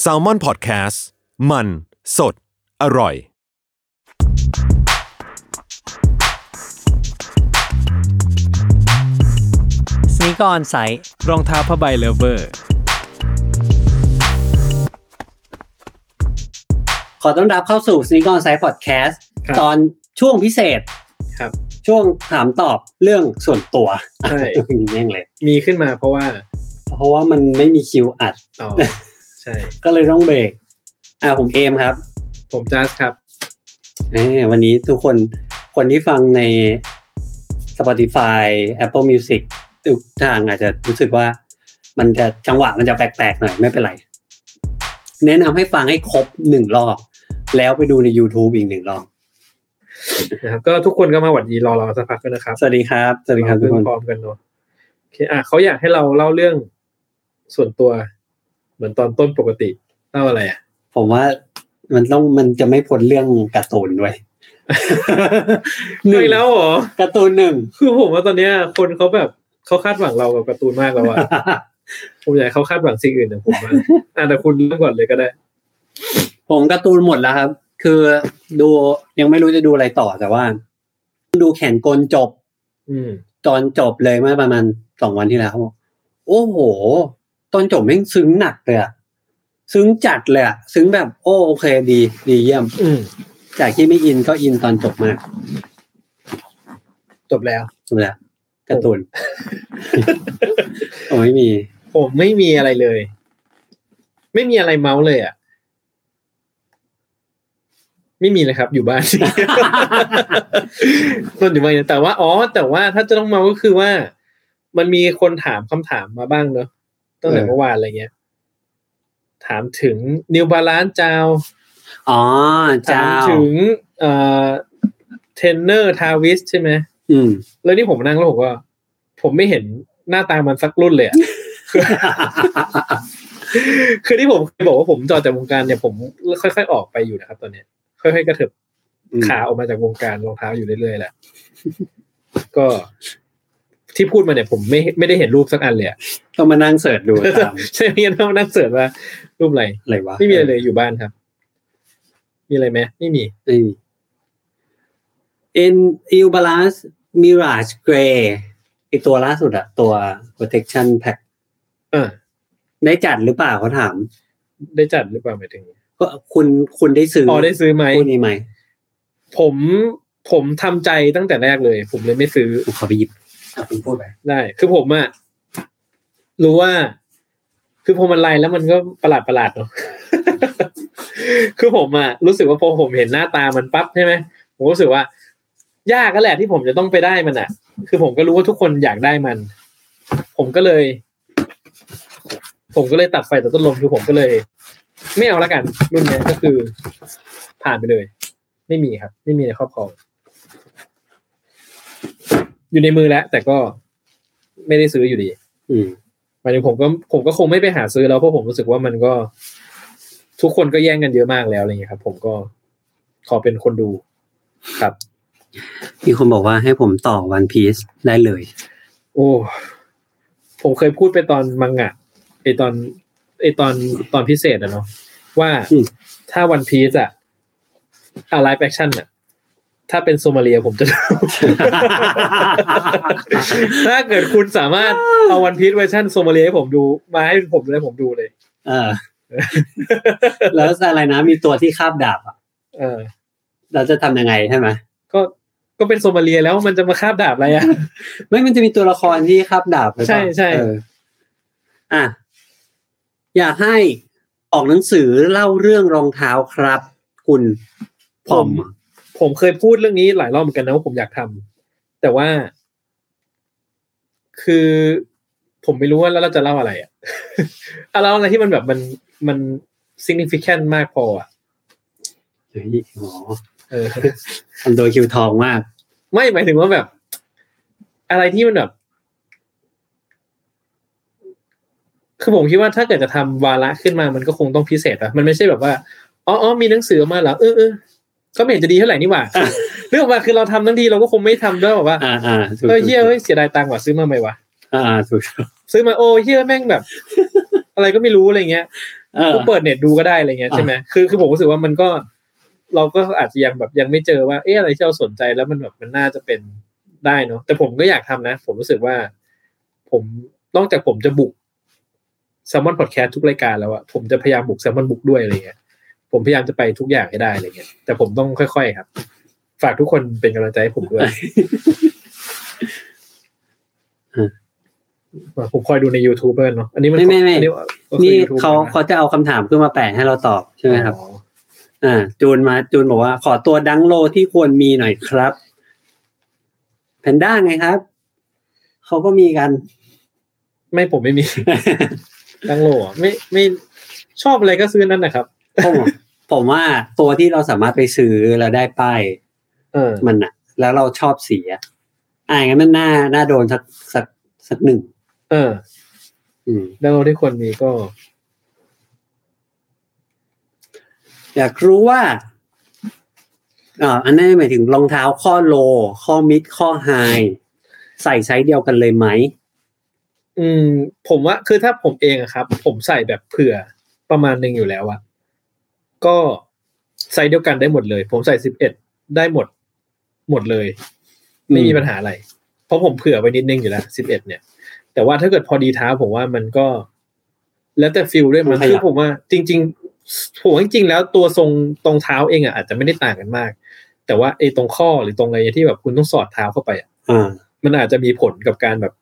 แซลมอนพอดแคสต์มันสดอร่อย สนิกออนไซต์ รองเท้าผ้าใบเลเวอร์ ขอต้อนรับเข้าสู่สนิกออนไซต์พอดแคสต์ ครับ ตอนช่วงพิเศษ ครับ ช่วงถามตอบเรื่องส่วนตัว ใช่ นี่แม่งเลย มีขึ้นมาเพราะว่า เพราะว่ามันไม่มีคิวอัด อ๋อ ใช่ ก็เลยต้องเบรกอ่าผมเอมครับ ผมจัสครับ เอ้ยวันนี้ทุกคนคนที่ฟังใน Spotify Apple Music ทุกทางอาจจะรู้สึกว่า มันจะจังหวะมันจะแปลกๆหน่อยไม่เป็นไร แนะนำให้ฟังให้ครบหนึ่งรอบ แล้วไปดูใน YouTube อีกหนึ่งรอบ นะครับก็ทุกคนก็มาหวัดดีรอเราสักพักกันนะครับ สวัสดีครับ สวัสดีครับทุ เพิ่ ก ง คน พร้อมกันเนาะโอเคอ่ะเขาอยากให้เราเล่าเรื่องส่วนตัว เหมือนตอนต้นปกติเล่าอะไรอ่ะ ผมว่ามันต้องมันจะไม่พ้นเรื่องการ์ตูนด้วย หนึ่ง ไม่แล้วเหรอ การ์ตูนหนึ่ง คือผมว่าตอนเนี้ย คนเขาแบบเขาคาดหวังเรากับการ์ตูนมาก แล้วอ่ะ ผมอยากให้เขาคาดหวังสิ่งอื่นจากผมมากอ่ะแต่คุณเรื่องก่อนเลยก็ได้ ผมการ์ตูนหมดแล้วครับ คือดูยังไม่รู้จะดูอะไรต่อแต่ว่า ดูแขนกลจบ อืม ตอนจบเลยเมื่อประมาณสองวันที่แล้ว โอ้โห ตอนจบแม่งซึ้งหนักเลยอะซึ้งจัดเลยอะซึ้งแบบ โอ้โอเคดี ดีเยี่ยม อืม จากที่ไม่อินก็อินตอนจบมาก จบแล้ว จบแล้วการ์ตูน โอ้ไม่ มี ผมไม่มีอะไรเลย ไม่มีอะไรเมาส์เลยอ่ะ ไม่มีเลยครับ อยู่บ้าน ตอนอยู่บ้านแต่ว่าอ๋อ แต่ว่าถ้าจะต้องเมาส์ก็คือว่า มันมีคนถามคำถามมาบ้างเนอะตั้งแต่ เออ เมื่อวานอะไรเงี้ย ถามถึงนิวบาลานซ์จาว อ๋อ ถา เจ้าม ถึงเอ่อเทนเนอร์ทาวิสใช่ไหม อืม แล้วนี่ผมนั่งแล้วผมก็ผมไม่เห็นหน้าตามันสักรุ่นเลยอะ คือที่ผมเคยบอกว่าผมจอดจากวงการเนี่ยผมค่อยๆออกไปอยู่นะครับ ตอนเนี้ยค่อยๆกระเถิบขาออกมาจากวงการรองเท้าอยู่เรื่อยๆแหละ ก็ที่พูดมาเนี่ยผมไม่ไม่ได้เห็นรูปสักอันเลยอะ ต้องมานั่งเสิร์ชดูตาม ใช่ไหมงั้นต้องนั่งเสิร์ชว่ารูปอะไร อะไรวะ ไม่มีอะไรเลยอยู่บ้านครับ มีอะไรไหมไม่มี ไม่มี In i l b a l a n c e Mirage Gray ไอตัวล่าสุดอะตัว protection pack เออ ได้จัดหรือเปล่าเขาถาม ได้จัดหรือเปล่าหมายถึง ก็คุณคุณได้ซื้อ อ๋อได้ซื้อไหม คู่นี้ไหม ผมผมทำใจตั้งแต่แรกเลย ผมเลยไม่ซื้อ ผมขอไปหยิบอ่ะคุณพูดไป ได้ คือผมอะรู้ว่า คือพวงมาลัยแล้วมันก็ประหลาดประหลาดๆเนาะ คือผมอะรู้สึกว่าพอผมเห็นหน้าตามันปั๊บใช่ไหมผมรู้สึกว่า ยากก็แหละที่ผมจะต้องไปได้มันอะคือผมก็รู้ว่าทุกคนอยากได้มัน ผมก็เลย ผมก็เลยตัดไฟตัดต้นลมคือผมก็เลย ไม่เอาละกันรุ่นเนี้ยก็คือ ผ่านไปเลย ไม่มีครับ ไม่มีในครอบครอง อยู่ในมือแล้ว แต่ก็ไม่ได้ซื้ออยู่ดี อืม หมายถึงผมก็ผมก็คงไม่ไปหาซื้อแล้วเพราะผมรู้สึกว่ามันก็ ทุกคนก็แย่งกันเยอะมากแล้วอะไรเงี้ยครับ ผมก็ขอเป็นคนดูครับ มีคนบอกว่าให้ผมต่อ One Piece ได้เลย โอ้ผมเคยพูดไปตอนมังงะไอตอนไอตอนตอนพิเศษอะเนาะว่า อืม ถ้าวันพีซอะอะไรแฟคชั่นอะถ้าเป็นโซมาเลียผมจะดู ถ้าเกิดคุณสามารถเอาวันพีซเวอร์ชันโซมาเลียให้ผมดูมาให้ผมดูให้ผมดูเลย เออ แล้วอะไรนะ มีตัวที่คาบดาบอะ เออ เราจะทำยังไงใช่ไหม ก็ ก็เป็นโซมาเลียแล้วมันจะมาคาบดาบอะไรอ่ะ ไม่มันจะมีตัวละครที่คาบดาบไปปะ ใช่ใช่ เอออ่ะอยากให้ออกหนังสือเล่าเรื่องรองเท้าครับ คุณผม ผมเคยพูดเรื่องนี้หลายรอบเหมือนกันนะว่าผมอยากทำแต่ว่า คือผมไม่รู้ว่าแล้วเราจะเล่าอะไรอ่ะ เอาเล่าอะไรที่มันแบบมันมัน significant มากพออ่ะ เฮ้ยอ๋อ เออ ทำโดยคิวทองมาก ไม่หมายถึงว่าแบบ อะไรที่มันแบบ คือผมคิดว่าถ้าเกิดจะทำวาระขึ้นมามันก็คงต้องพิเศษอะมันไม่ใช่แบบว่าอ๋ออ๋อมีหนังสือออกมาเหรอเออเออก็ไม่เห็นจะดีเท่าไหร่นี่หว่า อ่ะ เรื่องมาคือเราทำทั้งทีเราก็คงไม่ทำด้วยแบบว่า อ่าอ่าถูก เออเฮียเฮ้ยเสียดายตังค์ว่ะซื้อมาไหมวะ อ่าอ่าถูก ซื้อมาโอ้เฮียแม่งแบบ อะไรก็ไม่รู้อะไรเงี้ย เออ ก็เปิดเน็ตดูก็ได้อะไรเงี้ย อ่า ใช่ไหมคือคือผมรู้สึกว่ามันก็ เราก็อาจจะยังแบบยังไม่เจอว่า เอออะไรที่เราสนใจแล้วมันแบบมันน่าจะเป็นได้เนาะแต่ผมก็อยากทำนะ ผมรู้สึกว่า ผมนอกจากผมจะบุกแซมมอนพอดแคสต์ทุกรายการแล้วอะผมจะพยายามบุกแซมมอนบุกด้วยอะไรเงี้ยผมพยายามจะไปทุกอย่างให้ได้อะไรเงี้ยแต่ผมต้องค่อยๆครับ ฝากทุกคนเป็นกำลังใจให้ผมด้วย อืม ผมคอยดูใน YouTube ด้วยเนาะอันนี้มัน ไม่ไม่ไม่ อันนี้ก็คือ นี่ YouTube เขา นะ เขาจะเอาคำถามขึ้นมาแปะให้เราตอบใช่ไหมครับ อ๋อ อ่า จูนมาจูนบอกว่า ขอตัวดังโลที่ควรมีหน่อยครับแพนด้าไงครับ เขาก็มีกัน ไม่ผมไม่มี ตั้งโหลอะไม่ไม่ชอบอะไรก็ซื้อนั่นนะครับ ผมผมว่าตัวที่เราสามารถไปซื้อแล้วได้ป้าย เออ มันอะแล้วเราชอบสีอะอ่างั้นมันน่าน่าโดนสักสักสักหนึ่ง เออ อืม ดังโหลที่ควรมีก็ อยากรู้ว่าเอ่ออันนี้นหมายถึงรองเท้าข้อโล ข้อมิด ข้อไฮ ใส่ไซส์เดียวกันเลยไหม อืม ผมว่าคือถ้าผมเองอะครับ ผมใส่แบบเผื่อประมาณหนึ่งอยู่แล้วอะก็ไซส์เดียวกันได้หมดเลย ผมใส่สิบเอ็ดได้หมด หมดเลย ไม่มีปัญหาอะไร เพราะผมเผื่อไว้นิดนึงอยู่แล้วสิบเอ็ดเนี่ย แต่ว่าถ้าเกิดพอดีเท้าผมว่ามันก็ แล้วแต่ฟิลด้วยมัน มันขยับ คือผมว่า จริงๆผมว่าจริงๆแล้วตัวทรงตรงเท้าเองอะอาจจะไม่ได้ต่างกันมาก แต่ว่าไอ้ตรงข้อหรือตรงอะไรที่แบบคุณต้องสอดเท้าเข้าไปอะ อ่า มันอาจจะมีผลกับการแบบ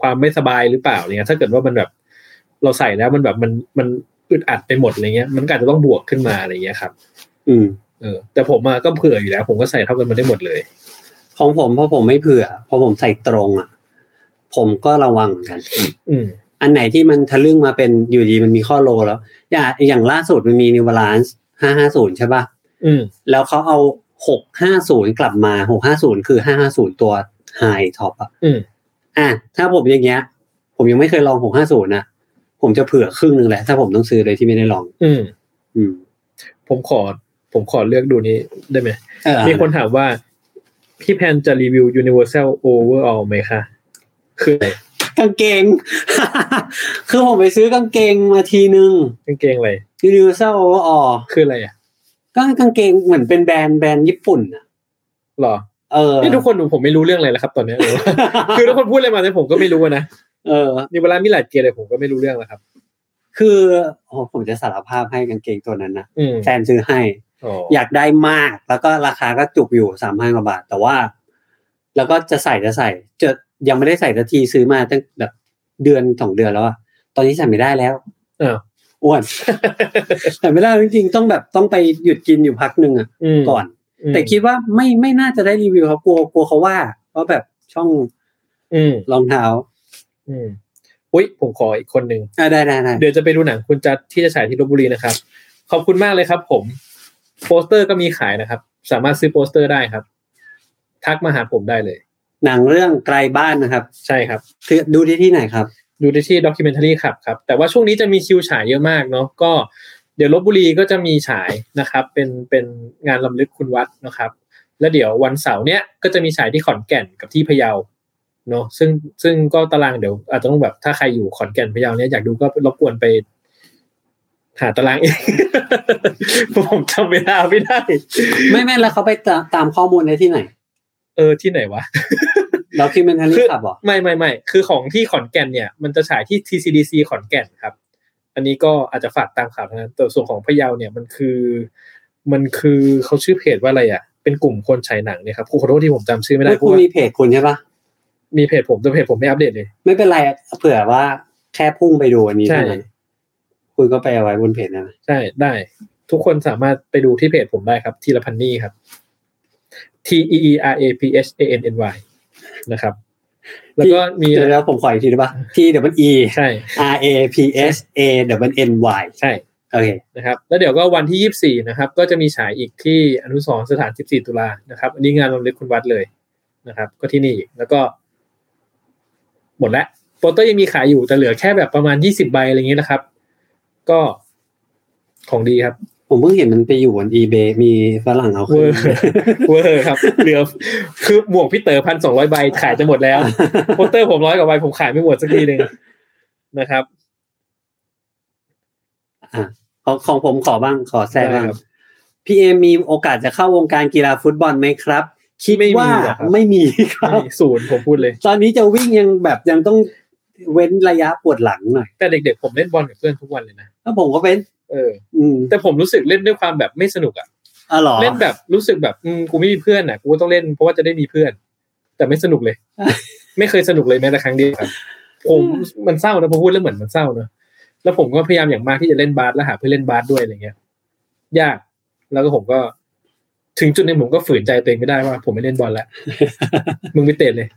ความไม่สบายหรือเปล่าอะไรเงี้ยถ้าเกิดว่ามันแบบเราใส่แล้วมันแบบมันมันอึดอัดไปหมดอะไรเงี้ย มันก็อาจจะต้องบวกขึ้นมาอะไรเงี้ยครับ อืม เออแต่ผมอะก็เผื่ออยู่แล้ว ผมก็ใส่เท่ากันมันได้หมดเลย ของผมเพราะผมไม่เผื่อ เพราะผมใส่ตรงอ่ะ ผมก็ระวังเหมือนกัน อืม อันไหนที่มันทะลึ่งมาเป็นอยู่ดีมันมีข้อโลแล้ว อย่างอย่างล่าสุดมันมีนิวบาลานซ์ห้าห้าศูนย์ใช่ป่ะ อืม แล้วเขาเอาหกห้าศูนย์กลับมาหกห้าศูนย์คือห้าห้าศูนย์ตัวไฮท็อปอ่ะ อืม อ่ะถ้าผมอย่างเงี้ย ผมยังไม่เคยลองหกห้าศูนย์นะผมจะเผื่อครึ่งหนึ่งแหละถ้าผมต้องซื้อเลยที่ไม่ได้ลอง อืม อืม ผมขอ ผมขอเลือกดูนี้ได้ไหม เออ มีคนถามว่า พี่แพนจะรีวิว Universal Overall ไหมคะคือก างเกง คือผมไปซื้อกางเกงมาทีนึง กางเกงอะไร ยูนิเวอร์แซลโอเวอร์ออ คืออะไรอ่ะ ก็กางเกงเหมือนเป็นแบรนด์แบรนด์ญี่ปุ่นอ่ะ หรอ เออ นี่ทุกคนดูผมไม่รู้เรื่องอะไรแล้วครับ ตอนเนี้ย คือทุกคนพูดอะไรมาเนี่ยผมก็ไม่รู้อะนะ เออ นิวบาลานซ์มีหลายเกียร์เลยผมก็ไม่รู้เรื่องแล้วครับ คือโอ้ผมจะสารภาพให้กางเกงตัวนั้นนะ อืม แฟนซื้อให้ อ๋อ อยากได้มากแล้วก็ราคาก็จุกอยู่สามพันกว่าบาท แต่ว่า แล้วก็จะใส่จะใส่จะยังไม่ได้ใส่สักทีซื้อมาตั้งแบบเดือนสองเดือนแล้วอะตอนนี้ใส่ไม่ได้แล้ว เออ อ้วน ใส่ไม่ได้จริงๆต้องแบบต้องไปหยุดกินอยู่พักหนึ่งอะ ม ก่อน ม แต่คิดว่าไม่ไม่น่าจะได้รีวิวครับกลัวกลัวเขาว่าว่าแบบช่อง อืม รองเท้า อืมอุ้ยผมขออีกคนหนึ่ง อ่ะได้ได้ได้ เดี๋ยวจะไปดูหนังคุณจัดที่จะฉายที่ลบบุรีนะครับ ขอบคุณมากเลยครับผมโปสเตอร์ก็มีขายนะครับ สามารถซื้อโปสเตอร์ได้ครับ ทักมาหาผมได้เลย หนังเรื่องไกลบ้านนะครับ ใช่ครับ คือดูที่ที่ไหนครับ ดูได้ที่ด็อกิเมนท r รีครับครับ แต่ว่าช่วงนี้จะมีคิวฉายเยอะมากเนาะก็เดี๋ยวลบบุรีก็จะมีฉายนะครับ เป็นเป็นงานลำลึกคุณวัดนะครับ แล้วเดี๋ยววันเสาร์เนี้ยก็จะมีฉายที่ขอนแก่นกับที่พะเยาเนาะซึ่งซึ่งก็ตารางเดี๋ยวอาจจะต้องแบบถ้าใครอยู่ขอนแก่นพะเยาเนี้ยอยากดูก็รบกวนไป หาตารางเอง ผมจำเวลาไม่ได้ ไม่ไม่แล้วเขาไปตาตามข้อมูลได้ที่ไหน เออที่ไหนวะ เราคิดเป็นทันที คือ ครับหรอ ไม่ไม่ไม่คือของที่ขอนแก่นเนี่ย มันจะฉายที่ TCDC ขอนแก่นครับ อันนี้ก็อาจจะฝากตามข่าวเท่านั้นแต่ส่วนของพะเยาเนี่ยมันคือ มันคือเขาชื่อเพจว่าอะไรอ่ะ เป็นกลุ่มคนฉายหนังเนี่ยครับครูขอโทษที่ผมจำชื่อไม่ได้เพ คุณ ราะว่า มีเพจคุณใช่ปะ มีเพจผมแต่เพจผมไม่อัปเดตเลย ไม่เป็นไรเผื่อว่าแค่พุ่งไปดูอันนี้ ใช่ เท่านั้นคุณก็ไปเอาไว้บนเพจนะ ใช่ได้ ทุกคนสามารถไปดูที่เพจผมได้ครับ ทีละพันนี่ครับ T E E R A P H A N N Y นะครับ แล้วก็มี เดี๋ยวแล้วผมขออีกทีได้ปะ T W E ใช่ R A P S A W N Y ใช่ โอเค นะครับ แล้วเดี๋ยวก็วันที่ 24 นะครับ ก็จะมีฉายอีกที่อนุสรณ์สถาน 14 ตุลานะครับ อันนี้งานรำลึกคุณวัดเลยนะครับ ก็ที่นี่อีกแล้วก็ หมดแล้วโปสเตอร์ยังมีขายอยู่แต่เหลือแค่แบบประมาณ 20 ใบอะไรอย่างนี้นะครับ ก็ของดีครับ ผมเพิ่งเห็นมันไปอยู่บน eBay มีฝรั่งเอา เว ขึ้ อน ร์เวอร์ครับ เหลือคือหมวกพี่เต๋อพันสองร้อยใบขายจะหมดแล้วโปสเตอร์ผมร้อยกว่าใบผมขายไม่หมดสักทีหนึ่งนะครับ อ่ะของของผมขอบ้างขอแทรกบ้าง ได้ครับ พี่เอมีโอกาสจะเข้าวงการกีฬาฟุตบอลไหมครับ คิด ไม่มี ว่า หรอกครับ ไม่มีครับ นี่ศูนย์ผมพูดเลย ตอนนี้จะวิ่งยังแบบยังต้องเว้นระยะปวดหลังหน่อย แต่เด็กๆผมเล่นบอลกับเพื่อนทุกวันเลยนะ แล้วผมก็เป็น เออ อืม แต่ผมรู้สึกเล่นด้วยความแบบไม่สนุกอะ อ๋อเหรอ เล่นแบบรู้สึกแบบอืมกูไม่มีเพื่อนอ่ะกูก็ต้องเล่นเพราะว่าจะได้มีเพื่อน แต่ไม่สนุกเลย ไม่เคยสนุกเลยแม้แต่ครั้งเดียวครับผมมันเศร้านะพอพูดแล้วเหมือนมันเศร้าเนอะแล้วผมก็พยายามอย่างมากที่จะเล่นบาสและหาเพื่อนเล่นบาสด้วยอะไรเงี้ย ยาก แล้วก็ผมก็ ถึงจุดหนึงผมก็ฝืนใจตัวเองไม่ได้ว่า ผมไม่เล่นบอลแล้ว มึงไปเตะเลย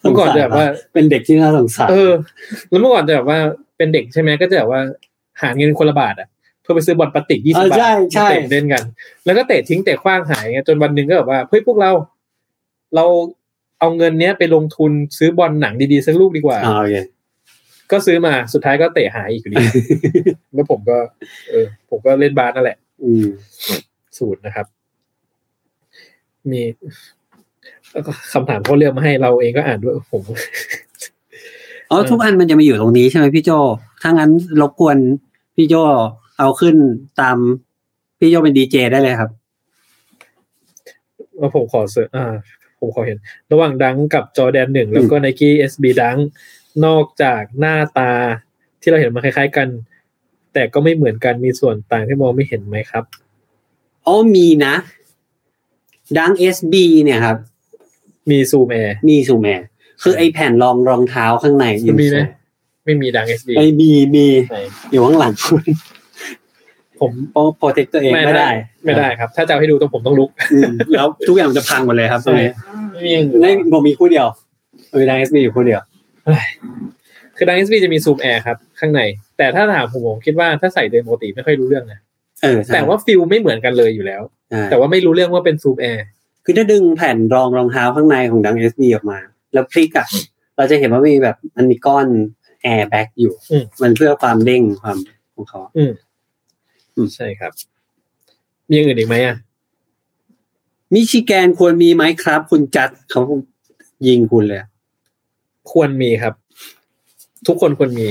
เมื่อก่อนจะแบบว่า เป็นเด็กที่น่าสงสาร เออ แล้วเมื่อก่อนจะแบบว่าเป็นเด็กใช่ไหมก็จะแบบว่าหาเงินคนละบาทอ่ะ เพื่อไปซื้อบอลปติกยี่ เอ สิอบบาท ใช่ใช่ เตะเล่นกัน แล้วก็เตะทิ้งเตะขว้างหายไงจนวันหนึ่งก็แบบว่าเฮ้ยพวกเรา เราเอาเงินเนี้ยไปลงทุนซื้อบอลหนังดีๆสักลูกดีกว่า อ่าโอเค ก็ซื้อมาสุดท้ายก็เตะหาย อีกอยู่ดี แล้วผมก็ เออ ผมก็เล่นบาสนั่นแหละ อืม สูตรนะครับ มี แล้วก็คำถามเขาเลือกมาให้เราเองก็อ่านด้วยผม อ๋อทุกอันมันจะมาอยู่ตรงนี้ใช่ไหมพี่โจถ้างั้นรบกวนพี่โจเอาขึ้นตามพี่โจเป็นดีเจได้เลยครับ ว่าผมขอเสริมอ่า ผมขอเห็น ระหว่างดังกับจอแดนหนึ่งแล้วก็ไนกี้เอสบีดัง นอกจากหน้าตาที่เราเห็นมันคล้ายๆกัน แต่ก็ไม่เหมือนกันมีส่วนต่างที่มองไม่เห็นไหมครับ อ๋อมีนะดังเอสบีเนี่ยครับ มีซูมแอร์ มีสูแม่คือไอแผ่นรองรองเท้าข้างใน มันมีไหม ไม่มีดังเอสบี ไอมีมีอยู่ข้างหลังคุณ ผม ป้องโปรเทคตัวเองไม่ได้ ไม่ได้ครับ ถ้าจะเอาให้ดูต้องผมต้องลุก อืมแล้วทุกอย่างมันจะพังหมดเลยครับตรงนี้ ไม่มีอย่างอื่น ในผมมีคู่เดียวมีดังเอสบีอยู่คู่เดียว คือดัง SB จะมีซูมแอร์ครับ ข้างใน แต่ถ้าถามผมผมคิดว่าถ้าใส่เดินปกติไม่ค่อยรู้เรื่องนะ เออใช่ แต่ว่าฟิลไม่เหมือนกันเลยอยู่แล้ว ใช่ แต่ว่าไม่รู้เรื่องว่าเป็นซูมแอร์ คือถ้าดึงแผ่นรองรองเท้าข้างในของดังเอสบีออกมา แล้วพลิกอ่ะเราจะเห็นว่ามีแบบมันมีก้อนแอร์แบ็กอยู่ มันเพื่อความเด้งความของเขา ใช่ครับ มีอย่างอื่นอีกไหมอ่ะ มิชิแกนควรมีไหมครับ คุณจัดเขายิงคุณเลยอะ ควรมีครับ ทุกคนควรมี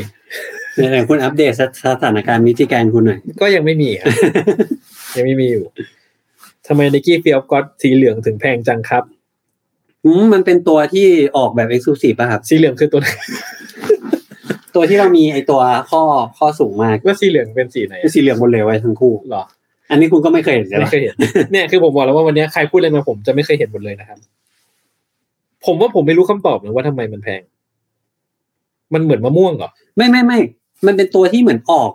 ไหนๆคุณอัปเดตสถานการณ์มิติการคุณหน่อย ก็ยังไม่มีครับ ยังไม่มีอยู่ทำไมไนกี้ฟิลก็สีเหลืองถึงแพงจังครับ อืมมันเป็นตัวที่ออกแบบเอ็กซ์คลูซีฟป่ะครับ สีเหลืองคือตัวไหน ตัวที่เรามีไอตัวข้อข้อสูงมาก แล้วสีเหลืองเป็นสีไหน คือสีเหลืองบนเลยไว้ทั้งคู่ หรอ อันนี้คุณก็ไม่เคยเห็นใช่ไหม ไม่เคยเห็น เนี่ยคือผมบอกแล้วว่าวันนี้ใครพูดอะไรมาผมจะไม่เคยเห็นหมดเลยนะครับ ผมว่าผมไม่รู้คำตอบเลยว่าทำไมมันแพง มันเหมือนมะม่วงเหรอ ไม่ไม่ไม่ มันเป็นตัวที่เหมือนออก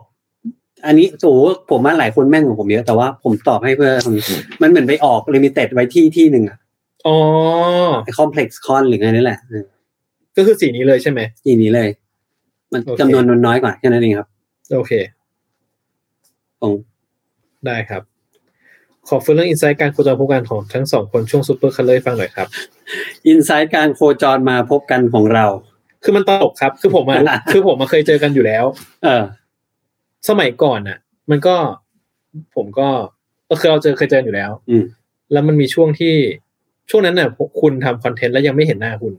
อันนี้โอ้ผมว่าหลายคนแม่นกว่าผมเยอะแต่ว่าผมตอบให้เพื่อ มันเหมือนไปออกลิมิเต็ดไว้ที่ที่หนึ่งอะ อ๋อ คอมเพล็กซ์คอนหรือไงนี่แหละอืม ก็คือสีนี้เลยใช่ไหม ทีนี้เลย มัน โอเค จำนวนมันน้อยกว่าแค่นั้นเองครับ โอเค ของ ได้ครับ ขอฟื้นเรื่องอินไซต์การโคจรพบกันของทั้งสองคนช่วงซูเปอร์คัลเลอร์ฟังหน่อยครับ อินไซต์การโคจรมาพบกันของเรา คือมันตลกครับ คือผมอ่ะ คือผมมาเคยเจอกันอยู่แล้ว เออ สมัยก่อนน่ะ มันก็ ผมก็ก็คือเราเจอเคยเจออยู่แล้ว อืม แล้วมันมีช่วงที่ช่วงนั้นน่ะคุณทำคอนเทนต์แล้วยังไม่เห็นหน้าคุณ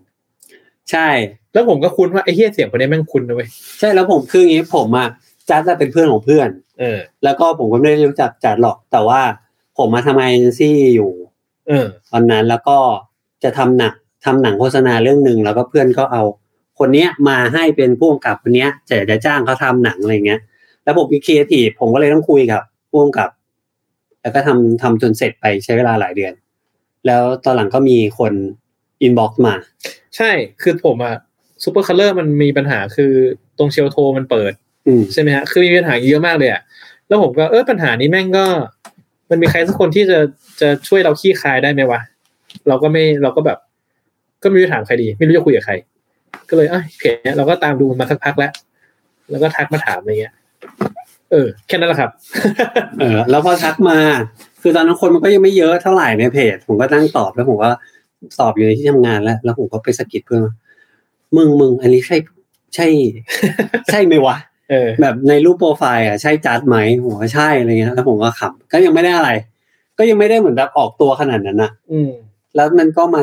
ใช่ แล้วผมก็คุ้นว่าไอ้เฮียเสียงคนนี้แม่งคุ้นนะเว้ย ใช่แล้วผมคืออย่างนี้ผมอะจัดจะเป็นเพื่อนของเพื่อน เออ แล้วก็ผมก็ไม่ได้รู้จักจัดหรอก แต่ว่าผมมาทำไอเอเจนซี่อยู่ เออ ตอนนั้นแล้วก็จะทำหนักทำหนังโฆษณาเรื่องหนึ่งแล้วก็เพื่อนก็เอา คนเนี้ยมาให้เป็นผู้กำกับคนเนี้ยจะจะจ้างเขาทำหนังอะไรเงี้ย แล้วผมมีครีเอทีฟผมก็เลยต้องคุยกับผู้กำกับ แล้วก็ทำทำจนเสร็จไปใช้เวลาหลายเดือน แล้วตอนหลังก็มีคนอินบ็อกซ์มา ใช่คือผมอะซูเปอร์คัลเลอร์มันมีปัญหาคือตรงเชลโทมันเปิด อืม ใช่ไหมฮะ คือมีปัญหาเยอะมากเลยอะแล้วผมก็เออปัญหานี้แม่งก็ มันมีใครสักคนที่จะจะช่วยเราขี้คายได้ไหมวะ เราก็ไม่เราก็แบบ ก็ไม่รู้จะถามใครดี ไม่รู้จะคุยกับใคร ก็เลยเอ้ยเพจเนี้ยเราก็ตามดูมันมาสักพักแล้ว แล้วก็ทักมาถามอะไรเงี้ย เออ แค่นั้นแหละครับ เออแล้วพอทักมา คือตอนนั้นคนมันก็ยังไม่เยอะเท่าไหร่ในเพจ ผมก็นั่งตอบแล้วผมก็ตอบอยู่ในที่ทำงานแล้ว แล้วผมก็ไปสะกิดเพื่อนว่ามึงมึงอันนี้ใช่ใช่ ใช่ไหมวะ เออ แบบในรูปโปรไฟล์อ่ะใช่จัดไหมผมว่าใช่อะไรเงี้ยแล้วผมก็ขำก็ยังไม่ได้อะไร ก็ยังไม่ได้เหมือนแบบออกตัวขนาดนั้นนะ อืม แล้วมันก็มา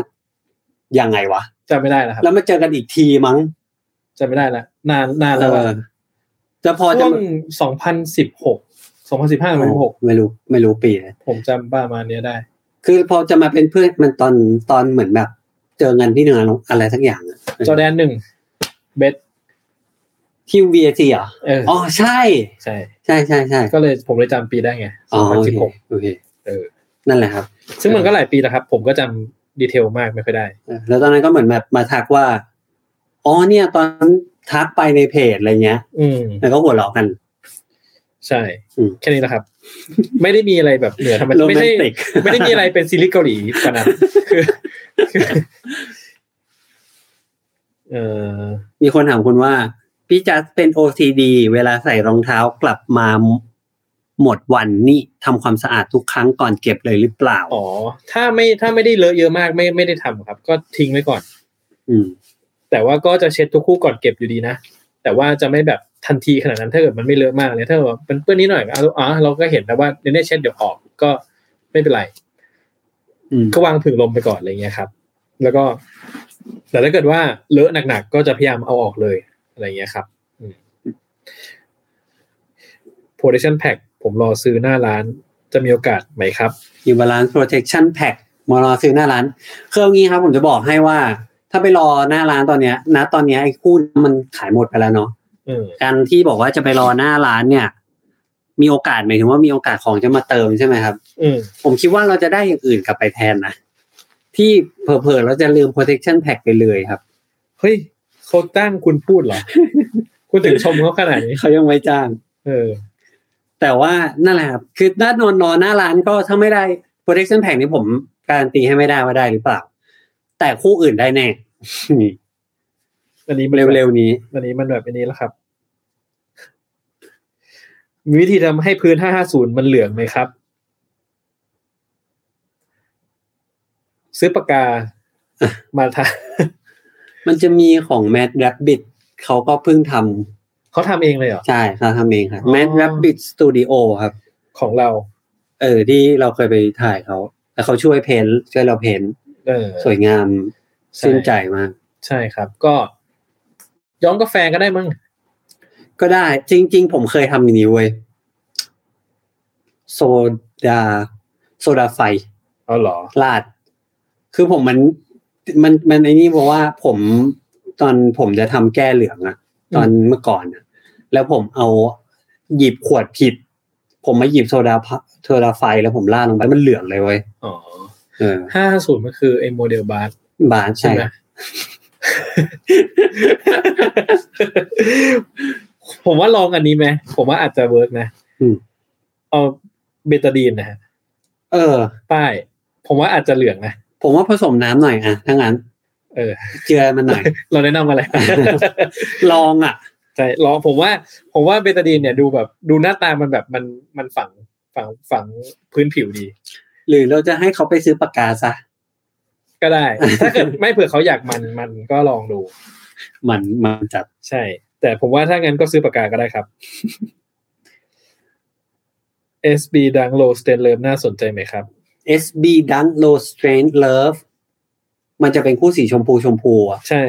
ยังไงวะ จำไม่ได้แล้วครับ แล้วมาเจอกันอีกทีมั้ง จำไม่ได้แล้วนานนาน เอ แล้วอะ อจะพอจะ ช่วงสองพันสิบหกสองพันสิบห้าสองพันสิบหก ไม่รู้ไม่รู้ปีเลย ผมจำประมาณเนี้ยได้ คือพอจะมาเป็นเพื่อนมันตอนตอนเหมือนแบบ เจอกันที่เนืองอะไรสักอย่างอะ จอแดนหนึ่งเบส ที่ VAT เหรอ เออ อ๋อใช่ ใช่ ใช่ใช่ใช่ ก็เลยผมเลยจำปีได้ไงส อ๋ อ อง พัน โอ สิบ เค หก โอเค เออ นั่นแหละครับ ซึ่งมันก็หลายปีแล้วครับ ผมก็จำดีเทลมากไม่ค่อยได้ เออแล้วตอนนั้นก็เหมือนแบบมาทักว่าอ๋อเนี่ย ตอนนั้นทักไปในเพจอะไรเงี้ย อืม แล้วก็หัวเราะกัน ใช่ อืม แค่นี้แหละครับ ไม่ได้มีอะไรแบบเหนือธรรม โร ชาติ แม ไม่ น ใช่ ติก ไม่ได้มีอะไรเป็นซีรีส์เกาหลีขนาด คือคือเออ มีคนถามคุณว่า พี่จัสเป็น OCD เวลาใส่รองเท้ากลับมาหมดวันนี่ทำความสะอาดทุกครั้งก่อนเก็บเลยหรือเปล่า อ๋อ ถ้าไม่ถ้าไม่ได้เลอะเยอะมากไม่ไม่ได้ทำครับ ก็ทิ้งไว้ก่อน อืม แต่ว่าก็จะเช็ดทุกคู่ก่อนเก็บอยู่ดีนะ แต่ว่าจะไม่แบบทันทีขนาดนั้นถ้าเกิดมันไม่เลอะมากเลยถ้าเกิดว่ามันเปื้อนนิดหน่อยก็เอาอ๋อเราก็เห็นแล้วว่าเนี่ยเนี่ยเช็ดเดี๋ยวออกก็ไม่เป็นไร อืม ก็วางผึ่งลมไปก่อนอะไรเงี้ยครับ แล้วก็ แต่ถ้าเกิดว่าเลอะหนักๆก็จะพยายามเอาออกเลยอะไรเงี้ยครับอืม protection pack ผมรอซื้อหน้าร้านจะมีโอกาสไหมครับ อยู่บาลานซ์ protection pack มารอซื้อหน้าร้านคือเอางี้ครับ ผมจะบอกให้ว่า ถ้าไปรอหน้าร้านตอนเนี้ยนะตอนเนี้ยไอ้คู่มันขายหมดไปแล้วเนาะ อืม การที่บอกว่าจะไปรอหน้าร้านเนี่ย มีโอกาสหมายถึงว่ามีโอกาสของจะมาเติมใช่ไหมครับ อืม ผมคิดว่าเราจะได้อย่างอื่นกลับไปแทนนะที่เผลอๆเราจะลืม protection pack ไปเลยครับ เฮ้ยเขาตั้งคุณพูดเหรอ คุณถึงชมเขาขนาดนี้ เขายังไม่จ้าง เออ แต่ว่านั่นแหละครับคือด้านนอนนอนหน้าร้านก็ถ้าไม่ได้ protection pack นี่ผมการันตีให้ไม่ได้ว่าได้หรือเปล่า แต่คู่อื่นได้แน่ นี่ อันนี้มัน เร็วๆนี้ ๆอันนี้มันแบบอันนี้แล้วครับ มีวิธีทำให้พื้น 550 มันเหลืองไหมครับ ซื้อปากกา มาทา มันจะมีของ Mad Rabbit เขาก็เพิ่งท เขาทำ เองเลยเหรอ ำใช่เขาทำเองครับ อ๋อ Mad Rabbit Studio ครับ ของเรา เออที่เราเคยไปถ่ายเขาแล้วเขาช่วยเพนท์ช่วยเราเพนท์ เออ สวยงาม ใช่ สิ้นใจมาก ใช่ครับ ก็ ย้อมกาแฟก็ได้มั้ง ก็ได้จริง ๆ ผมเคยทำอย่างนี้เว้ยโซดาโซดาไฟ เอาเหรอ พลาด คือผมมันมันมันไอ้นี่เพราะว่าผมตอนผมจะทำแก้เหลืองอะ ม ตอนเมื่อก่อนอะแล้วผมเอาหยิบขวดผิด ผมมาหยิบโซดาพะโซดาไฟแล้วผมลาดลงไปมันเหลืองเลยเว้ย อ๋อ เออ 550มันคือไอ้โมเดลบาร์ บาท ใช่ ใช่ ไหม ผมว่าลองอันนี้ไหม ผมว่าอาจจะเวิร์กนะ อืม เอาเบตาดีนนะฮะ เออ ป้าย ผมว่าอาจจะเหลืองนะ ผมว่าผสมน้ำหน่อยอะถ้างั้น เออ เจือมันห น่อย เราแนะนำอะไร ลองอะ ใช่ลองผมว่า ผมว่าเบตาดีนเนี่ยดูแบบ ดูหน้าตามันแบบมันมันฝังฝังฝังพื้นผิวดี หรือเราจะให้เขาไปซื้อปากกาซะ ก็ได้ ถ้าเกิดไม่เผื่อเขาอยากมันมันก็ลองดู มันมันจัด ใช่ แต่ผมว่าถ้างั้นก็ซื้อปากกาก็ได้ครับ SB ดังโลสเตนเลิมน่าสนใจไหมครับ เอสบีดังโลสเตรนเลิฟมันจะเป็นคู่สีชมพูชมพูอะ ใช่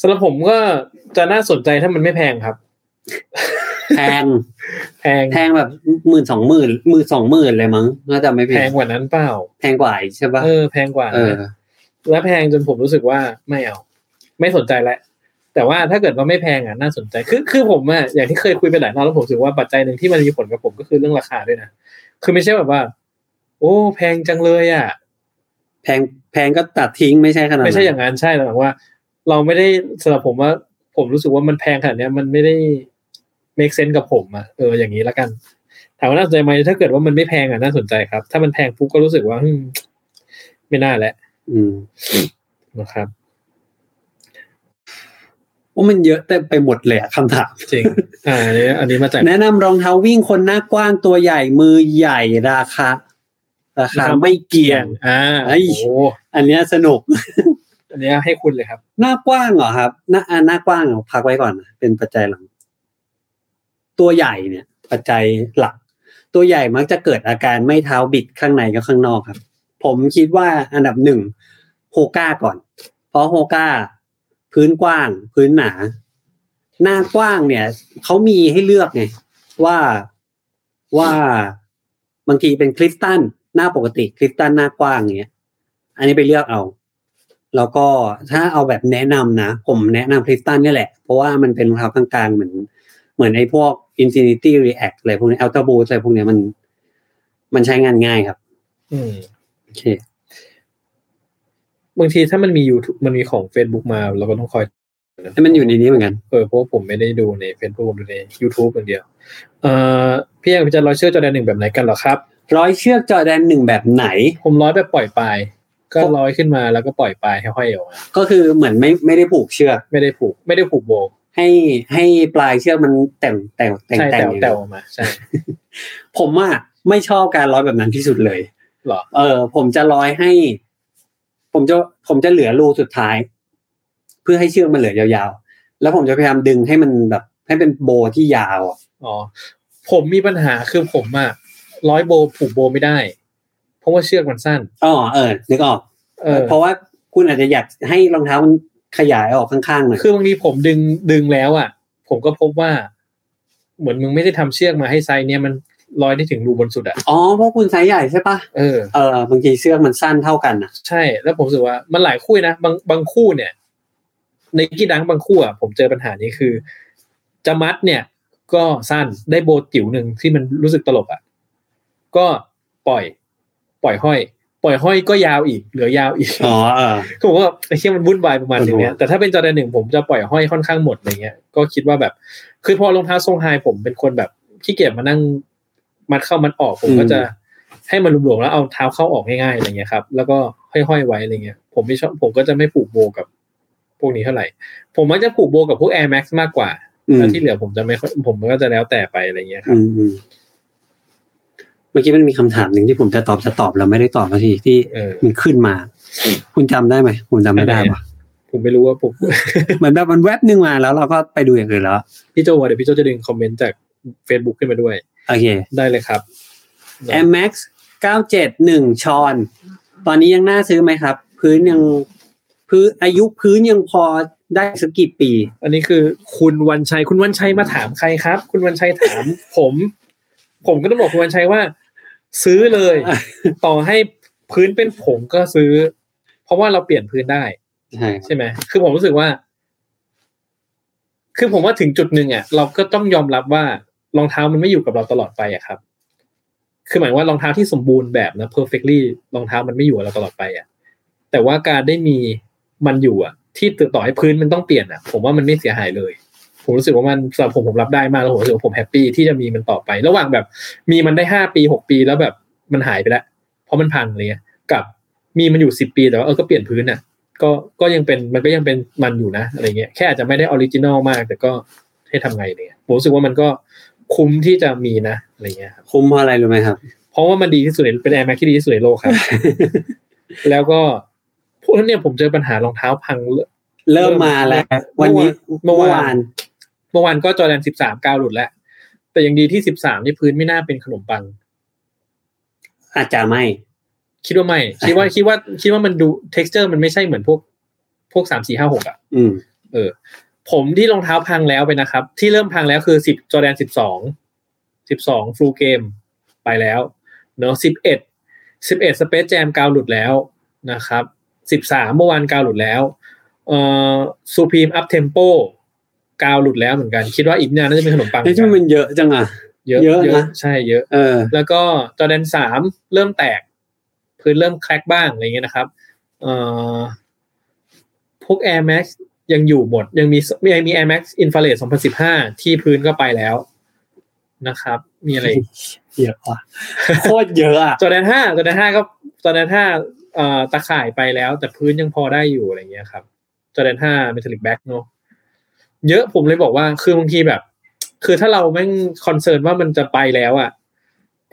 สำหรับผมก็จะน่าสนใจถ้ามันไม่แพงครับ แพง แพง แพงแบบหมื่นสองหมื่นหมื่นสองหมื่นเลยมั้งน่าจะไม่แพ แพง ง กว่านั้นเปล่า แพงกว่าอีกใช่ปะ เออ แพงกว่า เออ นะแล้วแพงจนผมรู้สึกว่าไม่เอา ไม่สนใจแล้วแต่ว่าถ้าเกิดว่าไม่แพงอ่ะน่าสนใจคือคือผมอะอย่างที่เคยคุยไปหลายรอบแล้วผมรู้สึกว่าปัจจัยหนึ่งที่มันมีผลกับผมก็คือเรื่องราคาด้วยนะคือไม่ใช่แบบว่า โอ้แพงจังเลยอ่ะ แพงแพงก็ตัดทิ้งไม่ใช่ขนาด ไม่ใช่อย่างนั้นใช่แต่ว่า เราไม่ได้สำหรับผมว่า ผมรู้สึกว่ามันแพงขนาดเนี้ยมันไม่ได้ make sense กับผมอะเอออย่างนี้ละกันถามว่าน่าสนใจไหมถ้าเกิดว่ามันไม่แพงอะน่าสนใจครับ ถ้ามันแพงปุ๊บก็รู้สึกว่าอืมไม่น่าแหละ อืม นะครับ ว่ามันเยอะแต่ไปหมดเลยอะ คำถาม จริง อ่าอันนี้อันนี้มาจาก แนะนำรองเท้าวิ่งคนหน้ากว้างตัวใหญ่มือใหญ่ราคาราคา ราคา ไม่เกี่ยง อ่า เอ้ โอ้ ย โห อันเนี้ยสนุก อันนี้ให้คุณเลยครับ หน้ากว้างเหรอครับ หน้าอ่ะหน้ากว้างเอาพักไว้ก่อนนะเป็นปัจจัยหลัง ตัวใหญ่เนี่ย ปัจจัยหลัก ตัวใหญ่มักจะเกิดอาการไม่เท้าบิดข้างในกับข้างนอกครับ ผมคิดว่าอันดับหนึ่งโฮก้าก่อน เพราะโฮก้า พื้นกว้าง พื้นหนา หน้ากว้างเนี่ยเขามีให้เลือกไงว่าว่าบางทีเป็นคลิฟตันหน้าปกติคลิฟตันหน้ากว้างอย่างเงี้ย อันนี้ไปเลือกเอา แล้วก็ถ้าเอาแบบแนะนำนะ ผมแนะนำคลิฟตันเนี่ยแหละ เพราะว่ามันเป็นรองเท้ากลางๆ เหมือน เหมือนไอ้พวก Infinity React อะไรพวกนี้ Ultra Boost อะไรพวกเนี้ยมัน มันใช้งานง่ายครับ อืม โอเค บางทีถ้ามันมี YouTube มันมีของ Facebook มาเราก็ต้องคอย ให้มันอยู่ในนี้เหมือนกัน เออเพราะว่าผมไม่ได้ดูใน Facebook ผมดูใน YouTube อย่างเดียว เอ่อพี่แอนพี่จันร้อยเชือกจอแดนหนึ่งแบบไหนกันเหรอครับ ร้อยเชือกจอแดนหนึ่งแบบไหน ผมร้อยแบบปล่อยปลายก็ร้อยขึ้นมาแล้วก็ปล่อยปลายห้อยๆออกมา ก็คือเหมือนไม่ไม่ได้ผูกเชือก ไม่ได้ผูก ไม่ได้ผูกโบว์ ให้ให้ปลายเชือกมันแต่งแต่งแต่ง ใช่ แต่ง แต่ว อย่าง แต่เดียวว ออกมา ใช่ ผมอ่ะไม่ชอบการร้อยแบบนั้นที่สุดเลย หรอ เออ ผมจะร้อยให้ ผมจะผมจะเหลือรูสุดท้าย เพื่อให้เชือกมันเหลือยาวๆ แล้วผมจะพยายามดึงให้มันแบบ ให้เป็นโบว์ที่ยาวอะ อ๋อ ผมมีปัญหาคือผมอะร้อยโบว์ผูกโบว์ไม่ได้ เพราะว่าเชือกมันสั้น อ๋อเออนึกออก เออ เพราะว่าคุณอาจจะอยากให้รองเท้ามันขยายออกข้างๆหน่อย คือบางทีผมดึงดึงแล้วอะผมก็พบว่า เหมือนมึงไม่ได้ทำเชือกมาให้ไซส์เนี้ยมันร้อยได้ถึงรูบนสุดอะ อ๋อเพราะคุณไซส์ใหญ่ใช่ปะ เออ เออบางทีเชือกมันสั้นเท่ากันนะ ใช่ แล้วผมรู้สึกว่ามันหลายคู่นะบางบางคู่เนี่ย ในกีดังบางคู่อ่ะผมเจอปัญหานี้คือ จะมัดเนี่ย ก็สั้นได้โบว์จิ๋วหนึ่งที่มันรู้สึกตลกอ่ะก็ปล่อย ปล่อยห้อย ปล่อยห้อยก็ยาวอีก เหลือยาวอีก อ๋อเออ คือผมว่าไอ้เชี่ยมันวุ่นวายประมาณนึงเนี่ยแต่ถ้าเป็นจอแดนหนึ่งผมจะปล่อยห้อยค่อนข้างหมดอะไรเงี้ยก็คิดว่าแบบคือพอรองเท้าทรงไฮผมเป็นคนแบบขี้เกียจมานั่งมัดเข้ามัดออก ผมก็ อืม จะให้มันรวมๆแล้วเอาเท้าเข้าออกง่ายๆอะไรเงี้ยครับ แล้วก็ห้อยๆไว้อะไรเงี้ย ผมไม่ชอบผมก็จะไม่ผูกโบกับพวกนี้เท่าไหร่ ผมมักจะผูกโบกับพวก Air Max มากกว่า อืม แล้วที่เหลือผมจะไม่ค่อยผมก็จะแล้วแต่ไปอะไรเงี้ยครับ อืมอืมเมื่อกี้มันมีคำถามหนึ่งที่ผมจะตอบจะตอบแล้วไม่ได้ตอบสักทีที่ เออ มันขึ้นมา คุณจำได้ไหมคุณจำไม่ได้ จำไม่ได้ ปะ ผมไม่รู้ว่าผม เหมือนแบบมันแวบหนึ่งมาแล้วเราก็ไปดูอย่างอื่นแล้ว พี่โจว่าเดี๋ยวพี่โจจะดึงคอมเมนต์จาก Facebook ขึ้นมาด้วย โอเค ได้เลยครับ Air Max 971ชอนตอนนี้ยังน่าซื้อไหมครับ พื้นยังพื้นอายุพื้นยังพอได้สักกี่ปี อันนี้คือคุณวันชัยคุณวันชัยมาถามใครครับ คุณวันชัยถาม ผม ผมก็ต้องบอกคุณวันชัยว่า ซื้อ เลย ต่อให้พื้นเป็นผงก็ซื้อ เพราะว่าเราเปลี่ยนพื้นได้ ใช่ ใช่ไหม คือผมรู้สึกว่า คือผมว่าถึงจุดหนึ่งอ่ะ เราก็ต้องยอมรับว่ารองเท้ามันไม่อยู่กับเราตลอดไปอ่ะครับ คือหมายว่ารองเท้าที่สมบูรณ์แบบนะ perfectly รองเท้ามันไม่อยู่กับเราตลอดไปอ่ะ แต่ว่าการได้มีมันอยู่อ่ะ ที่ต่อให้พื้นมันต้องเปลี่ยนอ่ะ ผมว่ามันไม่เสียหายเลย ผมรู้สึกว่ามันสำหรับผมผมรับได้มากแล้วผมรู้สึกว่าผมแฮปปี้ที่จะมีมันต่อไป ระหว่างแบบ มีมันได้ห้าปีหกปีแล้วแบบมันหายไปแล้ว เพราะมันพังอะไรเลยกับมีมันอยู่สิบปีแต่ว่าเออก็เปลี่ยนพื้นอ่ะ ก็ก็ยังเป็นมันก็ยังเป็นมันอยู่นะอะไรเงี้ยแค่อาจจะไม่ได้ออริจินอลมาก แต่ก็ให้ทำไงเนี่ยผมรู้สึกว่ามันก็คุ้มที่จะมีนะอะไรเงี้ยครับ คุ้มเพราะอะไรรู้ไหมครับ เพราะว่ามันดีที่สุดในเป็นแอร์แม็กที่ดีที่สุดในโลกครับ แล้วก็พวกนั้นเนี่ยผมเจอปัญหารองเท้าพัง เริ่มมาแล้ว วันนี้ เมื่ เมื่ อ อ วาน วาน เมื่อวานก็จอแดนสิบสามก้าวหลุดแล้ว แต่ยังดีที่สิบสามนี่พื้นไม่น่าเป็นขนมปัง อาจจะไม่ คิดว่าไม่ คิดว่าคิดว่าคิดว่ามันดู t e x t อร์มันไม่ใช่เหมือนพวก พวกสามสี่ห้าหกอะ อืม เออผมที่รองเท้าพังแล้วไปนะครับ ที่เริ่มพังแล้วคือสิบจอแดนสิบสองสิบสองฟลูเกมไปแล้วเนาะสิบเอ็ดสิบเอ็ดสเปซแจมกาวหลุดแล้วนะครับสิบสามเมื่อวานกาวหลุดแล้วเอ่อซูพีมอัพเทมโปกาวหลุดแล้วเหมือนกัน คิดว่าอีกไม่นานน่าจะเป็นขนมปังเหมื นี่ อนกั ที่ น มันเยอะจังอ่ะ เยอะ เยอะนะ ใช่เยอะ เออ แล้วก็จอแดนสามเริ่มแตก พื้นเริ่มแคลกบ้างอะไรเงี้ยนะครับเอ่อพวก Air Max ยังอยู่หมด ยังมีมีมี Air Max Infrared 2015 ที่พื้นก็ไปแล้วนะครับ มีอะไรอีก เยอะว่ะโคตรเยอะอ่ะ จอร์แดนห้าจอร์แดนห้าก็จอร์แดนห้าเอ่อตะข่ายไปแล้ว แต่พื้นยังพอได้อยู่อะไรเงี้ยครับจอร์แดนห้าเมทัลลิกแบ็กเนาะเยอะผมเลยบอกว่าคือบางทีแบบ คือถ้าเราแม่งคอนเซิร์นว่ามันจะไปแล้วอะ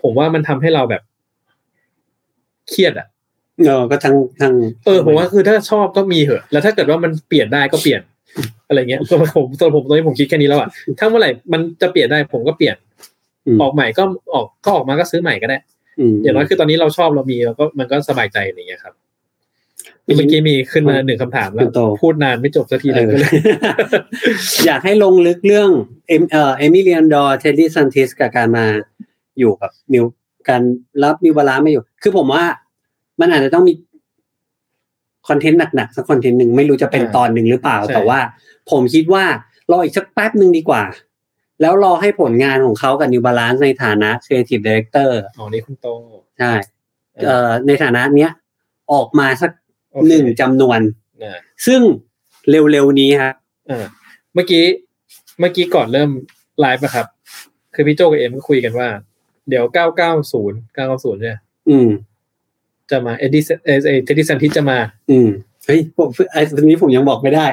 ผมว่ามันทำให้เราแบบเครียดอะ เออก็ทั้งทั้ง เออผมว่าคือถ้าชอบก็มีเหอะ แล้วถ้าเกิดว่ามันเปลี่ยนได้ก็เปลี่ยน อะไร เงี้ยตัวผมตัวผมตอนนี้ผมคิดแค่นี้แล้วอะถ้าเมื่อไหร่มันจะเปลี่ยนได้ผมก็เปลี่ยน ม ออกใหม่ก็ออกก็ออกมาก็ซื้อใหม่ก็ได้ ม อย่างน้อยคือตอนนี้เราชอบเรามีเราก็มันก็สบายใจอะไรอย่างเงี้ยครับ อืม เมื่อกี้มีขึ้นมาหนึ่งคำถามแล้ คุ ว ณโต พูดนานไม่จบสักทีเลย เอ ก็ อ เลย อยากให้ลงลึกเรื่องเอ็มเอ่อเอมิเลียนดอร์เทดดี้ซันติสกับการมาอยู่กับนิวการรับนิวบาลานซ์มาอยู่ คือผมว่ามันอาจจะต้องมีคอนเทนต์หนักๆสักคอนเทนต์หนึ่งไม่รู้จะเป็นตอนหนึ่งหรือเปล่า แต่ว่าผมคิดว่ารออีกสักแป๊บหนึ่งดีกว่า แล้วรอให้ผลงานของเขากับนิวบาลานซ์ในฐานะ Creative Director อ๋อนี่คุณโต ใช่เอ่อในฐานะเนี้ยออกมาสัก โอเค หนึ่งจำนวน นะ ซึ่งเร็วๆนี้ฮะ เออเมื่อกี้เมื่อกี้ก่อนเริ่มไลฟ์อะครับ คือพี่โจกับเอ็มก็คุยกันว่า เดี๋ยว 990 990 เนี่ย อืม จะมาเอ็ดดี้เอเทดดี้ซันทิจะมา อืมเฮ้ยผมไอ้ตัวนี้ผมยังบอกไม่ ได้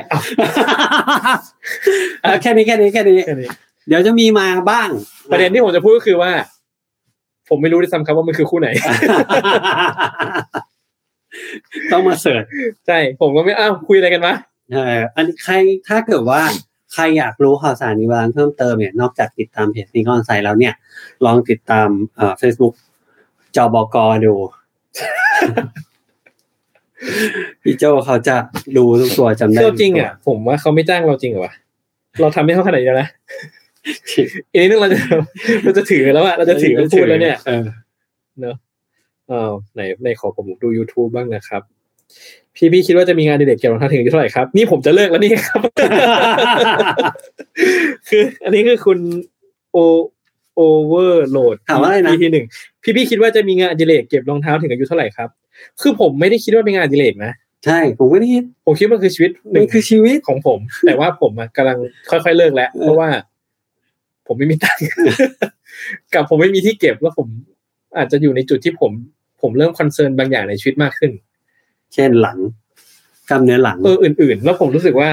เอาแค่นี้แค่นี้แค่นี้ เดี๋ยวจะมีมาบ้าง ประเด็นที่ผมจะพูดก็คือว่า ผมไม่รู้ด้วยซ้ำครับว่ามันคือคู่ไหน ต้องมาเสิร์ช ใช่ผมก็ไม่อ้าวคุยอะไรกันวะ เอออันนี้ใครถ้าเกิดว่าใครอยากรู้ข่าวสารนิวานเพิ่มเติมเนี่ยนอกจากติดตามเพจนิกอนไซแล้วเนี่ย ลองติดตามเอ่อ Facebook จอบกดู พี่โจเขาจะดูทุกตัวจำได้ เรา ทุกตัว จริงอ่ะผมว่าเขาไม่จ้างเราจริงเหรอวะเราทำให้เขาขนาดนี้แล้วนะ อีกนิดนึง เราจะ เราจะถือแล้วอะเราจะถือคำพูดแล้วเนี่ย ออ เออไหนในขอผมดู YouTube บ้างนะครับ พี่พี่คิดว่าจะมีงานอดีเด็กเกี่ยวกับรองเท้าถึงอายุเท่าไหร่ครับ นี่ผมจะเลิกแล้วนี่ ครับ คือ อันนี้คือคุณโอโอเวอร์โหลด ถามว่าอะไรนะ ทีหนึ่งพี่พี่คิดว่าจะมีงานอดิเรกเก็บรองเท้าถึงอายุเท่าไหร่ครับ คือผมไม่ได้คิดว่าเป็นงานอดิเรกนะ ใช่ผมก็ได้ยิน ผมคิดว่ามันคือชีวิตห มั นึ่ น ง คือชีวิต ของผม แต่ว่าผมอะกำลังค่อยๆเลิกแล้ว เพราะว่า ผมไม่มีตังค์ กับผมไม่มีที่เก็บแล้วผมอาจจะอยู่ในจุดที่ผม ผมเริ่มคอนเซิร์นบางอย่างในชีวิตมากขึ้น เช่นหลังกล้ามเนื้อหลัง เอออื่น ๆ แล้วผมรู้สึกว่า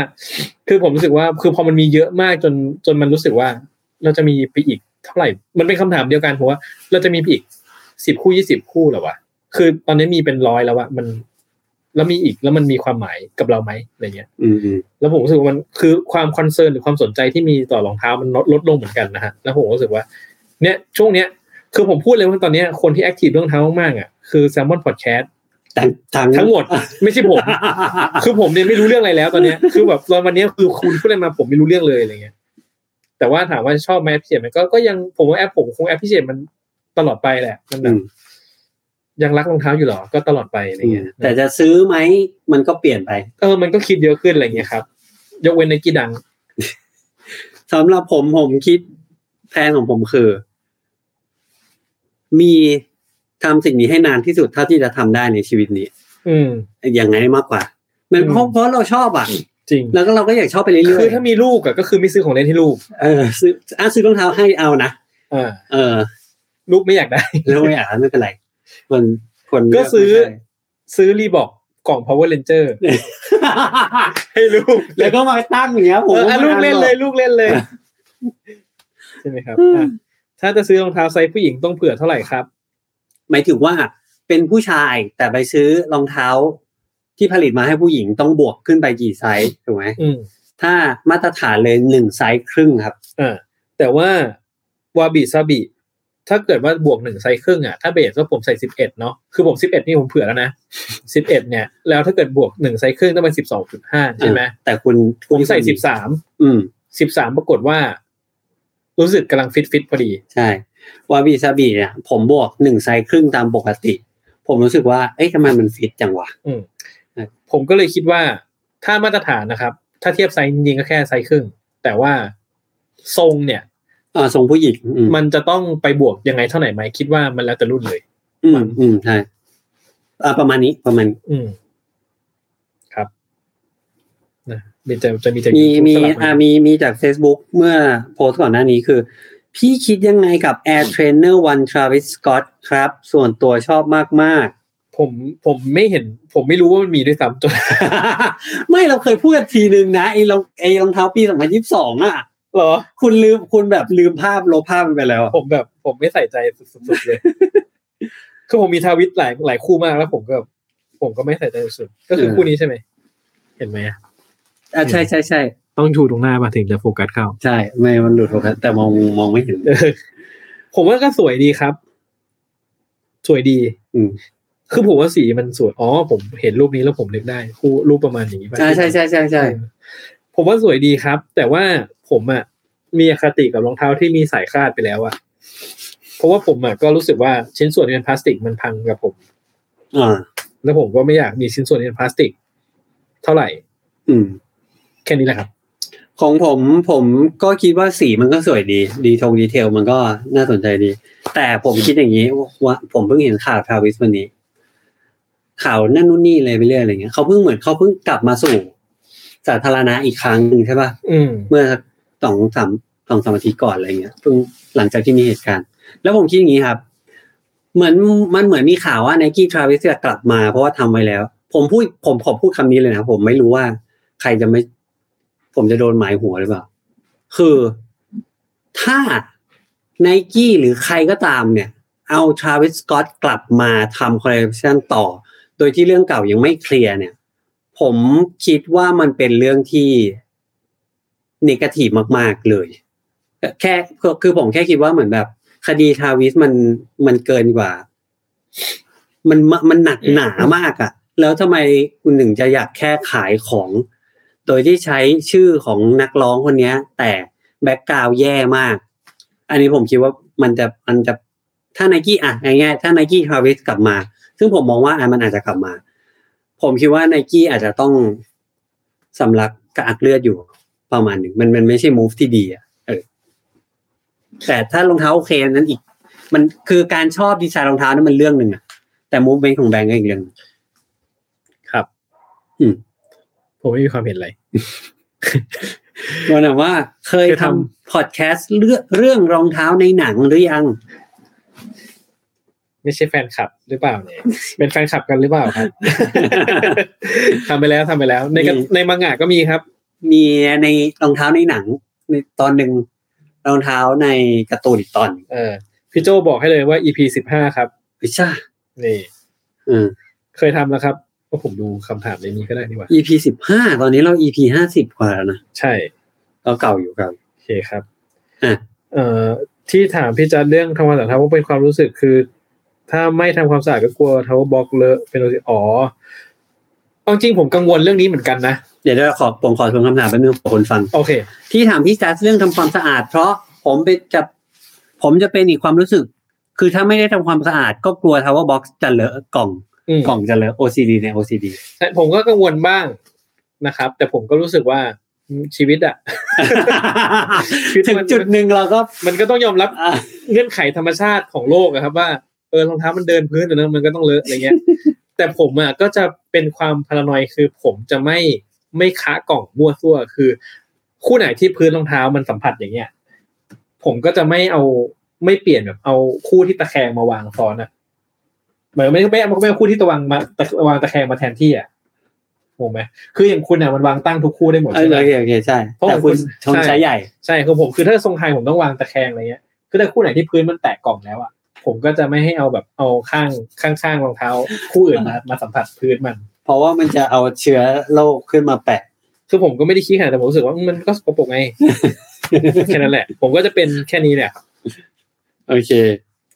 คือผมรู้สึกว่าคือพอมันมีเยอะมากจนจนมันรู้สึกว่า เราจะมีไปอีกเท่าไหร่ มันเป็นคำถามเดียวกันผมว่า เราจะมีไปอีกสิบคู่ยี่สิบคู่เหรอวะคือตอนนี้มีเป็นร้อยแล้วอะมัน แล้วมีอีกแล้วมันมีความหมายกับเราไหมอะไรเงี้ย อืมอืม แล้วผมรู้สึกว่ามันคือความคอนเซิร์นหรือความสนใจที่มีต่อรองเท้ามันลดลดลงเหมือนกันนะฮะแล้วผมรู้สึกว่า เนี่ยช่วงเนี้ย คือผมพูดเลยว่าตอนเนี้ยคนที่แอคทีฟเรื่องเท้ามากๆอ่ะคือแซมมอนพอดแคสต์ ทั้งทั้ง ทั้ง หมด ไม่ใช่ผม คือผมเนี่ยไม่รู้เรื่องอะไรแล้วตอนเนี้ย คือแบบตอนวันเนี้ยคือคุณพูดอะไรมาผมไม่รู้เรื่องเลยอะไรเงี้ย แต่ว่าถามว่าชอบไหมแอปพิเศษไหมก็ก็ยังผมว่าแอปผมคงแอปพิเศษมันตลอดไปแหละ มันแบ อื บ ม ยังรักรองเท้าอยู่เหรอ ก็ตลอดไปอะไรเงี้ย แต่จะซื้อไหมมันก็เปลี่ยนไป เออมันก็คิดเยอะขึ้นอะไรเงี้ยครับ ยกเว้นในกีดัง สำหรับผมผมคิดแพลนของผมคือ มีทำสิ่งนี้ให้นานที่สุดเท่าที่จะทำได้ในชีวิตนี้ อืม อย่างไงมากกว่ามันเพราะเพราะเราชอบอ่ะ จริง แล้วก็เราก็อยากชอบไปเรื่อยๆ คือถ้ามีลูกอะก็คือไม่ซื้อของเล่นให้ลูก เออซื้ออ่ะซื้อรองเท้าให้เอานะ อ่า เออ ลูกไม่อยากได้ แล้วไม่อ่านไม่เป็นไร คนคน ก็ซื้อ เลืกไม่ได้ ซื้อรีบอกกล่อง power ranger ให้ลูก แล้วก็มาตั้งอย่างเงี้ยผมเอออ่ะ ไม่ ลูกเล่น ทัหรอ เลยลูกเล่นเลย ใช่ไหมครับ อืม อ่ะถ้าจะซื้อรองเท้าไซส์ผู้หญิงต้องเผื่อเท่าไหร่ครับ หมายถึงว่าเป็นผู้ชายแต่ไปซื้อรองเท้าที่ผลิตมาให้ผู้หญิงต้องบวกขึ้นไปกี่ไซส์ถูกไหม อืม ถ้ามาตรฐานเลยหนึ่งไซส์ครึ่งครับ อ่าแต่ว่าวาบิซาบิถ้าเกิดว่าบวกหนึ่งไซส์ครึ่งอ่ะถ้าเบสก็ผมใส่สิบเอ็ดเนาะคือผมสิบเอ็ดนี่ผมเผื่อแล้วนะสิบเอ็ดเนี่ยแล้วถ้าเกิดบวกหนึ่งไซส์ครึ่งต้องเป็นสิบสองจุดห้าใช่ไหม แต่คุณ ผมใส่สิบสาม อืม สิบสามปรากฏว่า รู้สึกกำลังฟิตฟิตพอดี ใช่วาบีซาบีเนี่ย ผมบวกหนึ่งไซส์ครึ่งตามปกติ ผมรู้สึกว่า เอ๊ะทำไมมันฟิตจังวะ อืม อืม ผมก็เลยคิดว่าถ้ามาตรฐานนะครับ ถ้าเทียบไซส์จริงๆก็แค่ไซส์ครึ่ง แต่ว่าทรงเนี่ย เออทรงผู้หญิงอืม มันจะต้องไปบวกยังไงเท่าไหร่ไหมคิดว่ามันแล้วแต่รุ่นเลย อืมอืมใช่ อ่าประมาณนี้ประมาณนี้ อืม ครับนะมีจะจะมีจะ มีมี สลับา อ่ามีมีจาก Facebook เมื่อโพสต์ก่อนหน้านี้คือ พี่คิดยังไงกับ Air Trainer One Travis Scott ครับ ส่วนตัวชอบมาก ๆ ผมผมไม่เห็น ผมไม่รู้ว่ามันมีด้วยซ้ำจ น ไม่เราเคยพูดกันทีนึงนะไอ้รองไอ้รองเท้าปีสองพันยี่สิบสองอ่ะ เหรอ คุณลืมคุณแบบลืมภาพลบภาพมันไปแล้วอะ ผมแบบ ผมไม่ใส่ใจสุด ๆเลย คือผมมีทวิตหลายหลายคู่มากแล้ว ผมก็แบบผมก็ไม่ใส่ใจสุดๆก็คือคู่นี้ใช่ไหม เห็นไหมอะ อ่ะใช่ใช่ใช่ ต้องชูตรงหน้ามาถึงจะโฟกัสเข้า ใช่ไม่มันหลุดโฟกัสแต่มองมองไม่เห็น เออผมว่าก็สวยดีครับ สวยดี อืม คือผมว่าสีมันสวย อ๋อ ผมเห็นรูปนี้แล้วผมนึกได้ คู่รูปประมาณอย่างนี้ป่ะ ใช่ใช่ใช่ใช่ใช่ เออผมว่าสวยดีครับ แต่ว่าผมอะมีอคติกับรองเท้าที่มีสายคาดไปแล้วอะเพราะว่าผมอะก็รู้สึกว่าชิ้นส่วนที่เป็นพลาสติกมันพังกับผม อ่า แล้วผมก็ไม่อยากมีชิ้นส่วนที่เป็นพลาสติก เท่าไหร่ อืม แค่นี้แหละครับ ของผมผมก็คิดว่าสีมันก็สวยดี ดีทงดีเทลมันก็น่าสนใจดี แต่ผมคิดอย่างนี้ว่าผมเพิ่งเห็นข่าวทาวิสวันนี้ ข่าวนั่นนู่นนี่อะไรไปเรื่อยอะไรเงี้ยเขาเพิ่งเหมือนเขาเพิ่งกลับมาสู่ สาธารณะอีกครั้งหนึ่งใช่ปะ อืม เมื่อสักสองสามสองสามอาทิตย์ก่อนอะไรเงี้ยเพิ่งหลังจากที่มีเหตุการณ์ แล้วผมคิดอย่างนี้ครับ เหมือนมันเหมือนมีข่าวว่าไนกี้ทราวิสจะกลับมาเพราะว่าทำไว้แล้ว ผมพูดผมขอพูดคำนี้เลยนะผมไม่รู้ว่าใครจะไม่ ผมจะโดนหมายหัวหรือเปล่า คือถ้าไนกี้หรือใครก็ตามเนี่ย เอาทราวิสสกอตกลับมาทำคอลเลคชันต่อ โดยที่เรื่องเก่ายังไม่เคลียร์เนี่ย ผมคิดว่ามันเป็นเรื่องที่นกาทีฟมาก ๆ เลย แค่คือคือผมแค่คิดว่าเหมือนแบบ คดีทาวิสมันมันเกินกว่า มันมันมันหนักหนามากอะแล้วทำไมคุณหนึ่งจะอยากแค่ขายของ โดยที่ใช้ชื่อของนักร้องคนเนี้ย แต่แบ็กกราวแย่มาก อันนี้ผมคิดว่ามันจะมันจะถ้าไนกี้อ่ะง่ายๆถ้าไนกี้ทาวิสกลับมา ซึ่งผมมองว่าอันมันอาจจะกลับมา ผมคิดว่าไนกี้อาจจะต้องสำลักกระอักเลือดอยู่ประมาณหนึ่งมันมันไม่ใช่มูฟที่ดีอ่ะเออแต่ถ้ารองเท้าโอเคนั้นอีก มันคือการชอบดีไซน์รองเท้านั้นมันเรื่องหนึ่งอ่ะ แต่มูฟเมนต์ของแบงก์ก็อีกเรื่องหนึ่ง ครับ อืม ผมไม่มีความเห็นอะไร วันนั้นว่าเคย เคย ท ทำ ำพอดแคสต์เรื่องเรื่องรองเท้าในหนังหรือยัง ไม่ใช่แฟนคลับหรือเปล่าเนี่ย เป็นแฟนคลับกันหรือเปล่า ครับ ทำไปแล้วทำไปแล้ว ในกระ มี ในมังงะก็มีครับ มีในรองเท้าในหนังในตอนหนึ่งรองเท้าในการ์ตูนอีกตอนหนึ่ง เออพี่โจบอกให้เลยว่า EP สิบห้าครับ ไม่ใช่ นี่ เออ เคยทำแล้วครับก็ผมดูคำถามในนี้ก็ได้นี่หว่า EP สิบห้าตอนนี้เรา EP ห้าสิบกว่าแล้วนะ ใช่ ก็เก่าอยู่เก่าอยู่ โอเคครับ อ่ะ เอ่อที่ถามพี่จัดเรื่องทำความสะอาดทำว่าเป็นความรู้สึกคือ ถ้าไม่ทำความสะอาดก็กลัวทาวบล็อกเลอะเป็นโอซิอ๋อเอาจริงผมกังวลเรื่องนี้เหมือนกันนะ เดี๋ยวเดี๋ยวขอผมขอทวนคำถามแป๊บนึงขอคนฟัง โอเค ที่ถามพี่จัสเรื่องทำความสะอาด เพราะผมเป็นจะผมจะเป็นอีกความรู้สึก คือถ้าไม่ได้ทำความสะอาด ก็กลัวทาวเวอร์บ็อกซ์จะเลอะกล่อง อืม กล่องจะเลอะ OCD ใน OCD ใช่ผมก็กังวลบ้างนะครับ แต่ผมก็รู้สึกว่าอืมชีวิตอะ ถึงจุดหนึ่งเราก็ มันก็ต้องยอมรับ อ่ะ เงื่อนไขธรรมชาติของโลกอะครับ ว่าเออรองเท้ามันเดินพื้นแต่เนอะมันก็ต้องเลอะอะไรเงี้ย แต่ผมอะก็จะเป็นความพารานอยด์คือผมจะไม่ไม่ค้ากล่องมั่วซั่วคือ คู่ไหนที่พื้นรองเท้ามันสัมผัสอย่างเงี้ย ผมก็จะไม่เอาไม่เปลี่ยนแบบเอาคู่ที่ตะแคงมาวางซ้อนอะเหมือนไม่ไม่ไม่ไม่เอาคู่ที่ตะวังมาตะวางตะแคงมาแทนที่อะงงไหมคืออย่างคุณอะมันวางตั้งทุกคู่ได้หมด เออใช่ไหม โอเคโอเคใช่ เพราะ แต่คุณ คุณ ชง ใช่ ใช้ใหญ่ ใช่คือผมคือถ้าทรงไทยผมต้องวางตะแคงอะไรเงี้ยคือถ้าคู่ไหนที่พื้นมันแตกกล่องแล้วอ่ะผมก็จะไม่ให้เอาแบบเอาข้างข้างข้างรองเท้า คู่อื่นมามาสัมผัสพื้นมัน เพราะว่ามันจะเอาเชื้อโรคขึ้นมาแปะ คือผมก็ไม่ได้ขี้ขนาดแต่ผมรู้สึกว่ามันก็สกปรกไง แค่นั้นแหละ ผมก็จะเป็นแค่นี้แหละครับ โอเค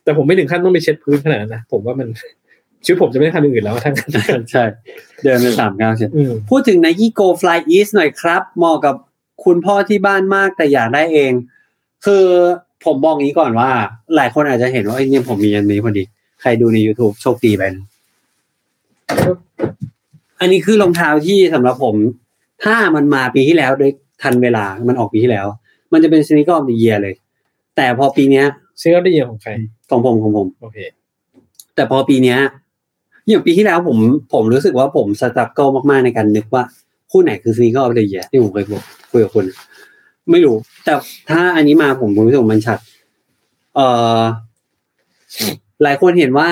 แต่ผมไม่ถึงขั้นต้องไปเช็ดพื้นขนาดนั้นนะผมว่ามัน ชีวิตผมจะไม่ได้ทำอย่างอื่นแล้วทั้งนั้น ใช่ เดินไปสามก้าวเฉย อืม พูดถึง Nike Go Fly East หน่อยครับเหมาะกับคุณพ่อที่บ้านมากแต่อยากได้เอง คือผมบอกงี้ก่อนว่า หลายคนอาจจะเห็นว่าไอ้ยเนี่ยผมมีอันนี้พอดี ใครดูใน YouTube โชคดีไปนะอันนี้คือรองเท้าที่สำหรับผม ถ้ามันมาปีที่แล้วโดยทันเวลามันออกปีที่แล้ว มันจะเป็นสนิกอมเยียเลย แต่พอปีเนี้ย เชื่อได้เยียมของใคร ของผมของผม โอเค แต่พอปีเนี้ย อย่างปีที่แล้วผมผมรู้สึกว่าผมสตรัคเกิลมากๆในการนึกว่า คู่ไหนคือซีก็เอาเลยแย่ที่ผมเคยบอกคุยกับคุณไม่รู้ แต่ถ้าอันนี้มาผมรู้สึกว่ามันชัด เอ่อ หลายคนเห็นว่า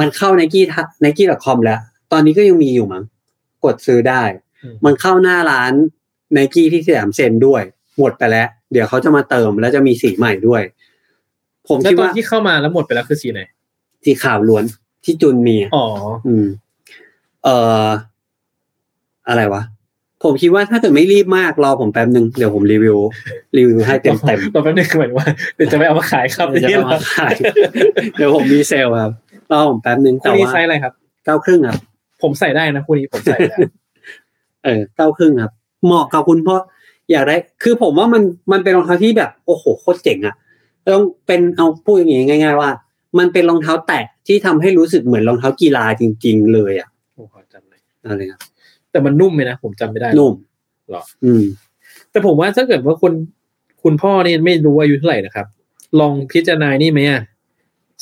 มันเข้าในกี้ในกี้ดอทคอมแล้ว ตอนนี้ก็ยังมีอยู่มั้งกดซื้อได้ อืม มันเข้าหน้าร้านในกี้ที่สยามเซ็นด้วย หมดไปแล้ว เดี๋ยวเขาจะมาเติมแล้วจะมีสีใหม่ด้วย ผม แล้ว คิด ตอน ว่า ที่เข้ามาแล้วหมดไปแล้วคือสีไหน สีขาวล้วนที่จุนมีอะ อ๋อ อืม เอ่อ อะไรวะ ผมคิดว่าถ้าเกิดไม่รีบมาก รอผมแป๊บนึง เดี๋ยวผมรีวิว รีวิวให้เต็มเต็ม รอแป๊บนึงคือหมายถึงว่าเดี๋ยวจะไปเอามาขายครับ เดี๋ยวจะเอามาขาย เดี๋ยวผมมีเซลล์ครับ รอผมแป๊บนึง คู่ แต่ นี้ ว่า ไซส์อะไรครับ เก้าครึ่งครับ ผมใส่ได้นะคู่นี้ผมใส่ ได้ เออเก้าครึ่งครับ เหมาะกับคุณเพราะอยากได้ คือผมว่ามันมันเป็นรองเท้าที่แบบ โอ้โหโคตรเจ๋งอะต้องเป็นเอาพูดอย่างงี้ง่าย ๆ ว่า มันเป็นรองเท้าแตะที่ทำให้รู้สึกเหมือนรองเท้ากีฬาจริง ๆ เลยอะ ผมขอจำหน่อย อะไรครับ แต่มันนุ่มไหมนะผมจำไม่ได้ นุ่ม หรอ อืม แต่ผมว่าถ้าเกิดว่าคุณคุณพ่อเนี่ยไม่รู้อายุเท่าไหร่นะครับ ลองพิจารณานี่ไหมอะ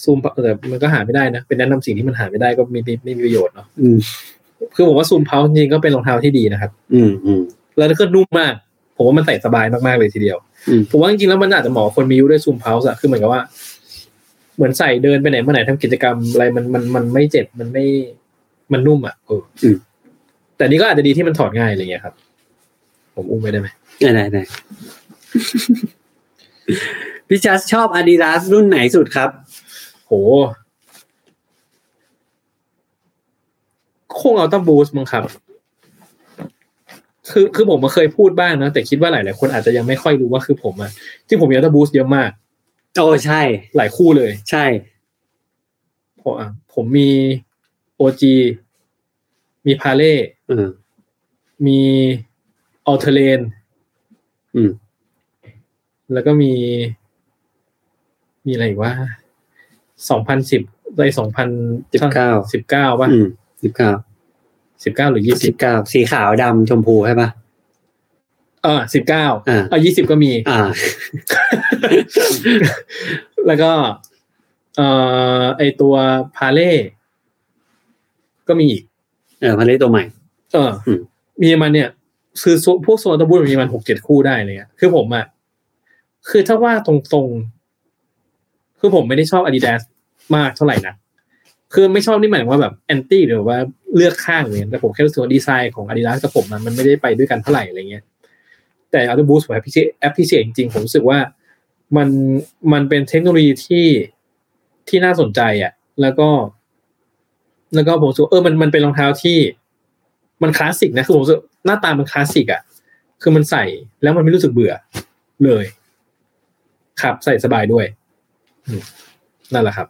ซูมแต่มันก็หาไม่ได้นะ เป็นแนะนำสิ่งที่มันหาไม่ได้ก็ไม่ไม่ไม่มีประโยชน์เนาะ อืม คือผมว่าซูมเพาจริงๆก็เป็นรองเท้าที่ดีนะครับ อืมอืม แล้วก็นุ่มมาก ผมว่ามันใส่สบายมากๆเลยทีเดียว อืม ผมว่าจริงๆแล้วมันอาจจะเหมาะกับคนมีอายุด้วยซูมเพาส์อะคือเหมือนกับว่า เหมือนใส่เดินไปไหนมาไหนทำกิจกรรมอะไรมันมันมันไม่เจ็บมันไม่มันนุ่มอะเอออ ม แต่นี่ก็อาจจะดีที่มันถอดง่ายอะไรอย่างเงี้ยครับ ผมอุ้มไปได้ไหม ได้ได้ได้ พี่จัสชอบอาดิดาสรุ่นไหนสุดครับ โห คงเอาต้าบูสมั้งครับ คือคือผมมาเคยพูดบ้างนะ แต่คิดว่าหลายหลายๆคนอาจจะยังไม่ค่อยรู้ว่าคือผมอะที่ผมมีอัลต้าบูสเยอะมาก โอ้ใช่ หลายคู่เลย ใช่ ผมอะผมมีโอจี มีพาเล่ เออ มีอ l เทเลน อืม แล้วก็มี มีอะไรอีกว่า สองพันสิบไรสองพัน 19 สิบเก้าป่ะ อืมสิบเก้า สิบเก้าหรือยี่สิ สิ บ บเก้าสีขาวดำชมพูใช่ปะ เออสิบเก้า อ่า เออยี่สิบก็มี อ่า แล้วก็เอ่อไอตัวพาเล่ก็มีอีก เออพันเล่ตัวใหม่ เอออ ม มีมันเนี่ย คือโซพวกโซนตะบุนมีมันหกเจ็ดคู่ได้เลยอะคือผมอะคือถ้าว่าตรงๆ คือผมไม่ได้ชอบอาดิดาสมากเท่าไหร่นะ คือไม่ชอบนี่หมายถึงว่าแบบแอนตี้หรือว่าเลือกข้างเลยแต่ผมแค่รู้สึกว่าดีไซน์ของอาดิดาสกับผมมันมันไม่ได้ไปด้วยกันเท่าไหร่อะไรเงี้ย แต่อัลติบูสผมแอปพิเศษแอปพิเศษจริงๆ ผมรู้สึกว่ามันมันเป็นเทคโนโลยีที่ที่น่าสนใจอะ่ะ แล้วก็ แล้วก็ผมรู้สึกว่าเออมันมันเป็นรองเท้าที่มันคลาสสิกนะคือผมรู้สึกหน้าตามันคลาสสิกอะ่ะ คือมันใส่แล้วมันไม่รู้สึกเบื่อเลย ครับใส่สบายด้วยอืมนั่นแหละครับ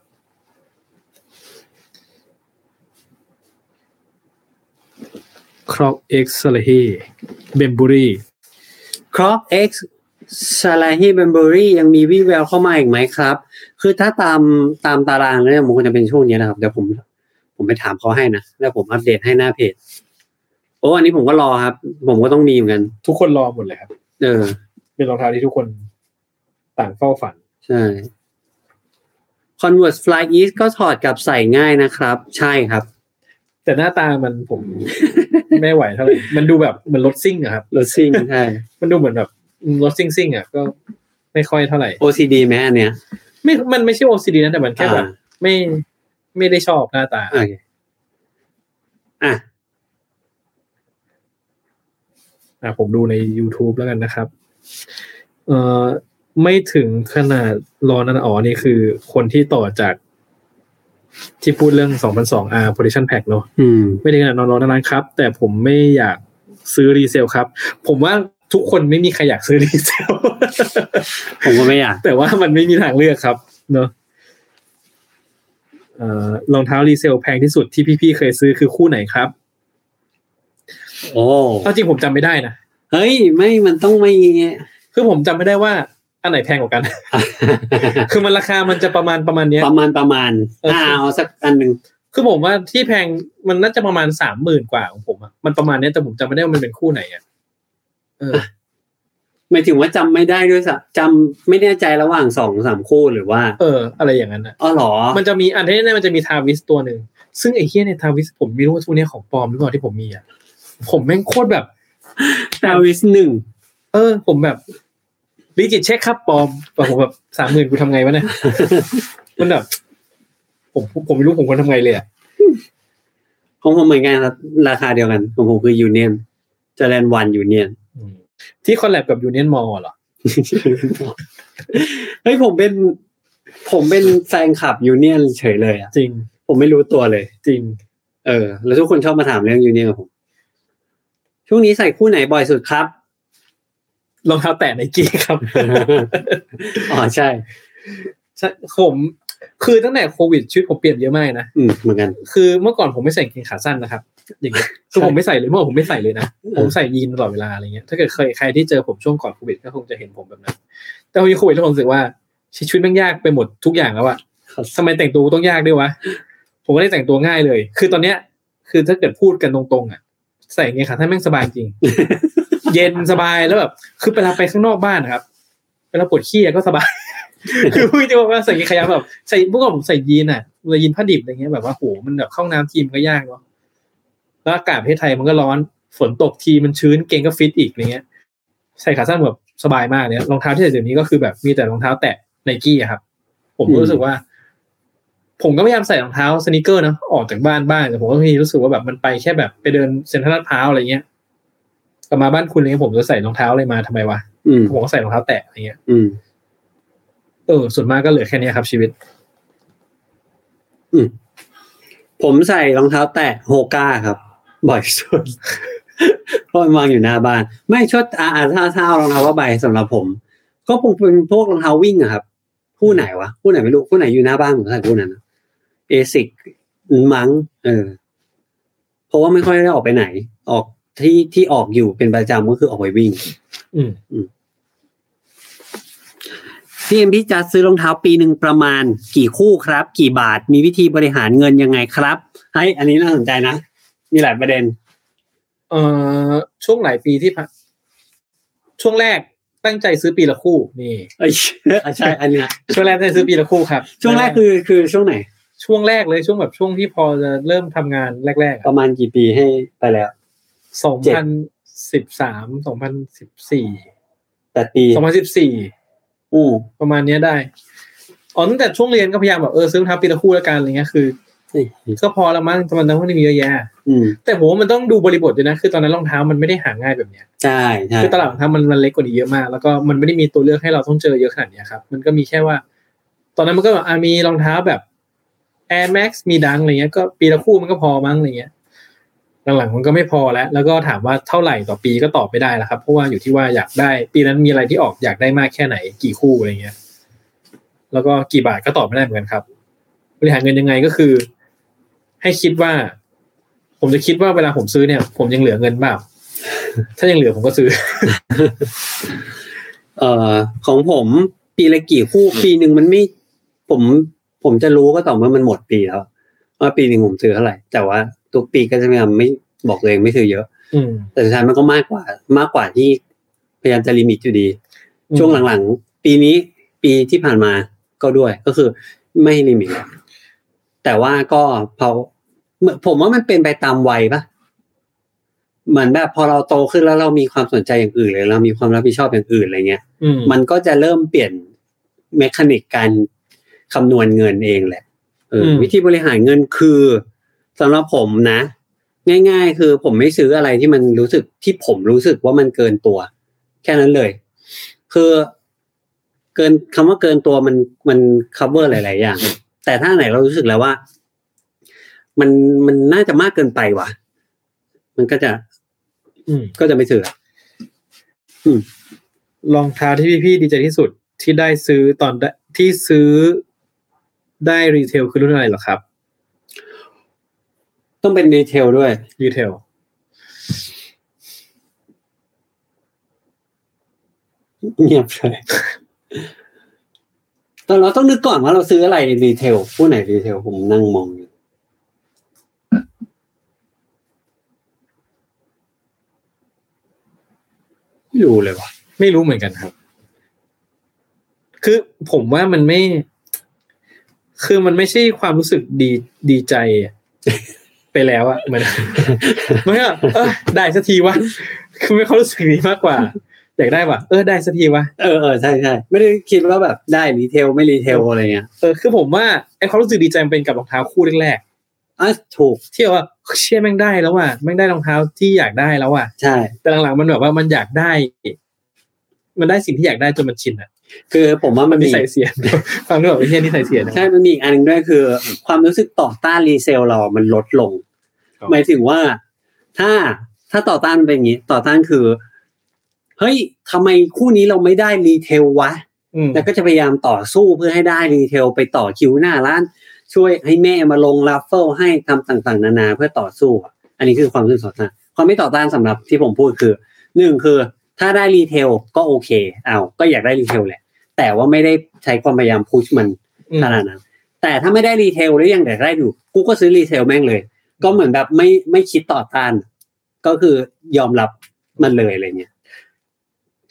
ครอกเอ็กซ์เลฮีเบมบุรี ครอปเอ็กซ์ซาลาฮีเบมเบอรี่ยังมีวี่แววเข้ามาอีกไหมครับ คือถ้าตามตามตารางเนี่ยมันควรจะเป็นช่วงนี้นะครับเดี๋ยวผม ผมไปถามเขาให้นะ แล้วผมอัปเดตให้หน้าเพจโอ้อันนี้ผมก็รอครับ ผมก็ต้องมีเหมือนกัน ทุกคนรอหมดเลยครับ เออ เป็นรองเท้าที่ทุกคนต่างเฝ้าฝัน ใช่ Converse Fly East ก็ถอดกับใส่ง่ายนะครับ ใช่ครับ แต่หน้าตามันผม ไม่ไหวเท่าไหร่มันดูแบบเหมือนรถซิ่งอะครับ รถซิ่ง ใช่ มันดูเหมือนแบบรถซิ่งซิ่งๆอะก็ไม่ค่อยเท่าไหร่ OCD ไหมอันเนี้ย ไม่ มันไม่ใช่ OCD นะแต่มันแค่แบบ ไม่ไม่ได้ชอบหน้าตา อ่าโอเคอ่ะ อ่ะผมดูใน YouTube แล้วกันนะครับ เอ่อไม่ถึงขนาดรอนันอ๋อนี่คือคนที่ต่อจาก ที่พูดเรื่อง 2002 R Position Pack เนอะ อืม ไม่ได้ขนาดนอนร้อนนั้นครับ แต่ผมไม่อยากซื้อรีเซลครับ ผมว่าทุกคนไม่มีใครอยากซื้อรีเซล ผมก็ไม่อยาก แต่ว่ามันไม่มีทางเลือกครับเนาะเอ่อรองเท้ารีเซลแพงที่สุดที่พี่ๆเคยซื้อคือคู่ไหนครับ โอ้ เอาจริงผมจำไม่ได้นะ เฮ้ย ไม่มันต้องไม่ คือผมจำไม่ได้ว่าอันไหนแพงกว่ากัน คือมันราคามันจะประมาณประมาณเนี้ย ประมาณประมาณ เออ อ่าเอาสักอันหนึ่ง คือผมว่าที่แพงมันน่าจะประมาณสามหมื่นกว่าของผมอะมันประมาณเนี้ยแต่ผมจำไม่ได้ว่ามันเป็นคู่ไหนอะเออ หมายถึงว่าจำไม่ได้ด้วยซ้ำจำไม่แน่ใจระหว่างสองสามคู่หรือว่า เออ อะไรอย่างนั้นอะ อ๋อเหรอ มันจะมีอันที่แน่ๆมันจะมีทาวิสตัวหนึ่ง ซึ่งไอ้เฮียเนี่ยทาวิสผมไม่รู้ว่าทุกเนี้ยของปลอมหรือเปล่าที่ผมมีอ่ะผมแม่งโคตรแบบ ทาวิสหนึ่ง เออ ผมแบบดิจิตเช็คครับปลอมแต่ผมแบบสามหมื่นกูทำไงวะเนี่ย มันแบบผมผมไม่รู้ผมควรทำไงเลยอ่ะ ของผมเหมือนกันครับราคาเดียวกันของผมคือยูเนียนจะแลนวันยูเนียน อืมที่คอลแลบกับยูเนียนมอลเหรอ เฮ้ยผมเป็น ผมเป็นแฟนคลับยูเนียนเฉยเลยอ่ะ จริง ผมไม่รู้ตัวเลย จริง เออ แล้วทุกคนชอบมาถามเรื่องยูเนียนกับผม ช่วงนี้ใส่คู่ไหนบ่อยสุดครับ รองเท้าแตะไนกี้ครับ อ๋อใช่ ใช่ผมคือตั้งแต่โควิดชีวิตผมเปลี่ยนเยอะมากนะ อืมเหมือนกัน คือเมื่อก่อนผมไม่ใส่กางเกงขาสั้นนะครับ อย่าง เงี้ยคือผมไม่ใส่เลยเมื่อก่อนผมไม่ใส่เลยนะ ผมใส่ยีนตลอดเวลาอะไรเงี้ย ถ้าเกิดเคยใครที่เจอผมช่วงก่อนโควิดก็คงจะเห็นผมแบบนั้น แต่พอมีโควิดแล้วผมรู้สึกว่าชีวิตแม่งยากไปหมดทุกอย่างแล้วอะ ครับ ทำไมแต่งตัวกูต้องยากด้วยวะ ผมก็ได้แต่งตัวง่ายเลย คือตอนเนี้ย คือถ้าเกิดพูดกันตรงๆอะใส่กางเกงขาสั้นแม่งสบายจริ ง เย็นสบายแล้วแบบคือเวลาไปข้างนอกบ้านนะครับเวลาปวดขี้อะก็สบาย คือพูดจะบอกว่าใส่กางเกงขายาวแบบใส่เมื่อก่อนผมใส่ยีนอ่ะเลยยีนผ้าดิบอะไรเงี้ยแบบว่าโหมันแบบเข้าห้องน้ำทีมนก็ยากเนาะแล้วอากาศประเทศไทยมันก็ร้อนฝนตกทีมันชื้นเกงก็ฟิตอีกอะไรเงี้ย ใส่ขาสั้นแบบสบายมากเนี่ยรองเท้าที่ใส่เดี๋ยวนี้ก็คือแบบมีแต่รองเท้าแตะไนกี้อะครับ ผมก็รู้สึกว่า ผมก็พยายามใส่รองเท้าสนิเกอร์เนาะออกจากบ้านบ้างแต่ผมก็มีรู้สึกว่าแบบมันไปแค่แบบไปเดินเซ็นทรัลลาดพร้าวอะไรเงี้ยกลับมาบ้านคุณอะไรเงี้ยผมจะใส่รองเท้าอะไรมาทำไมวะ อืม ผมก็ใส่รองเท้าแตะอะไรเงี้ย อืม เออส่วนมากก็เหลือแค่เนี้ยครับชีวิต ผมใส่รองเท้าแตะโฮก้าครับ บ่อยสุด เพราะมันวางอยู่หน้าบ้าน ไม่ชดอาอาถ้าถ้าเอารองเท้าว่าใบสำหรับผม ก็คงเป็นพวกรองเท้าวิ่งอะครับคู่ไหนวะคู่ไหนไม่รู้คู่ไหนอยู่หน้าบ้านผมใส่คู่นั้นเอซิกมังเออเพราะว่าไม่ค่อยได้ออกไปไหน ออกที่ที่ออกอยู่เป็นประจำก็คือออกไปวิ่ง อืม พี่เอ็มพี่จะซื้อรองเท้าปีหนึ่งประมาณ กี่คู่ครับ กี่บาทมีวิธีบริหารเงินยังไงครับให้ยอันนี้น่าสนใจนะมีหลายประเด็น เอ่อช่วงหลายปีที่ผ่านช่วงแรกตั้งใจซื้อปีละคู่นี่ เอ้ยอ่ะใช่ อันเนี้ย ช่วงแรกตั้งใจซื้อปีละคู่ครับ ช่วงแรกคือคือช่วงไหน ช่วงแรกเลยช่วงแบบช่วงที่พอจะเริ่มทำงานแรกๆ ประมาณกี่ปีให้ไปแล้ว สองพันสิบสามสองพันสิบสี่ แปดปี สองพันสิบสี่ อืม ประมาณเนี้ยได้อ๋อตั้งแต่ช่วงเรียนก็พยายามแบบเออซื้อรองเท้าปีละคู่ละกันอะไรเงี้ยคือ ก็พอละมั้งแต่มันต้องไม่ได้มีเยอะแยะ อืม แต่ผมว่ามันต้องดูบริบทด้วยนะ คือตอนนั้นรองเท้ามันไม่ได้หาง่ายแบบเนี้ย ใช่ใช่ คือตลาดของทำมันมันเล็กกว่านี้เยอะมาก แล้วก็มันไม่ได้มีตัวเลือกให้เราต้องเจอเยอะขนาดเนี้ยครับ มันก็มีแค่ว่า ตอนนั้นมันก็แบบอ่ะมีรองเท้าแบบ Air Max มีดังอะไรเงี้ย ก็ปีละคู่มันก็พอมั้งอะไรเงี้ย หลังๆมันก็ไม่พอแล้ว แล้วก็ถามว่าเท่าไหร่ต่อปีก็ตอบไม่ได้แล้วครับ เพราะว่าอยู่ที่ว่าอยากได้ ปีนั้นมีอะไรที่ออกอยากได้มากแค่ไหน กี่คู่อะไรเงี้ย แล้วก็กี่บาทก็ตอบไม่ได้เหมือนกันครับ บริหารเงินยังไงก็คือ ให้คิดว่า ผมจะคิดว่าเวลาผมซื้อเนี่ย ผมยังเหลือเงินบ้าง ถ้ายังเหลือผมก็ซื้อ เอ่อของผมปีละกี่คู่ปีหนึ่งมันไม่ ผมผมจะรู้ก็ต่อเมื่อมันหมดปีแล้วว่าปีหนึ่งผมซื้อเท่าไหร่ แต่ว่าทุกปีก็จะพยายามไม่บอกตัวเองไม่ซื้อเยอะ อืม แต่สุดท้ายมันก็มากกว่ามากกว่าที่พยายามจะลิมิตอยู่ดี อืม ช่วงหลังๆ ปีนี้ปีที่ผ่านมาก็ด้วยก็คือไม่ลิมิตแล้วแต่ว่าก็พอเหมือนผมว่ามันเป็นไปตามวัยปะเหมือนแบบพอเราโตขึ้นแล้วเรามีความสนใจอย่างอื่นหรือเรามีความรับผิดชอบอย่างอื่นอะไรเงี้ย อืม มันก็จะเริ่มเปลี่ยนเมคานิกการคำนวณเงินเองแหละเอออ ม วิธีบริหารเงินคือสำหรับผมนะ ง่ายๆ คือผมไม่ซื้ออะไรที่มันรู้สึกที่ผมรู้สึกว่ามันเกินตัว แค่นั้นเลย คือเกินคำว่าเกินตัวมันมัน cover หลายๆอย่าง แต่ถ้าไหนเรารู้สึกแล้วว่า มันมันน่าจะมากเกินไปว่ะ มันก็จะ อืม ก็จะไม่ซื้อละ รองเท้าที่พี่ๆดีใจที่สุดที่ได้ซื้อตอนได้ที่ซื้อได้รีเทลคือรุ่นอะไรเหรอครับ ต้องเป็นดีเทลด้วย รีเทล เงียบเลย ตอนเราต้องนึกก่อนว่าเราซื้ออะไรรีเทลผู้ไหนรีเทลผมนั่งมองอยู่ไม่รู้เลยว่ะ ไม่รู้เหมือนกันครับ คือผมว่ามันไม่ คือมันไม่ใช่ความรู้สึกดีดีใจอะ ไปแล้วอะเหมือน มันก็เออได้สักทีวะคือไม่เขารู้สึกนี้มากกว่า อยากได้ว่ะเออได้สักทีวะ เออเออใช่ใช่ไม่ได้คิดว่าแบบได้รีเทลไม่รีเทลอะไรเงี้ย เออคือผมว่าไอ้ความรู้สึกดีใจมันเป็นกับรองเท้าคู่แรก อ่ะถูก ๆที่ว่า เชี่ยแม่งได้แล้วว่ะแม่งได้รองเท้าที่อยากได้แล้วว่ะ ใช่ แต่หลังๆมันแบบว่ามันอยากได้ มันได้สิ่งที่อยากได้จนมันชินอ่ะ คือผมว่ามัน นิ มี สัยเสีย ฟังดูแบบไอ้เหี้ยนิสัยเสียนะ ใช่ มันมีอีกอันหนึงด้วยคือ ความรู้สึกต่อต้านรีเซลเรามันลดลง ครับ หมายถึงว่าถ้าถ้าต่อต้านมันเป็นอย่างนี้ ต่อต้านคือ เฮ้ยทำไมคู่นี้เราไม่ได้รีเทลวะ อืม แล้วก็จะพยายามต่อสู้เพื่อให้ได้รีเทลไปต่อคิวหน้าร้าน ช่วยให้แม่มาลงรัฟเฟิลให้ทำต่างๆ นานาเพื่อต่อสู้อะอันนี้คือความรู้สึกต่อต้านความไม่ต่อต้านสำหรับที่ผมพูดคือหนึ่งคือ ถ้าได้รีเทลก็โอเคเอาก็อยากได้รีเทลแหละ แต่ว่าไม่ได้ใช้ความพยายามพุชมัน อืม ขนาดนั้นแต่ถ้าไม่ได้รีเทลหรือยังแต่ได้อยู่กูก็ซื้อรีเทลแม่งเลย ก็เหมือนแบบไม่ไม่คิดต่อต้าน ก็คือยอมรับมันเลยอะไรเงี้ย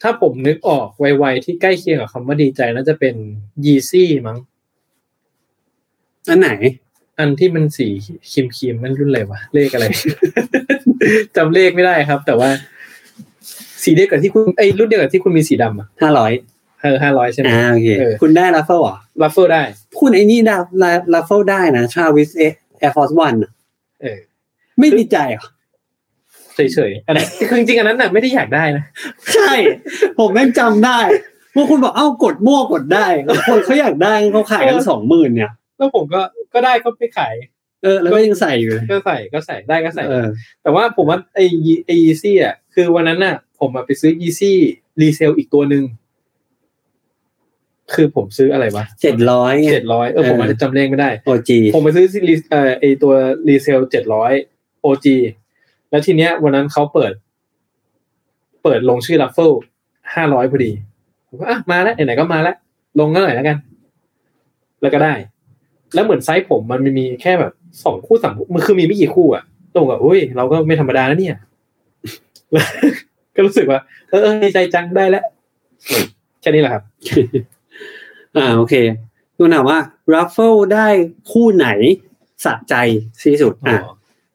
ถ้าผมนึกออกไวๆที่ใกล้เคียงกับคำว่าดีใจน่าจะเป็นยีซี่มั้ง อันไหน อันที่มันสีครีมๆมันรุ่นอะไรวะเลขอะไร จำเลขไม่ได้ครับ แต่ว่า สีเดียวกับที่คุณไอ้ยรุ่นเดียวกับที่คุณมีสีดำอ่ะ ห้าร้อย เออห้าร้อยใช่ไหม อ่าโอเค เออ คุณได้รัฟเฟิลเหรอ รัฟเฟิลได้ คุณไอ้นี่ได้รัฟเฟิลได้นะชาวิสแอร์ฟอร์สวัน เออ ไม่ดีใจเหรอ เฉยๆอันนั้นคือจริงๆอันนั้นน่ะไม่ได้อยากได้นะ ใช่ ผมแม่งจำได้พวกคุณบอกเอ้ากดมั่วกดได้ คนเขาอยากได้เขาขายกันสองหมื่นเนี่ย แล้วผมก็ก็ได้ก็ไปขาย เออแล้วก็ยังใส่อยู่เลย ก็ใส่ก็ใส่ได้ก็ใส่ เออ แต่ว่าผมว่าไอ้ไอ้ยีซี่อ่ะคือวันนั้นน่ะ ผมอะไปซื้อยีซี่รีเซลอีกตัวหนึ่งคือผมซื้ออะไรวะ เจ็ดร้อยไง เจ็ดร้อยเออผมอาจจะจำเลขไม่ได้ โอจี ผมไปซื้อซีรีส์เอ่อไอตัวรีเซลเจ็ดร้อยโอจีแล้วทีเนี้ย วันนั้นเขาเปิด เปิดลงชื่อรัฟเฟิลห้าร้อยพอดีผมก็อ่ะมาแล้วไหนๆก็มาแล้ว ลงก็หน่อยแล้วกัน แล้วก็ได้ แล้วเหมือนไซส์ผมมันมีแค่แบบสองคู่สามคู่มันคือมีไม่กี่คู่อะตรงกับอุ้ย เราก็ไม่ธรรมดานะเนี่ย ก็รู้สึกว่า เออเออดีใจจังได้แล้วแค่นี้แหละครับ อ่าโอเคคุณถามว่ารัฟเฟิลได้คู่ไหนสะใจที่สุดอ่ะ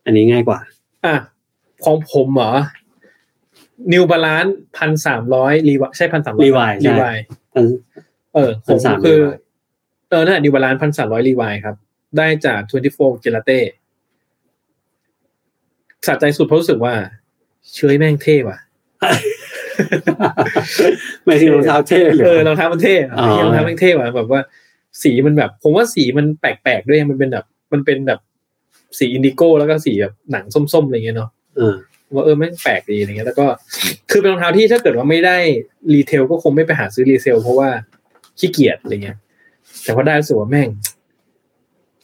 อันนี้ง่ายกว่า อ่ะของผมเหรอ New Balance พันสามร้อยรีวใช่พันสามร้อย Levi ใช่ รีวาย อัน เออผม 1,300 คือ Levi เออนั่นแหละนิวบาลานพันสามร้อยรีวายครับ ได้จาก 24 g e l a t e สะใจสุดเพราะรู้สึกว่า เชื้ยแม่งเท่ว่ะ ไม่ใช่รองเท้าเท่หรือ เออรองเท้ามันเท่อะ อ๋อ รองเท้าแม่งเท่ว่ะแบบว่า สีมันแบบ ผมว่าสีมันแปลกๆด้วยมันเป็นแบบ มันเป็นแบบสีอินดิโก้แล้วก็สีแบบหนังส้มๆอะไรเงี้ยเนาะ เออ ว่าเออแม่งแปลกดีอะไรเงี้ยแล้วก็ คือเป็นรองเท้าที่ถ้าเกิดว่าไม่ได้รีเทลก็คงไม่ไปหาซื้อรีเซล เพราะว่าขี้เกียจอะไรเงี้ย แต่พอได้รู้สึกว่าแม่ง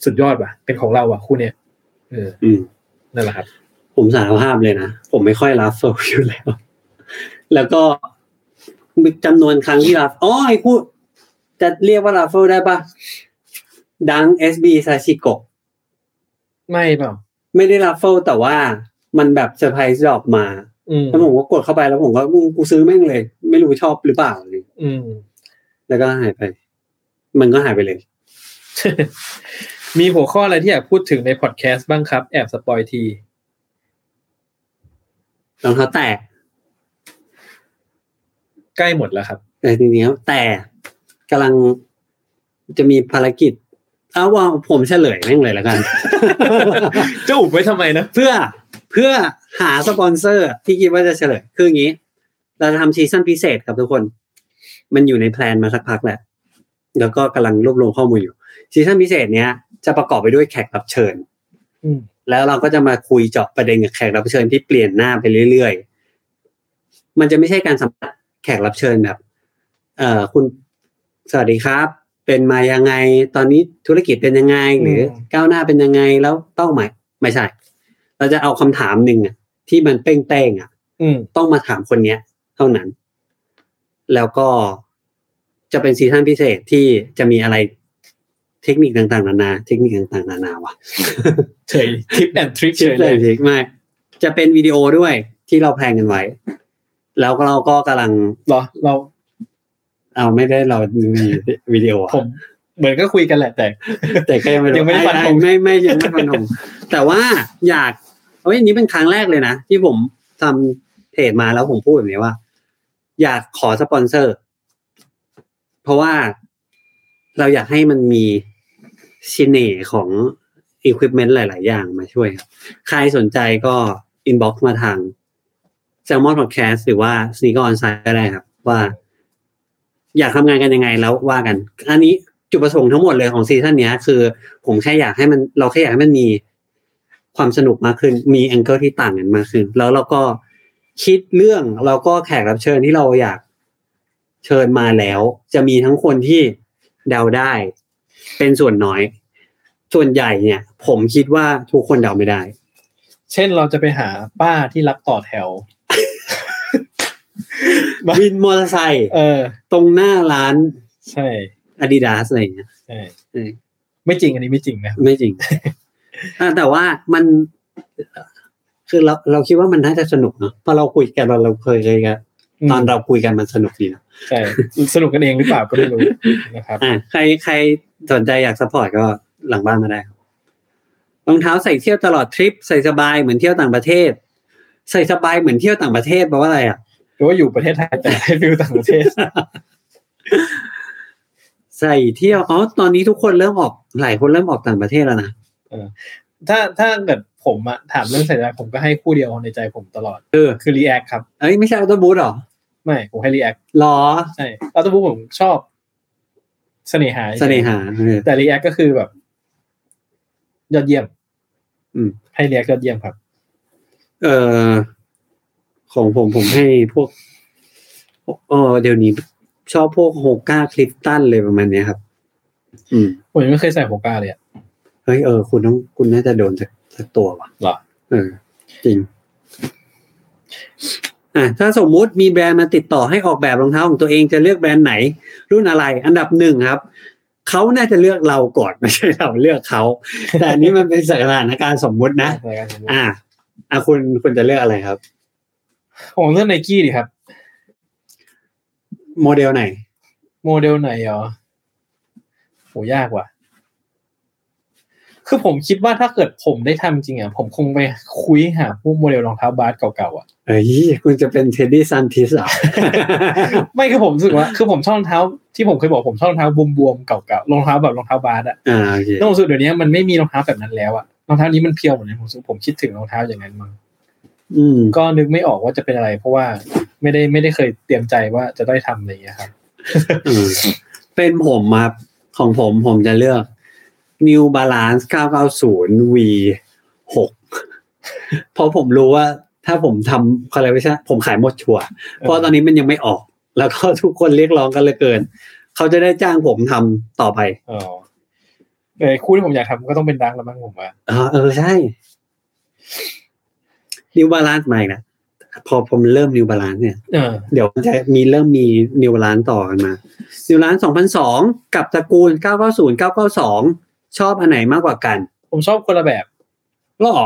สุดยอดว่ะ เป็นของเราว่ะคู่เนี้ยเออ อืม นั่นแหละครับ ผมสารภาพเลยนะ ผมไม่ค่อยรัฟเฟิลอยู่แล้ว แล้วก็จำนวนครั้งที่รับอ๋อไอ้คู่จะเรียกว่ารัฟเฟิลได้ปะดังเอสบีซาชิโก ไม่เปล่า ไม่ได้รัฟเฟิลแต่ว่ามันแบบเซอร์ไพรส์ดรอปมา อืม แล้วผมก็กดเข้าไปแล้วผมก็อืมกูซื้อแม่งเลย ไม่รู้ชอบหรือเปล่าเลย อืม แล้วก็หายไป มันก็หายไปเลย มีหัวข้ออะไรที่อยากพูดถึงในพอดแคสต์บ้างครับ แอบสปอยที รองเท้าแตะ ใกล้หมดแล้วครับ แต่จริงๆแล้วแต่กำลังจะมีภารกิจเอาว่าผมเฉลยแม่งเลยแล้วกัน จะอุบไว้ทำไมนะ เพื่อเพื่อหาสปอนเซอร์ที่คิดว่าจะเฉลย คืออย่างนี้ เราจะทำซีซั่นพิเศษครับทุกคน มันอยู่ในแพลนมาสักพักแหละ แล้วก็กำลังรวบรวมข้อมูลอยู่ซีซั่นพิเศษเนี้ยจะประกอบไปด้วยแขกรับเชิญ อืม แล้วเราก็จะมาคุยเจาะประเด็นกับแขกรับเชิญที่เปลี่ยนหน้าไปเรื่อยๆ มันจะไม่ใช่การสัมภาษณ์แขกรับเชิญแบบ เอ่อคุณสวัสดีครับ เป็นมายังไง ตอนนี้ธุรกิจเป็นยังไง หรืออ ม ก้าวหน้าเป็นยังไงแล้วเป้าหมายไม่ใช่ เราจะเอาคำถามหนึ่งอะที่มันเป้งๆอะ อืม ต้องมาถามคนเนี้ย เท่านั้น แล้วก็จะเป็นซีซั่นพิเศษที่จะมีอะไรเทคนิคต่างๆนานา เทคนิคต่างๆนานาวะ เฉยทิปแอนทริคเฉย เล เลย ยพีคมากจะเป็นวิดีโอด้วยที่เราแพลนกันไว้ แล้วก็เราก็กำลัง เหรอ เรา เอาไม่ได้เรามีวิดีโออะ ผม เหมือนก็คุยกันแหละแต่ แต่ก็ยังไม่รู้ ยังไม่ได้ฟันธง อ้อ้ไม่ไม่ยังไม่ฟันธง แต่ว่าอยากเอ้ยนี้เป็นครั้งแรกเลยนะ ที่ผมทำเพจมาแล้วผมพูดแบบนี้ว่า อยากขอสปอนเซอร์ เพราะว่าเราอยากให้มันมีชิเน่ห์ของ Equipment หลาย ๆ อย่างมาช่วยครับ ใครสนใจก็ inbox มาทาง s ซ l m o n Podcast หรือว่า Sneaker On Site ก็ได้ครับ ว่า อยากทำงานกันยังไงแล้วว่ากัน อันนี้จุดประสงค์ทั้งหมดเลยของซีซั่นเนี้ย คือ ผมแค่อยากให้มัน เราแค่อยากให้มันมีความสนุกมากขึ้น มีแองเกิลที่ต่างกันมากขึ้น แล้วเราก็คิดเรื่องเราก็แขกรับเชิญที่เราอยากเชิญมาแล้ว จะมีทั้งคนที่เดาได้ เป็นส่วนน้อย ส่วนใหญ่เนี่ย ผมคิดว่าทุกคนเดาไม่ได้ เช่นเราจะไปหาป้าที่รับต่อแถว บ้า วินมอเตอร์ไซค์ เออ ตรงหน้าร้าน ใช่ อาดิดาสอะไรอย่างเงี้ย ใช่ เออ ไม่จริงอันนี้ไม่จริงนะ ไม่จริง อ่ะแต่ว่ามัน คือเราเราคิดว่ามันน่าจะสนุกเนาะเพอเราคุยกันเราเราเคยเลยกันตอนเราคุยกันมันสนุกดีนะ ใช่สนุกกันเองหรือเปล่าก็ไม่รู้นะครับ อ่ะใครใครสนใจอยากสปอร์ตก็หลังบ้านมาได้ครับรองเท้าใส่เที่ยวตลอดทริปใส่สบายเหมือนเที่ยวต่างประเทศ ใส่สบายเหมือนเที่ยวต่างประเทศแปลว่าอะไรอ่ะ หรือว่าอยู่ประเทศไทยแต่ให้ฟิลต่างประเทศ ใส่เที่ยวอ๋อตอนนี้ทุกคนเริ่มออกหลายคนเริ่มออกต่างประเทศแล้วนะ ถ้าถ้าเกิดผมอะถามเรื่องสัญญาผมก็ให้คู่เดียวในใจผมตลอด เออ คือ React ครับ เอ้ยไม่ใช่ออโต้บูธหรอ ไม่ผมให้ React หรอ ใช่อัลตบุ๊กผมชอบเสน่หา เสน่หาเออ แต่ React ก็คือแบบ ยอดเยี่ยม อืม ให้ React ยอดเยี่ยมครับ เออของผมผมให้พวกเออเดี๋ยวนี้ชอบพวกโฮก้าคลิปตันเลยประมาณเนี้ยครับ อืม ผมยังไม่เคยใส่โฮก้าเลยอะ เฮ้ยเออคุณต้องคุณน่าจะโดนสักสักตัวว่ะ หรอ เออ จริง อ่ะถ้าสมมุติมีแบรนด์มาติดต่อให้ออกแบบรองเท้าของตัวเองจะเลือกแบรนด์ไหน รุ่นอะไร อันดับหนึ่งครับ เขาน่าจะเลือกเราก่อน ไม่ใช่เราเลือกเขาแต่อันนี้มันเป็นสถานการณ์สมมุตินะ รายการสมมุติ อ่ะอ่ะคุณคุณจะเลือกอะไรครับ ผมเลือกไนกี้ดีครับ โมเดลไหน โมเดลไหนเหรอโหยากว่ะ คือผมคิดว่าถ้าเกิดผมได้ทำจริงอ่ะ ผมคงไปคุยหาพวกโมเดลรองเท้าบาสเก่าๆอ่ะ เอ้ยคุณจะเป็นเทดดี้ซันทิสเหรอ ไม่คือผมรู้สึกว่า คือผมชอบรองเท้าที่ผมเคยบอกผมชอบรองเท้าบวมๆเก่าๆรองเท้าแบบรองเท้าบาสอ่ะ อ่าโอเค แล้วผมรู้สึกเดี๋ยวนี้มันไม่มีรองเท้าแบบนั้นแล้วอ่ะรองเท้านี้มันเพียวเหมือนกันผมรู้สึกผมคิดถึงรองเท้าอย่างนั้นมั้ง อืม ก็นึกไม่ออกว่าจะเป็นอะไร เพราะว่าไม่ได้ไม่ได้เคยเตรียมใจว่าจะได้ทำอะไรอย่างเงี้ยครับ เออเป็นผมครับของผมผมจะเลือก New Balance 990 V 6เพราะผมรู้ว่าถ้าผมทำคอลเลคชันผมขายหมดชัวร์เพราะตอนนี้มันยังไม่ออก แล้วก็ทุกคนเรียกร้องกันเหลยเกิน เขาจะได้จ้างผมทำต่อไป อ๋อเออคู่ที่ผมอยากทำก็ต้องเป็นดังแล้วมั้งผมว่า อ๋อเออใช่ New Balance มาอีกนะพอผมเริ่ม New Balance เนี่ย เออ เดี๋ยวมันจะมีเริ่มมีนิวร้านต่อกันมา นิวร้านสองพันสองกับตระกูลเก้าเก้าศูนย์เก้าเก้าสองชอบอันไหนมากกว่ากัน ผมชอบคนละแบบ หรอ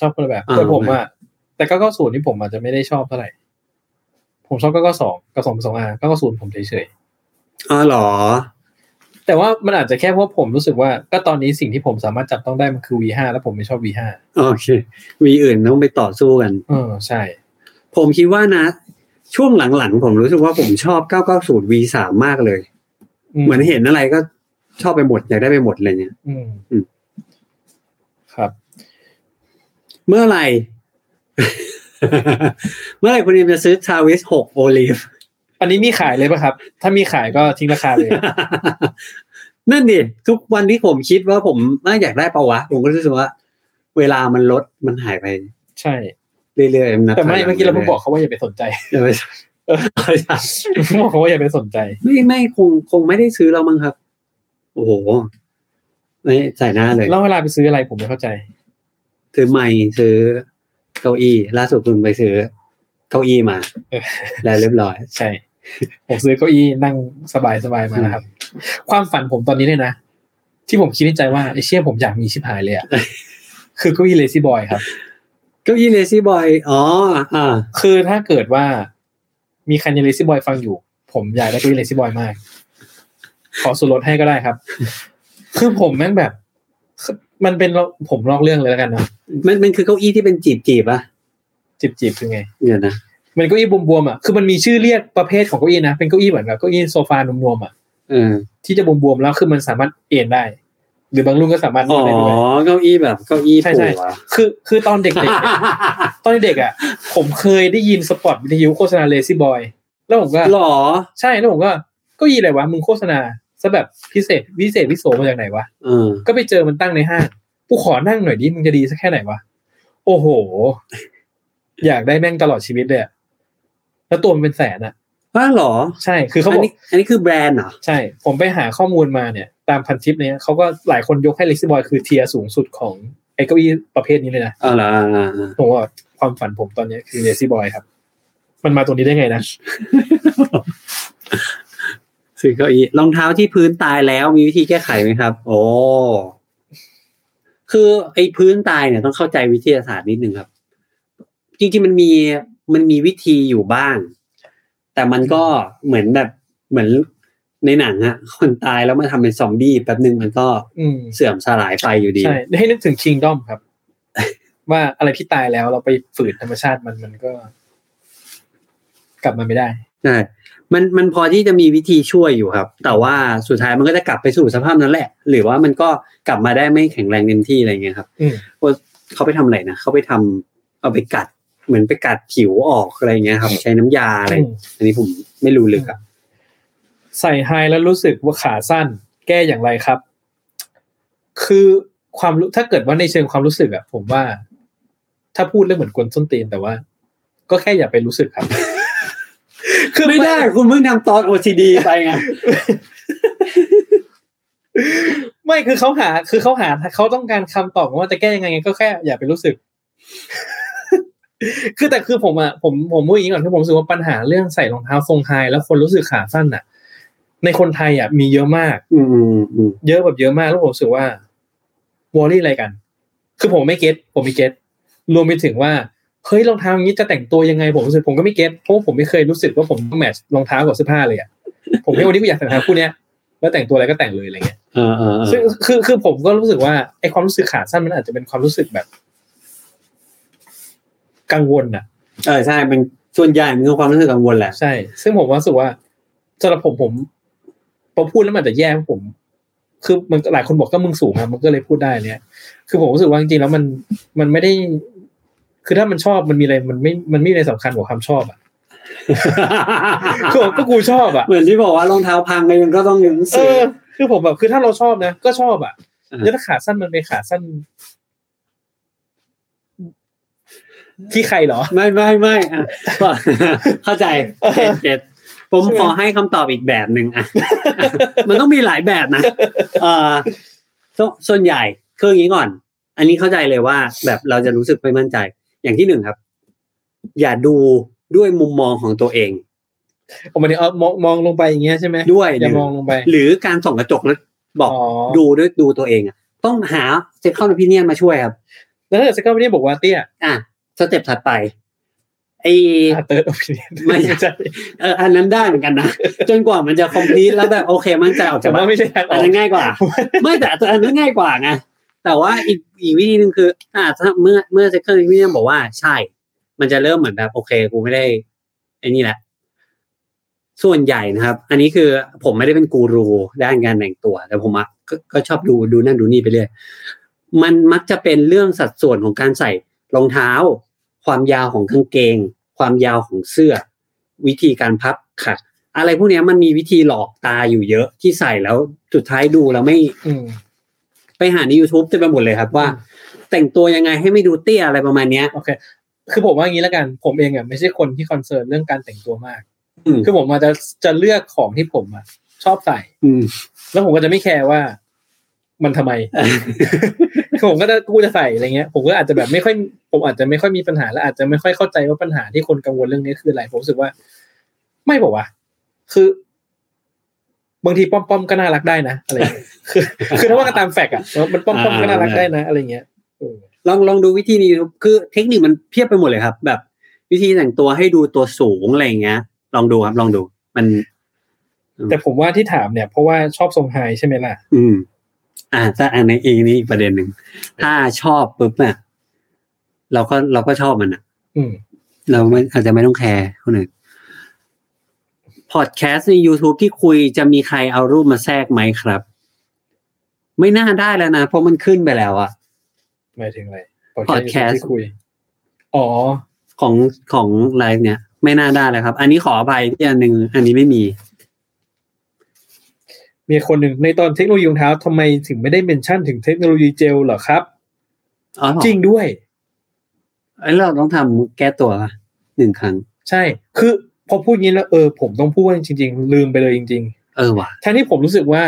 ชอบคนละแบบ อ่า แต่ผมอะแต่ก็ก้าศูนย์นี่ผมอาจจะไม่ได้ชอบเท่าไหร่ ผมชอบก็ก้าสองกับสองสองอาก็ก้าศูนย์ผมเฉย อ๋อหรอ ๆแต่ว่ามันอาจจะแค่เพราะผมรู้สึกว่า ก็ตอนนี้สิ่งที่ผมสามารถจับต้องได้มันคือ V5 แล้วผมไม่ชอบ V5 โอเค มีอื่นต้องไปต่อสู้กัน เออใช่ ผมคิดว่านะ ช่วงหลังๆ ผมรู้สึกว่าผมชอบ 990 V3 มากเลย เหมือนเห็นอะไรก็ชอบไปหมด อยากได้ไปหมดเลยเนี่ย อืม อืม ครับ เมื่อไหร่ เมื่อไหร่คุณเอ็มจะซื้อ Travis 6 Olive อันนี้มีขายเลยป่ะครับ ถ้ามีขายก็ทิ้งราคาเลย นั่นดิทุกวันที่ผมคิดว่าผมน่าอยากได้ปะวะ ผมก็รู้สึกว่า เวลามันลดมันหายไป ใช่ เรื่อยๆนะ แต่ไม่เมื่อกี้เราเพิ่งบอกเขาว่าอย่าไปสนใจ เออไม่ใช่ เพิ่งบอกเขาว่าอย่าไปสนใจ ไม่ไม่คงคงไม่ได้ซื้อแล้วมั้งครับ โอ้โหไม่ใส่หน้าเลย แล้วเวลาไปซื้ออะไรผมไม่เข้าใจ ซื้อไม้ซื้อเก้าอี้ล่าสุดคุณไปซื้อเก้าอี้ มา เออ แล้วเรียบร้อย ใช่ ผมซื้อเก้าอี้นั่งสบายๆมานะครับ ความฝันผมตอนนี้เนี่ยนะ ที่ผมคิดในใจว่าไอเชี่ยผมอยากมีชิบหายเลยอะคือเก้าอี้เลซี่บอยครับ เก้าอี้เลซี่บอยอ๋ออ่า คือถ้าเกิดว่ามีใครในเลซี่บอยฟังอยู่ ผมอยากได้เก้าอี้เลซี่บอยมาก ขอส่วนลดให้ก็ได้ครับ คือผมแม่งแบบ มันเป็นผมลอกเรื่องเลยแล้วกันเนาะ มันมันคือเก้าอี้ที่เป็นจีบจีบๆอะ จีบจีบๆคือไง เดี๋ยวนะ มันเก้าอี้บวมๆอ่ะ คือมันมีชื่อเรียกประเภทของเก้าอี้นะ เป็นเก้าอี้เหมือนกับเก้าอี้โซฟานวมๆอ่ะ เออ ที่จะบวมๆแล้วคือมันสามารถเอนได้ หรือบางรุ่นก็สามารถน อ๋ ว อ ดได้ด้วย เก้าอี้แบบเก้าอี้ ใช่ ปู่ ใช่ อะ คือคือตอนเด็กๆ เนี่ยตอนเด็กๆอ่ะ ผมเคยได้ยินสปอตวิทยุโฆษณาเลซี่บอย แล้วผมก็ หรอ ใช่แล้วผมก็เก็ยีอะไรวะมึงโฆษณาซะแบบพิเศษพิเศษพิโสมาจากไหนวะ เออ ก็ไปเจอมันตั้งในห้างกูขอนั่งหน่อยดิมึงจะดีสักแค่ไหนวะ โอ้โห อยากได้แม่งตลอดชีวิตเลยอะแล้วตัวมันเป็นแสนอ่ะ ว่าหรอ ใช่คือเขาบ อัน อก นี้อันนี้คือแบรนด์เหรอ ใช่ ผมไปหาข้อมูลมาเนี่ย ตามพันทิปเนี้ยเขาก็หลายคนยกให้ลิซี่บอยคือเทียร์สูงสุดของไอ้เก้าอี้ประเภทนี้เลยนะ เออเหรออ่าๆ ผมว่าความฝันผมตอนเนี้ยคือเลซี่บอยครับ มันมาตรงนี้ได้ไงนะ ๆซื้อเก้าอี้รองเท้าที่พื้นตายแล้วมีวิธีแก้ไขไหมครับ โอ้ คือไอ้พื้นตายเนี่ยต้องเข้าใจวิทยาศาสตร์นิดนึงครับ จริงๆมันมีมันมีวิธีอยู่บ้าง แต่มันก็เหมือนแบบเหมือนในหนังอะคนตายแล้วมาทำเป็นซอมบี้แป๊บหนึ่งมันก็ อืม เสื่อมสลายไปอยู่ดี ใช่ ให้นึกถึงคิงดอมครับ ว่าอะไรที่ตายแล้วเราไปฝืนธรรมชาติมันมันก็ กลับมาไม่ได้ ใช่มันมันพอที่จะมีวิธีช่วยอยู่ครับ แต่ว่าสุดท้ายมันก็จะกลับไปสู่สภาพนั้นแหละ หรือว่ามันก็กลับมาได้ไม่แข็งแรงเต็มที่อะไรเงี้ยครับ อืม ว่าเขาไปทำอะไรนะเขาไปทำเอาไปกัดเหมือนไปกัดผิวออกอะไรเงี้ยครับ ใช้น้ำยาอะไร อืม อันนี้ผมไม่รู้ลึกอะ ใส่ไฮแล้วรู้สึกว่าขาสั้น แก้อย่างไรครับ คือความรู้ถ้าเกิดว่าในเชิงความรู้สึกอะผมว่า ถ้าพูดเรื่องเหมือนกวนส้นตีนแต่ว่า ก็แค่อย่าไปรู้สึกครับ คือ ไม่ได้คุณเพิ่งทำตอน OCD ไปไง ไม่คือเขาหา คือเขาหาเขาต้องการคำตอบว่าจะแก้ยังไงก็แค่อย่าไปรู้สึก คือแต่คือผมอะผมผมพูดอย่างนี้ก่อนคือผมรู้สึกว่าปัญหาเรื่องใส่รองเท้าทรงไฮแล้วคนรู้สึกขาสั้นอะในคนไทยอะมีเยอะมาก อืมอืมอืม เยอะแบบเยอะมากแล้วผมรู้สึกว่า วอรี่อะไรกัน คือผมไม่เก็ตผมไม่เก็ตรวมไปถึงว่าเฮ้ยรองเท้าอย่างนี้จะแต่งตัวยังไงผมรู้สึกผมก็ไม่เก็ตเพราะว่าผมไม่เคยรู้สึกว่าผมต้องแมทช์รองเท้ากับเสื้อผ้าเลยอ่ะผมแค่วันนี้กูอยากใส่รองเท้าคู่เนี้ยแล้วแต่งตัวอะไรก็แต่งเลยอะไรเงี้ย เออเออเออ ซึ่งคือคือผมก็รู้สึกว่าไอความรู้สึกขาสั้นมันอาจจะเป็นความรู้สึกแบบ กังวลอ่ะ เออใช่มันส่วนใหญ่มันคือความรู้สึกกังวลแหละ ใช่ ซึ่งผมว่ารู้สึกว่าสำหรับผมผมพอพูดแล้วมันอาจจะแย่ผม คือมันหลายคนบอกก็มึงสูงอะมันก็เลยพูดได้เนี่ย คือผมรู้สึกว่าจริงๆแล้วมันมันไม่ได้ คือถ้ามันชอบมันมีอะไรมันไม่มันไม่มีอะไรสำคัญกว่าความชอบอ่ะ คือผมก็กูชอบอ่ะ เหมือนที่บอกว่ารองเท้าพังไงมันก็ต้องยังรู้ เอ สึก อ คือผมแบบคือถ้าเราชอบนะก็ชอบอ่ะ อ่า แล้วถ้าขาสั้นมันเป็นขาสั้น ที่ใครเหรอ ไม่ไม่ไม่อ่ะ เข้าใจเก็ตเก็ตผมขอให้คำตอบอีกแบบหนึ่งอ่ะ มันต้องมีหลายแบบนะเออส่วนส่วนใหญ่คืออย่างนี้ก่อน อันนี้เข้าใจเลยว่า แบบเราจะรู้สึกไม่มั่นใจ อย่างที่หนึ่งครับ อย่าดูด้วยมุมมองของตัวเอง ผมหมายถึงเอามองมองลงไปอย่างเงี้ยใช่ไหม ด้วย อหย่านึ่ง มองลงไป หรือการส่องกระจกแล้วบอก อ๋อ ดูด้วยดูตัวเองอ่ะ ต้องหาเซ็กเข้าในพิเนียนมาช่วยครับ แล้วถ้าเกิดสเกลไม่ได้บอกว่าเตี้ย อ่ะสเต็ปถัดไปไอ เติร์ดโอปิเนียน ไม่ ไม่ใช่ เอออันนั้นได้เหมือนกันนะ จนกว่ามันจะคอมพลีทแล้วแบบโอเคมั่นใจออก แต่ จากบ้า ว่านไม่ใช่ทางอ อั อน ก นั้นง่ายกว่า ไม่แต่แต่อันนั้นง่ายกว่าไงแต่ว่าอีกอีกวิธีหนึ่งคือ อ่าถ้าเมื่อเมื่อเซคเคิลวิลเลียมบอกว่าใช่ มันจะเริ่มเหมือนแบบโอเคกูไม่ได้ไอ้นี่แหละ ส่วนใหญ่นะครับ อันนี้คือผมไม่ได้เป็นกูรูด้านการแต่งตัว แต่ผมอะกก็ชอบดูดูนั่นดูนี่ไปเรื่อยมันมักจะเป็นเรื่องสัดส่วนของการใส่รองเท้า ความยาวของกางเกง ความยาวของเสื้อ วิธีการพับค่ะ อะไรพวกเนี้ยมันมีวิธีหลอกตาอยู่เยอะที่ใส่แล้วสุดท้ายดูแล้วไม่ อืม ไปหาใน YouTube เต็มไปหมดเลยครับว่า อืม แต่งตัวยังไงให้ไม่ดูเตี้ยอะไรประมาณเนี้ย โอเค คือผมว่าอย่างนี้แล้วกัน ผมเองอ่ะไม่ใช่คนที่คอนเซิร์นเรื่องการแต่งตัวมาก อืม คือผมอาจจะจะเลือกของที่ผมอ่ะชอบใส่ อืม แล้วผมก็จะไม่แคร์ว่า มันทำไม คือผมก็จะกูจะใส่อะไรเงี้ย ผมก็อาจจะแบบไม่ค่อย ผมอาจจะไม่ค่อยมีปัญหาและอาจจะไม่ค่อยเข้าใจว่าปัญหาที่คนกังวลเรื่องนี้คืออะไร ผมรู้สึกว่า ไม่บอกว่า คือ บางทีป้อมป้อมๆก็น่ารักได้นะอะไรเงี้ยคือ คือถ้าว่ากันตามแฟกต์อ่ะมันป้อมป้อมๆก็น่ารักได้นะอะไรเงี้ยเออ ลองลองดูวิธีนี้ดูคือเทคนิคมันเพียบไปหมดเลยครับ แบบ วิธีแต่งตัวให้ดูตัวสูงอะไรอย่างเงี้ย ลองดูครับ ลองดู มัน แต่ผมว่าที่ถามเนี่ยเพราะว่าชอบทรงไฮใช่ไหมล่ะ อืม อ่าถ้าอันในอีกนี้อีกประเด็นหนึ่งถ้าชอบปุ๊บเนี่ยเราก็เราก็ชอบมันอ่ะ อืม เราไม่อาจจะไม่ต้องแคร์คนอื่นพอดแคสต์ใน YouTube ที่คุยจะมีใครเอารูปมาแทรกไหมครับ ไม่น่าได้แล้วนะ เพราะมันขึ้นไปแล้วอะ หมายถึงอะไร Podcast ที่คุย อ๋อ ของของไลฟ์เนี่ย ไม่น่าได้แล้วครับ อันนี้ขออภัยที่อันหนึ่งอันนี้ไม่มี มีคนหนึ่งในตอนเทคโนโลยีรองเท้าทำไมถึงไม่ได้เมนชั่นถึงเทคโนโลยีเจลเหรอครับ อ๋อเหอ จริงด้วย เอ้ยเราต้องทำแก้ตัวปะหนึ่งครั้ง ใช่ คือพอพูดอย่างนี้แล้วเออผมต้องพูดว่าจริง ๆ ลืมไปเลยจริง เออว่ะ ๆทั้งที่ผมรู้สึกว่า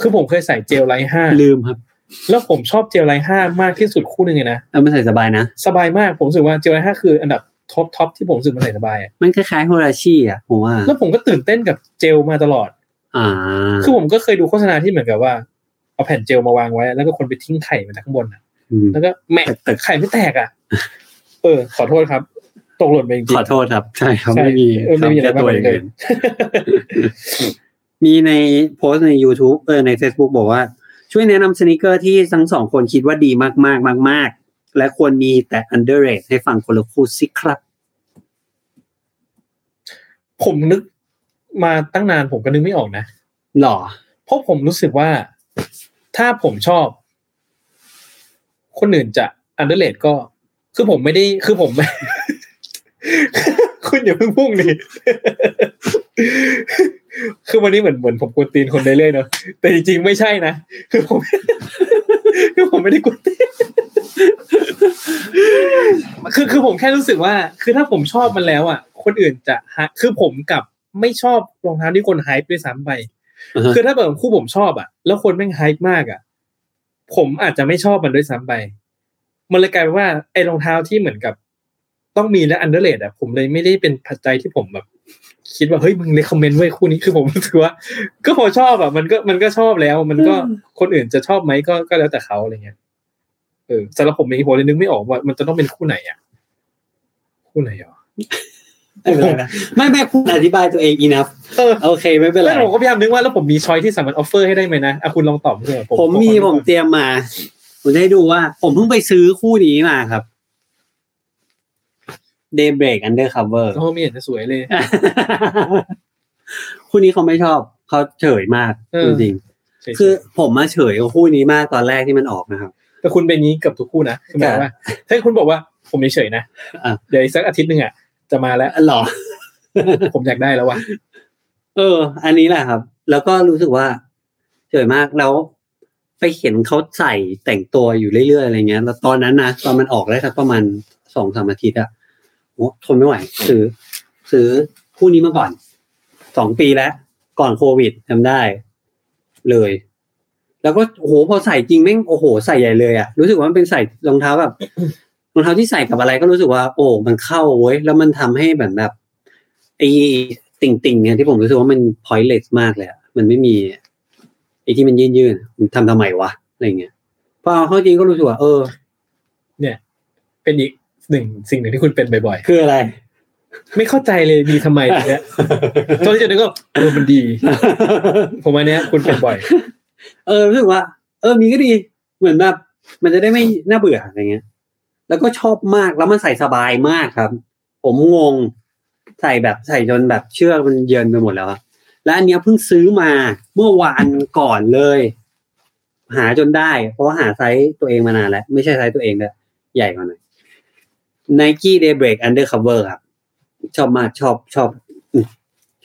คือผมเคยใส่เจลไลท์ห้า ลืมครับ แล้วผมชอบเจลไลท์ห้ามากที่สุดคู่หนึ่งเลยนะ เอามาใส่สบายนะ สบายมาก ผมรู้สึกว่าเจลไลท์ห้าคืออันดับท็อปท็อปที่ผมรู้สึกมันใส่สบายอะ มันคล้ายๆโฮราชิอ่ะผมว่า แล้วผมก็ตื่นเต้นกับเจลมาตลอด อ่า คือผมก็เคยดูโฆษณาที่เหมือนกับว่า เอาแผ่นเจลมาวางไว้ แล้วก็คนไปทิ้งไข่มาจากข้างบนอะ แล้วก็แหม่ แตก ไข่ไม่แตกอ่ะ เออ ขอโทษครับ ตกหล่นไปจริงๆ ขอโทษครับ ใช่ครับ ใช่ ไม่มี เออไม่มีอะไร ทำแก้ บ้าง ตัวอยเลย่างอื่น มีในโพสต์ใน YouTube เออใน Facebook บอกว่า ช่วยแนะนำสนิเกอร์ที่ทั้งสองคนคิดว่าดีมากๆ มาก ๆ และควรมีแต่ underrate ให้ฟังคนละคู่สิครับ ผมนึกมาตั้งนานผมก็นึกไม่ออกนะ หรอ เพราะผมรู้สึกว่าถ้าผมชอบ คนอื่นจะอันเดอร์เลก็ คือผมไม่ได้ คือผม คุณอย่าเพิ่งพุ่งดิคือวันนี้เหมือนเหมือนผมกวนตีนคนเรื่อยๆเนาะแต่จริงๆไม่ใช่นะคือผม คือผมไม่ได้กวนตีน คือคือผมแค่รู้สึกว่า คือถ้าผมชอบมันแล้วอ่ะ คนอื่นจะฮะคือผมกลับไม่ชอบรองเท้าที่คนไฮป์ด้วยซ้ำไป อ่าฮะ คือถ้าเปิดคู่ผมชอบอ่ะ แล้วคนแม่งไฮป์มากอ่ะ ผมอาจจะไม่ชอบมันด้วยซ้ำไป มันเลยกลายเป็นว่าไอ้รองเท้าที่เหมือนกับ ต้องมีและอันเดอร์เลดอ่ะผมเลยไม่ได้เป็นปัจจัยที่ผมแบบ คิดว่าเฮ้ยมึงเลคอมเมนต์ไว้ยคู่นี้คือผมรู้สึกว่า ก็พอชอบอ่ะมันก็มันก็ชอบแล้ว มันก็คนอื่นจะชอบไหมก็ก็แล้วแต่เขาอะไรเงี้ยเออสำหรับผมเองผมเลยนึกไม่ออกว่า มันจะต้องเป็นคู่ไหนอ่ะคู่ไหนอ่ะ ไม่เป็นไรนะ ไม่ไม่คุณอธิบายตัวเอง enough เออ โอเค ไม่เป็นไร แล้วผมก็พยายามนึกว่าแล้วผมมีช้อยที่สามารถออฟเฟอร์ให้ได้ไหมนะอ่ะคุณลองตอบด้วยผม ผมมีผมเตรียมมา ผมจะให้ดูว่า ผมเพิ่งไปซื้อคู่นี้มาครับ Daybreak Undercover โอ้ไม่เห็นจะสวยเลย คู่นี้เขาไม่ชอบ เขาเฉยมาก เออ จริงๆคือผมมาเฉยกับคู่นี้มากตอนแรกที่มันออกนะครับ แต่คุณเป็นอย่างนี้กับทุกคู่นะคือหมายความว่า ถ้าคุณบอกว่าผมเฉยๆนะ อ่ะ เดี๋ยวอีกสักอาทิตย์หนึ่งอ่ะจะมาแล้ว หรอ ผมอยากได้แล้วว่ะ เออ อันนี้แหละครับ แล้วก็รู้สึกว่าเฉยมากแล้วไปเห็นเขาใส่แต่งตัวอยู่เรื่อยๆอะไรเงี้ย แล้วตอนนั้นนะตอนมันออกได้สักประมาณสองสามอาทิตย์อะโอ้ทนไม่ไหวซื้อซื้อคู่นี้มาก่อนสองปีแล้ว ก่อนโควิดจำได้ เลย แล้วก็โอ้โหพอใส่จริงแม่งโอ้โหใส่ใหญ่เลยอะรู้สึกว่ามันเป็นใส่รองเท้าแบบ รองเท้าที่ใส่กับอะไรก็รู้สึกว่า โอ้ มันเข้าเว้ยแล้วมันทำให้แบบแบบไอ้ติ่งติ่งๆเนี่ยที่ผมรู้สึกว่ามัน pointless มากเลยอะมันไม่มีไอ้ที่มันยืนยืนมันทำทำไมวะอะไรเงี้ยพอเอาเข้าจริงก็รู้สึกว่า เออ เนี่ย เป็นอีกหนึ่งสิ่งหนึ่งที่คุณเป็นบ่อย คืออะไร ๆ ไม่เข้าใจเลยดีทำไมเนี่ยตอนที่จะนึกก็เออมันดี ผมอันเนี้ยคุณเป็นบ่อย เออรู้สึกว่า เออมีก็ดีเหมือนแบบมันจะได้ไม่น่าเบื่ออะไรเงี้ย แล้วก็ชอบมากแล้วมันใส่สบายมากครับ ผมงงใส่แบบใส่จนแบบเชือกมันเยินไปหมดแล้วอะและอันเนี้ยเพิ่งซื้อมาเมื่อวานก่อนเลย หาจนได้ เพราะว่าหาไซส์ตัวเองมานานแล้ว ไม่ใช่ไซส์ตัวเองเลยใหญ่กว่าหน่อย Nike Daybreak Undercover ครับ ชอบมากชอบชอบอืม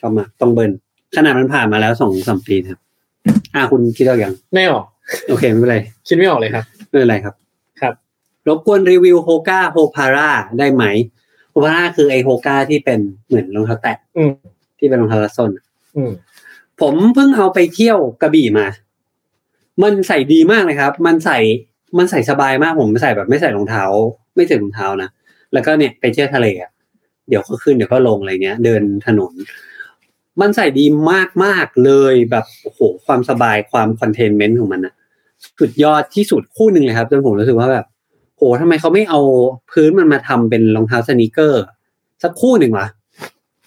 ชอบมากต้องเบิร์นขนาดมันผ่านมาแล้วสองสามปีนะครับ อ่าคุณคิดเอาอย่าง ไม่ออก โอเค ไม่เป็นไร คิดไม่ออกเลยครับ ไม่เป็นไรครับ ครับ รบกวนรีวิวโฮกาโฮพาร่าได้ไหมโฮพาร่าคือไอโฮกาที่เป็นเหมือนรองเท้าแตะ อืม ที่เป็นรองเท้าลัดส้นอะ อืม ผมเพิ่งเอาไปเที่ยวกระบี่มา มันใส่ดีมากเลยครับ มันใส่มันใส่สบายมากผมใส่แบบไม่ใส่รองเท้า ไม่ใส่รองเท้านะแล้วก็เนี่ยไปเที่ยวทะเลอะเดี๋ยวก็ขึ้นเดี๋ยวก็ลงอะไรเงี้ย เดินถนน มันใส่ดีมากมากๆเลยแบบโอ้โหความสบายความคอนเทนเมนต์ของมันอะ สุดยอดที่สุดคู่หนึ่งเลยครับจนผมรู้สึกว่าแบบโหทำไมเขาไม่เอาพื้นมันมาทำเป็นรองเท้าสนีกเกอร์ สักคู่หนึ่งวะ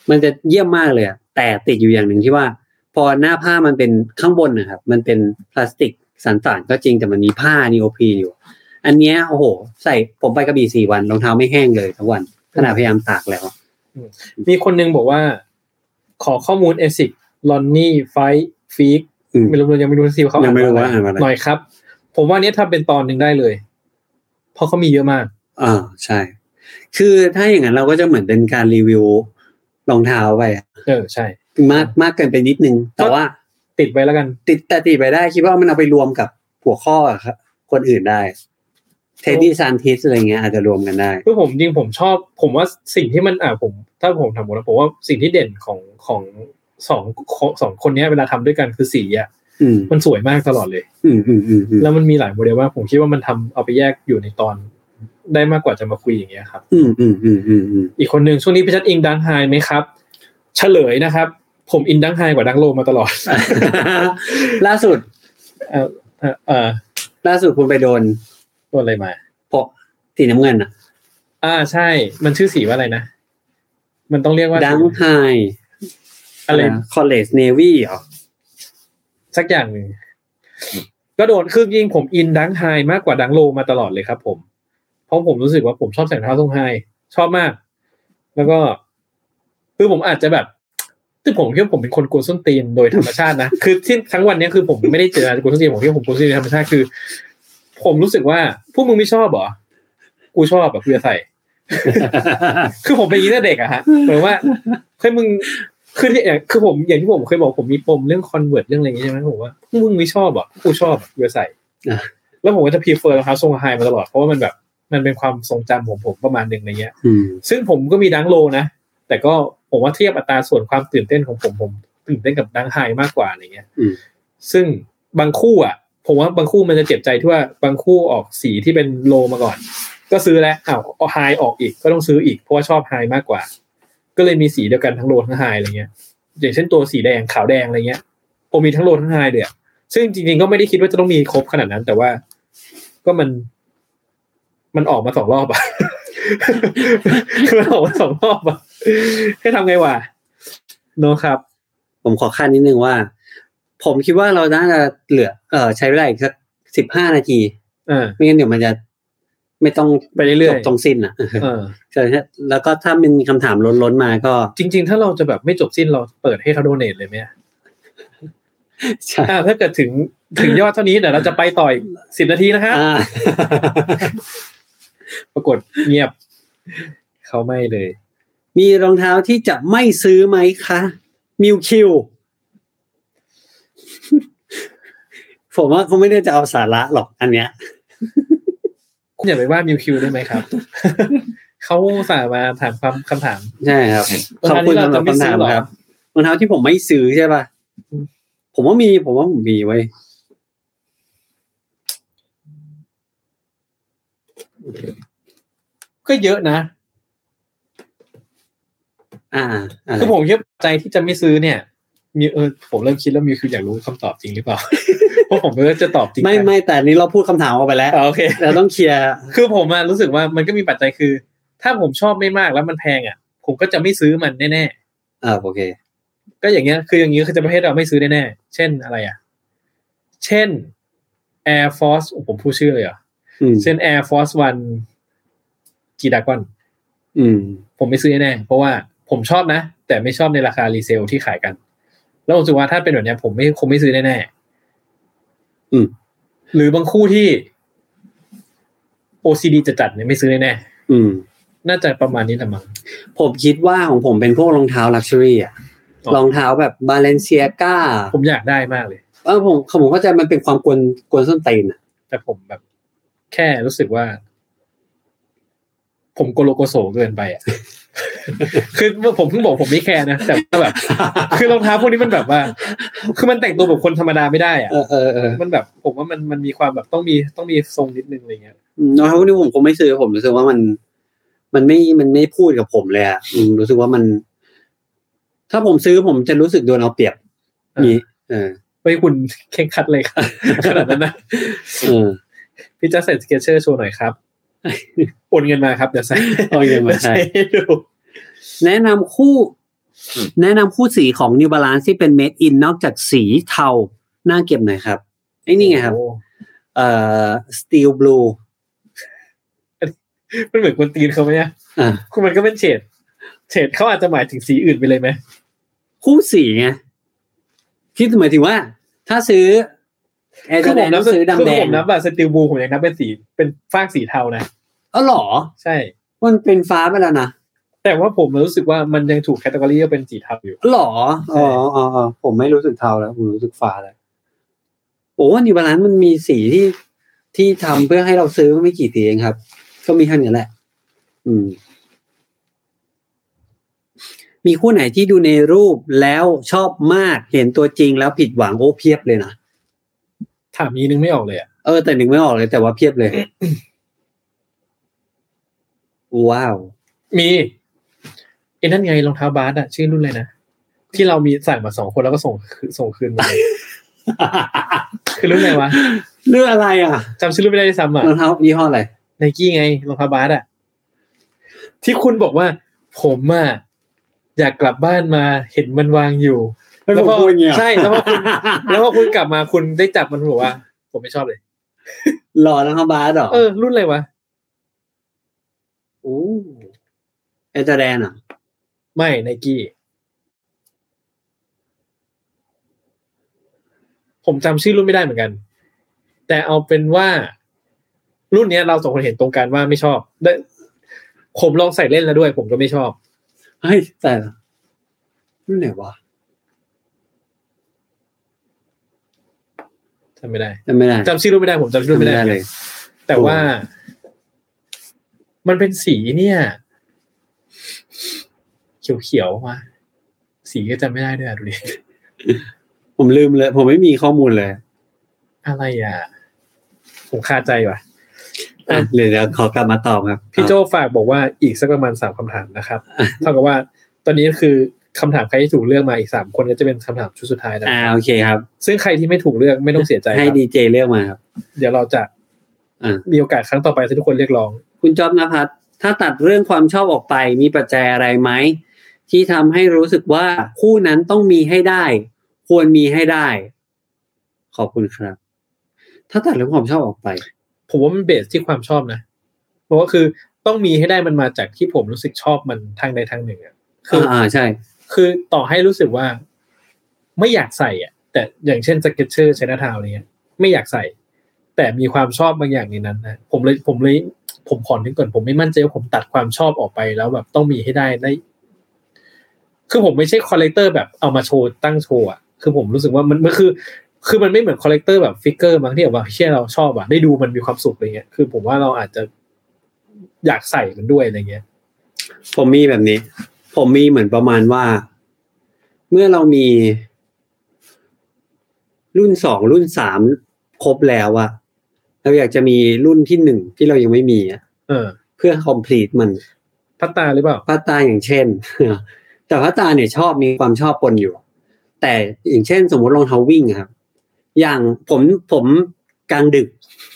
มันจะเยี่ยมมากเลยอะแต่ติดอยู่อย่างหนึ่งที่ว่า พอหน้าผ้ามันเป็นข้างบนนะครับ มันเป็นพลาสติก สันต่านก็จริงแต่มันมีผ้านีโอพีอยู่ อันเนี้ยโอ้โห ใส่ผมไปกระบี่สี่วันรองเท้าไม่แห้งเลยทั้งวันขนาดพยายามตากแล้ว มีคนหนึงบอกว่า ขอข้อมูลเอซิกลอนนี่ไฟฟีก อืม ไม่รู้ยังไม่รู้สิเขา ยังไม่รู้ อ่น ว่าอ่านว่าอะไร หน่อยครับ ผมว่าเนี้ยถ้าเป็นตอนหนึ่งได้เลย เพราะเขามีเยอะมาก อ่าใช่ คือถ้าอย่างนั้นเราก็จะเหมือนเป็นการรีวิวรองเท้าไป เออใช่ มากมากเกินไปนิดนึง แต่ว่า ติดไว้แล้วกัน ติดแต่ติดไปได้คิดว่ามันเอาไปรวมกับหัวข้อครับคนอื่นได้เทดดี้ซานทิสอะไรเงี้ยอาจจะรวมกันได้ คือผมจริงผมชอบ ผมว่าสิ่งที่มันอ่าผม ถ้าผมทำหมดแล้วผมว่าสิ่งที่เด่นของของสองของสองคนเนี้ยเวลาทำด้วยกันคือสีอ่ะ อืม มันสวยมากตลอดเลย อืมอืมอืมอืม แล้วมันมีหลายโมเดลมากผมคิดว่ามันทำเอาไปแยกอยู่ในตอน ได้มากกว่าจะมาคุยอย่างเงี้ยครับ อืมอืมอืมอืมอืม อีกคนหนึ่งช่วงนี้พี่ชัดอิงดังไฮไหมครับ เฉลยนะครับ ผมอินดังไฮกว่าดังโลมาตลอด ล่าสุด เออเออเออ ล่าสุดคุณไปโดน โดนอะไรมา เพราะสีน้ำเงินอ่ะ อ่าใช่ มันชื่อสีว่าอะไรนะ มันต้องเรียกว่า ดังไฮ อะไร คอลเลจเนวี่เหรอ สักอย่างหนึ่งก็โดนคือจริงผมอินดังไฮมากกว่าดังโลมาตลอดเลยครับผม เพราะผมรู้สึกว่าผมชอบใส่รองเท้าทรงไฮชอบมาก แล้วก็คือผมอาจจะแบบคือผมคิดว่าผมเป็นคนกวนส้นตีนโดยธรรมชาตินะ คือที่ทั้งวันเนี้ยคือผมไม่ได้เจอกวนส้นตีนผมคิดว่าผมกวนส้นตีนโดยธรรมชาติคือ ผมรู้สึกว่าพวกมึงไม่ชอบเหรอกูชอบแบบกูจะใส่ คือผมเป็นอย่างนี้ตั้งแต่เด็กอะฮะเหมือนว่าเฮ้ยมึงคือเนี่ยคือผมอย่างที่ผมเคยบอกผมมีปมเรื่องคอนเวิร์ตเรื่องอะไรอย่างงี้ใช่ไหมผมว่ามึงไม่ชอบอ่ะกูชอบอะกูจะใส่ อ่ะ แล้วผมก็จะพีเฟอร์รองเท้าทรงไฮมาตลอดเพราะว่ามันแบบมันเป็นความทรงจำของผมประมาณหนึ่งอะไรเงี้ย อืม ซึ่งผมก็มีดังโลนะ แต่ก็ผมว่าเทียบอัตราส่วนความตื่นเต้นของผมผมตื่นเต้นกับดังไฮมากกว่าอะไรเงี้ย อืม ซึ่งบางคู่อ่ะ ผมว่าบางคู่มันจะเจ็บใจที่ว่าบางคู่ออกสีที่เป็นโลมาก่อน ก็ซื้อแล้วอ้าวเอาไฮออกอีกก็ต้องซื้ออีกเพราะว่าชอบไฮมากกว่า ก็เลยมีสีเดียวกันทั้งโลทั้งไฮอะไรเงี้ย อย่างเช่นตัวสีแดงขาวแดงอะไรเงี้ย ผมมีทั้งโลทั้งไฮเลยอะซึ่งจริงๆก็ไม่ได้คิดว่าจะต้องมีครบขนาดนั้น แต่ว่าก็มัน มันออกมาสองรอบอะ คือมันออกมาสองรอบอะให้ทำไงวะเนอะครับ ผมขอขั้นนิดนึงว่า ผมคิดว่าเราน่าจะเหลือ เออใช้เวลาอีกสักสิบห้านาที อ่า ไม่งั้นเดี๋ยวมันจะไม่ต้อง ไปเรื่อยจๆบตรงสิ้นอ่ะ เออ ใช่แล้วก็ถ้ามันมีคำถามล้นๆมาก็ จริง ๆ ถ้าเราจะแบบไม่จบสิ้นเราเปิดให้เขาโดเนทเลยไหมอะ ใช่ อ่าถ้าเกิดถึงถึงยอดเท่านี้เดี๋ยวเราจะไปต่ออีกสิบนาทีนะฮะ อ่า ปรากฏเงียบ เขาไม่เลย มีรองเท้าที่จะไม่ซื้อไหมคะมิวคิว ผมว่าเขาไม่ได้จะเอาสาระหรอกอันเนี้ย คุณอย่าไปว่ามิวคิวได้ไหมครับ เขาอุตสาห์มาถามความคำถาม ใช่ครับขอบคุณสำหรับคำถามครับรองเท้าที่ผมไม่ซื้อใช่ป่ะผมว่ามีผมว่าผมมีไว้ย ก็เยอะนะ อ่าอะไร คือผมคิดว่าใจที่จะไม่ซื้อเนี่ยมีเออผมเริ่มคิดแล้วมิวคิวอยากรู้คำตอบจริงหรือเปล่า เพราะผมก็จะตอบจริง ไม่ไม่แต่อันนี้เราพูดคำถามออกไปแล้ว อ่ะโอเค เราต้องเคลียร์ คือผมอะรู้สึกว่ามันก็มีปัจจัยคือ ถ้าผมชอบไม่มากแล้วมันแพงอ่ะ ผมก็จะไม่ซื้อมันแน่ อ่าโอเค ๆก็อย่างเงี้ยคืออย่างงี้คือจะประเภทเราไม่ซื้อแน่ๆเช่นอะไรอ่ะ เช่น Air Force โอ้ผมพูดชื่อเลยเหรอ่ะ อืม เช่น Air Force One กีดากอน อืม ผมไม่ซื้อแน่ๆเพราะว่าผมชอบนะ แต่ไม่ชอบในราคารีเซลที่ขายกัน แล้วผมรู้สึกว่าถ้าเป็นแบบเนี้ยผมไม่คงไม่ซื้อแน่ๆ อืม หรือบางคู่ที่ OCD จะจัดๆเนี่ยไม่ซื้อแน่ อืม ๆน่าจะประมาณนี้แหละมั้ง ผมคิดว่าของผมเป็นพวกรองเท้าลักชัวรี่อะ อ๋อ รองเท้าแบบบาเลนเซียก้า ผมอยากได้มากเลย เออผมผมเข้าใจมันเป็นความกวนกวนส้นตีนอะ แต่ผมแบบ แค่รู้สึกว่า ผมโกโลโกโซเกินไปอ่ะ คือผมเพิ่งบอกผมไม่แคร์นะแต่ว่าแบบ คือรองเท้าพวกนี้มันแบบว่า คือมันแต่งตัวแบบคนธรรมดาไม่ได้อ่ะ เออเออเออ มันแบบ ผมว่ามันมันมีความแบบต้องมีต้องมีทรงนิดนึงอะไรเงี้ย อืมรองเท้าพวกนี้ผมคงไม่ซื้อผมรู้สึกว่ามัน มันไม่มันไม่พูดกับผมเลยอะอืมรู้สึกว่ามัน ถ้าผมซื้อผมจะรู้สึกโดนเอาเปรียบนี่เออ เฮ้ยคุณเข่งคัดเลยครับ ขนาดนั้นนะ เออ พี่จะใส่สเก็ตเชอร์โชว์หน่อยครับโอนเงินมาครับเดี๋ยวใส่ โอนเงินมาให้ ใส่ให้ดู แนะนำคู่ แนะนำคู่สีของ New Balance ที่เป็น made in นอกจากสีเทาน่าเก็บหน่อยครับ ไอ้นี่ไงครับ โอ้ เอ่อ steel blue มันเหมือนคนตีนเขาไหมอะ อ่า คือมันก็เป็นเฉดเฉดเขาอาจจะหมายถึงสีอื่นไปเลยไหม คู่สีไงคิดหมายถึงว่า ถ้าซื้อ Air คือผม Jordan นับ ซื้อ คื ดำ อ แด ผ ง มนับแบบสติลบูผมยังนับเป็นสีเป็นฟากสีเทานะ เออเหรอ ใช่ มันเป็นฟ้าไปแล้วนะ แต่ว่าผมรู้สึกว่ามันยังถูกแคตตาล็อกว่าเป็นสีเทาอยู่ เหรออ๋ออ๋ออ๋อผมไม่รู้สึกเทาแล้ว ผมรู้สึกฟ้าแล้ว โอ้นิบาลานมันมีสีที่ที่ทำเพื่อให้เราซื้อไม่กี่สีเองครับ ก็มีแค่นี้แหละ อืม มีคู่ไหนที่ดูในรูปแล้วชอบมากเห็นตัวจริงแล้วผิดหวังโอ้เพียบเลยนะ ถามนี้นึงไม่ออกเลยอะ เออ แต่หนึ่งไม่ออกเลยแต่ว่าเพียบเลย ว้าว มีไอ้นั่นไงรองเท้าบาสอะชื่อรุ่นเลยนะที่เรามีใส่มาสองคนแล้วก็ส่ง คืนส่งคืนมาเลยคือรุ่นอะไรวะ เรื่องอะไรอ่ะ จำชื่อรุ่นไม่ได้ด้วยซ้ำอะ รองเท้ายี่ห้ออะไร ไนกี้ไงรองเท้าบาสอะที่คุณบอกว่า ผมอะอยากกลับบ้านมาเห็นมันวางอยู่ แล้วผม พอ พูดอย่างเงี้ย ใช่แล้วพอคุณ แล้วพอคุณกลับมาคุณได้จับมันหัวว่า ผมไม่ชอบเลย หล่อรองเท้าบาสเหรอ เออ รุ่นอะไรวะ โอ้เอเจแดนอ่ะ ไม่ไนกี้ผมจำชื่อรุ่นไม่ได้เหมือนกัน แต่เอาเป็นว่า รุ่นเนี้ยเราสองคนเห็นตรงกันว่าไม่ชอบได้ผมลองใส่เล่นแล้วด้วย ผมก็ไม่ชอบ เฮ้ยแต่ละรุ่นไหนวะ ทำไม่ได้ จำไม่ได้ จำชื่อรุ่นไม่ได้ผมจำชื่อรุ่นไม่ได้ เลย แต่ว่า มันเป็นสีเนี่ย เขียวๆว่ะสีก็จำไม่ได้ด้วยอ่ะดูดิ ผมลืมเลย ผมไม่มีข้อมูลเลย อะไรอ่ะ ผมคาใจว่ะ อ่ะเดี๋ยวเดี๋ยวขอกลับมาตอบครับ พี่โจฝากบอกว่าอีกสักประมาณสามคำถาม นะครับเท่ากับว่า ตอนนี้คือคำถามใครที่ถูกเลือกมาอีกสามคนก็จะเป็นคำถามชุดสุดท้ายนะ อ่า ครับ โอเคครับ ซึ่งใครที่ไม่ถูกเลือกไม่ต้องเสียใจค ให้ รับ ดีเจเลือกมาครับ เดี๋ยวเราจะ อ่า มีโอกาสครั้งต่อไปที่ทุกคนเรียกร้อง คุณจอบนภัสถ้าตัดเรื่องความชอบออกไป มีปัจจัยอะไรไหม ที่ทำให้รู้สึกว่าคู่นั้นต้องมีให้ได้ ควรมีให้ได้ ขอบคุณครับ ถ้าตัดเรื่องความชอบออกไป ผมว่ามันเบสที่ความชอบนะเพราะว่าคือต้องมีให้ได้มันมาจากที่ผมรู้สึกชอบมันทางใดทางหนึ่งอ่ะคือ อ่าๆใช่ คือต่อให้รู้สึกว่าไม่อยากใส่อ่ะ แต่อย่างเช่นสเก็ตเชอร์ชนะทาวเนี้ยไม่อยากใส่ แต่มีความชอบบางอย่างในนั้นนะผมเลยผมเลยผมขอนึกก่อนผมไม่มั่นใจว่าผมตัดความชอบออกไปแล้วแบบต้องมีให้ได้ได้ คือผมไม่ใช่คอลเลกเตอร์แบบเอามาโชว์ตั้งโชว์อ่ะคือผมรู้สึกว่ามันมันคือ คือมันไม่เหมือนคอลเลกเตอร์แบบฟิกเกอร์บางที่แบบว่าเชื่อเราชอบอ่ะได้ดูมันมีความสุขอะไรเงี้ยคือ ผมว่าเราอาจจะอยากใส่มันด้วยอะไรเงี้ย ผมมีแบบนี้ ผมมีเหมือนประมาณว่า เมื่อเรามีรุ่นสองรุ่นสามครบแล้วอะเราอยากจะมีรุ่นที่หนึ่งที่เรายังไม่มีอะ เออ เพื่อ complete มัน พัตตาหรือเปล่า พาตาอย่างเช่น แต่พาตาเนี่ยชอบมีความชอบปนอยู่ แต่อย่างเช่น สมมติรองเท้าวิ่งอะครับ อย่างผมผมกลางดึก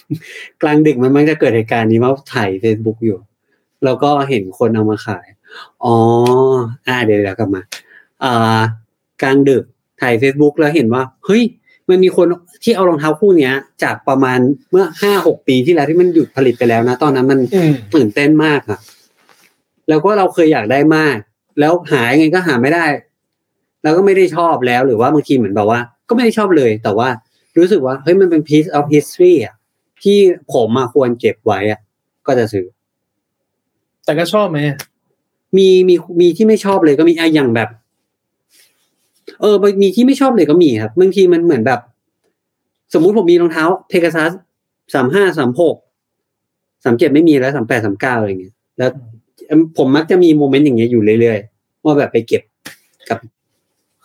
กลางดึกมันมักจะเกิดเหตุการณ์นี้ว่าถ่าย Facebook อยู่ แล้วก็เห็นคนเอามาขาย อ๋อ อ่าเดี๋ยวเดี๋ยวกลับมาอ่ากลางดึกถ่าย Facebook แล้วเห็นว่า เฮ้ย มันมีคนที่เอารองเท้าคู่เนี้ย จากประมาณเมื่อห้าหกปีที่แล้วที่มันหยุดผลิตไปแล้วนะ ตอนนั้นมัน อืม ตื่นเต้นมากอะแล้วก็เราเคยอยากได้มาก แล้วหายังไงก็หาไม่ได้ แล้วก็ไม่ได้ชอบแล้วหรือว่าบางทีเหมือนแบบว่า ก็ไม่ได้ชอบเลย แต่ว่ารู้สึกว่าเฮ้ยมันเป็น piece of history อะที่ผมอะควรเก็บไว้อะก็จะซื้อ แต่ก็ชอบไหมอะ มีมีมีที่ไม่ชอบเลยก็มีอะอย่างแบบ เออมีที่ไม่ชอบเลยก็มีครับบางทีมันเหมือนแบบ สมมุติผมมีรองเท้าเพก a ซัสสามห้าสามหกสามเจ็ดไม่มีแล้วสามแปดสามเก้าอะไรอย่างเงี้ยแล้วผมมักจะมีโมเมนต์อย่างเงี้ยอยู่เรื่อยๆว่าแบบไปเก็บกับ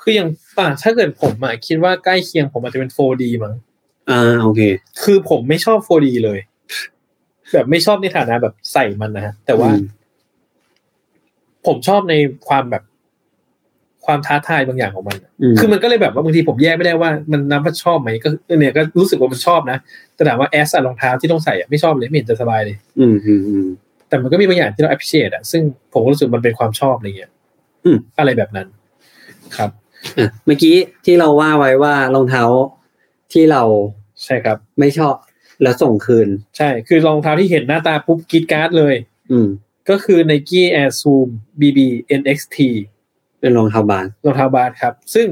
คืออย่างป่าถ้าเกิดผมอ่ะคิดว่าใกล้เคียงผมอาจจะเป็น 4D มั้ง อ่าโอเค คือผมไม่ชอบ 4D เลย แบบไม่ชอบในฐานะแบบใส่มันนะฮะแต่ว่าผมชอบในความแบบความท้าทายบางอย่างของมันอะ อืม คือมันก็เลยแบบว่าบางทีผมแยกไม่ได้ว่ามันนับว่าชอบไหมก็เนี่ยก็รู้สึกว่ามันชอบนะแต่ถามว่าแอสรองเท้าที่ต้องใส่อะไม่ชอบเลยไม่เห็นจะสบายเลย อืมอืมอืม แต่มันก็มีบางอย่างที่เรา appreciate อะซึ่งผมก็รู้สึกมันเป็นความชอบอะไรเงี้ย อืม อะไรแบบนั้น ครับ อ่ะเมื่อกี้ที่เราว่าไว้ว่ารองเท้าที่เรา ใช่ครับ ไม่ชอบแล้วส่งคืน ใช่ คือรองเท้าที่เห็นหน้าตาปุ๊บกรีดการ์ดเลย อืม ก็คือ Nike Air Zoom BB NXT เป็นรองเท้าบาน รองเท้าบาสครับ ซึ่ง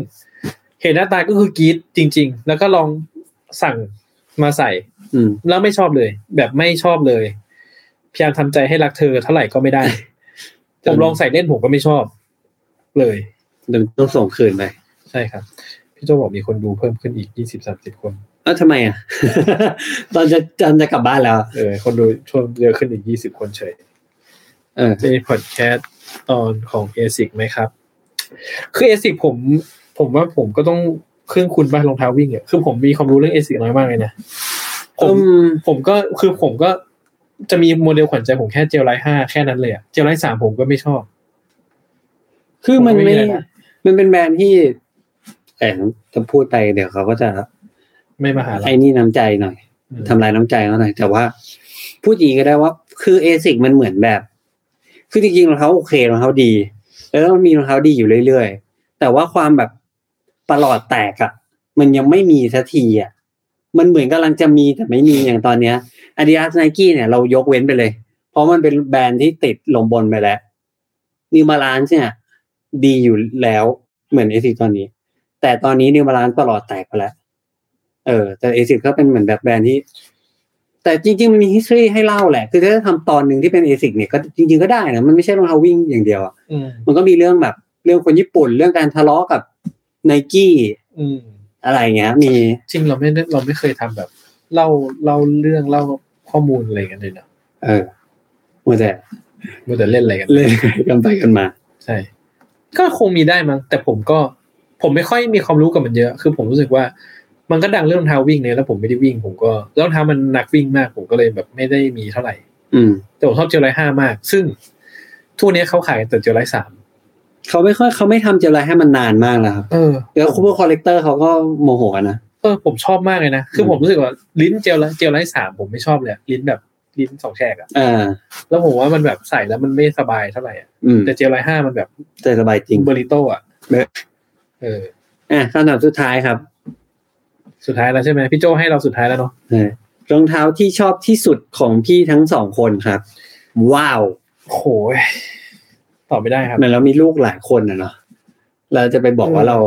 เห็นหน้าตาก็คือกรีดจริง ๆ แล้วก็ลองสั่งมาใส่ อืม แล้วไม่ชอบเลย แบบไม่ชอบเลย พยายามทำใจให้รักเธอเท่าไหร่ก็ไม่ได้ จ ผ น มลองใส่เล่นผมก็ไม่ชอบ เลย เดี๋ยวต้องส่งคืนไป ใช่ครับ พี่โจบอกมีคนดูเพิ่มขึ้นอีกยี่สิบสามสิบคน เอ้าทำไมอ่ะ ตอนจะตอนจะกลับบ้านแล้ว เออ คนดูช่วงเยอะขึ้นอีกยี่สิบคนเฉย เออ เป็นพอดแคสต์ตอนของ a อ i c ไหมครับ คือ a อ i c ผม ผมว่าผมก็ต้องเครื่องคุณบ้างรองเท้าวิ่งอ่ะคือผมมีความรู้เรื่อง a อ i c น้อยมากเลยนะ ผ อื ม ม ผมก็คือผมก็จะมีโมเดลขวัญใจผมแค่เจลไลท์ห้าแค่นั้นเลยอะเจลไลท์สามผมก็ไม่ชอบ คือมัน ผมไม่ ไม่ มีอะไรนะ มันเป็นแบรนด์ที่แอบจะพูดไปเดี๋ยวเขาก็จะ ไม่มาหาเรา ไอ้นี่น้ำใจหน่อย ทำลายน้ำใจเขาหน่อย แต่ว่าพูดอย่างนี้ก็ได้ว่า คือเอซิกมันเหมือนแบบ คือจริงๆรองเท้าโอเครองเท้าดี แล้วมันมีรองเท้าดีอยู่เรื่อยๆ แต่ว่าความแบบประหลอดแตกอะมันยังไม่มีสักทีอะมันเหมือนกำลังจะมีแต่ไม่มีอย่างตอนเนี้ยอาดิดาสไนกี้เนี่ยเรายกเว้นไปเลย เพราะมันเป็นแบรนด์ที่ติดลมบนไปแล้วนิวบาลานซ์เนี่ย ดีอยู่แล้วเหมือนเอซิกตอนนี้ แต่ตอนนี้นิวบาลานซ์ประหลอดแตกไปแล้ว เออแต่เอซิกก็เป็นเหมือนแบบแบรนด์ที่ แต่จริงๆมันมี history ให้เล่าแหละ คือถ้าทำตอนหนึ่งที่เป็นเอซิกเนี่ยก็จริง ๆก็ได้นะมันไม่ใช่รองเท้าวิ่งอย่างเดียวอะ อืม มันก็มีเรื่องแบบ เรื่องคนญี่ปุ่นเรื่องการทะเลาะกับไนกี้ อืม อะไรเงี้ย มี จริงเราไม่ได้เราไม่เคยทำแบบ เล่าเล่าเรื่องเล่าข้อมูลอะไรกันเลยเนอะ เออมัวแต่ มัวแต่เล่นอะไรกัน เล่นกันไปกันมา ใช่ ก็คงมีได้มั้งแต่ผมก็ ผมไม่ค่อยมีความรู้กับมันเยอะ คือผมรู้สึกว่า มันก็ดังเรื่องรองเท้าวิ่งเนี่ยแล้วผมไม่ได้วิ่ง ผมก็แล้วรองเท้ามันหนักวิ่งมากผมก็เลยแบบไม่ได้มีเท่าไหร่ อืม แต่ผมชอบเจลไลท์ห้ามาก ซึ่งทุกวันนี้เขาขายแต่เจลไลท์สาม เขาไม่ค่อยเขาไม่ทำเจลไลให้มันนานมากแล้วครับ เออ แล้วคูเปอร์คอลเลกเตอร์เขาก็โมโหนะ เออผมชอบมากเลยนะ คือ อืม ผมรู้สึกว่าลิ้นเจลไลท์เจลไลท์สามผมไม่ชอบเลยอะลิ้นแบบลิ้นสองแฉกอะ เออ แล้วผมว่ามันแบบใส่แล้วมันไม่สบายเท่าไหร่อะ อืม แต่เจลไลท์ห้ามันแบบ แต่สบายจริง เบอริโต้อะเออ อ่ะคำถามสุดท้ายครับ สุดท้ายแล้วใช่ไหมพี่โจให้เราสุดท้ายแล้วเนาะ เออรองเท้าที่ชอบที่สุดของพี่ทั้งสองคนครับ ว้าว โหยตอบไม่ได้ครับ เหมือนเรามีลูกหลายคนนะเนาะเราจะไปบอกว่าเรา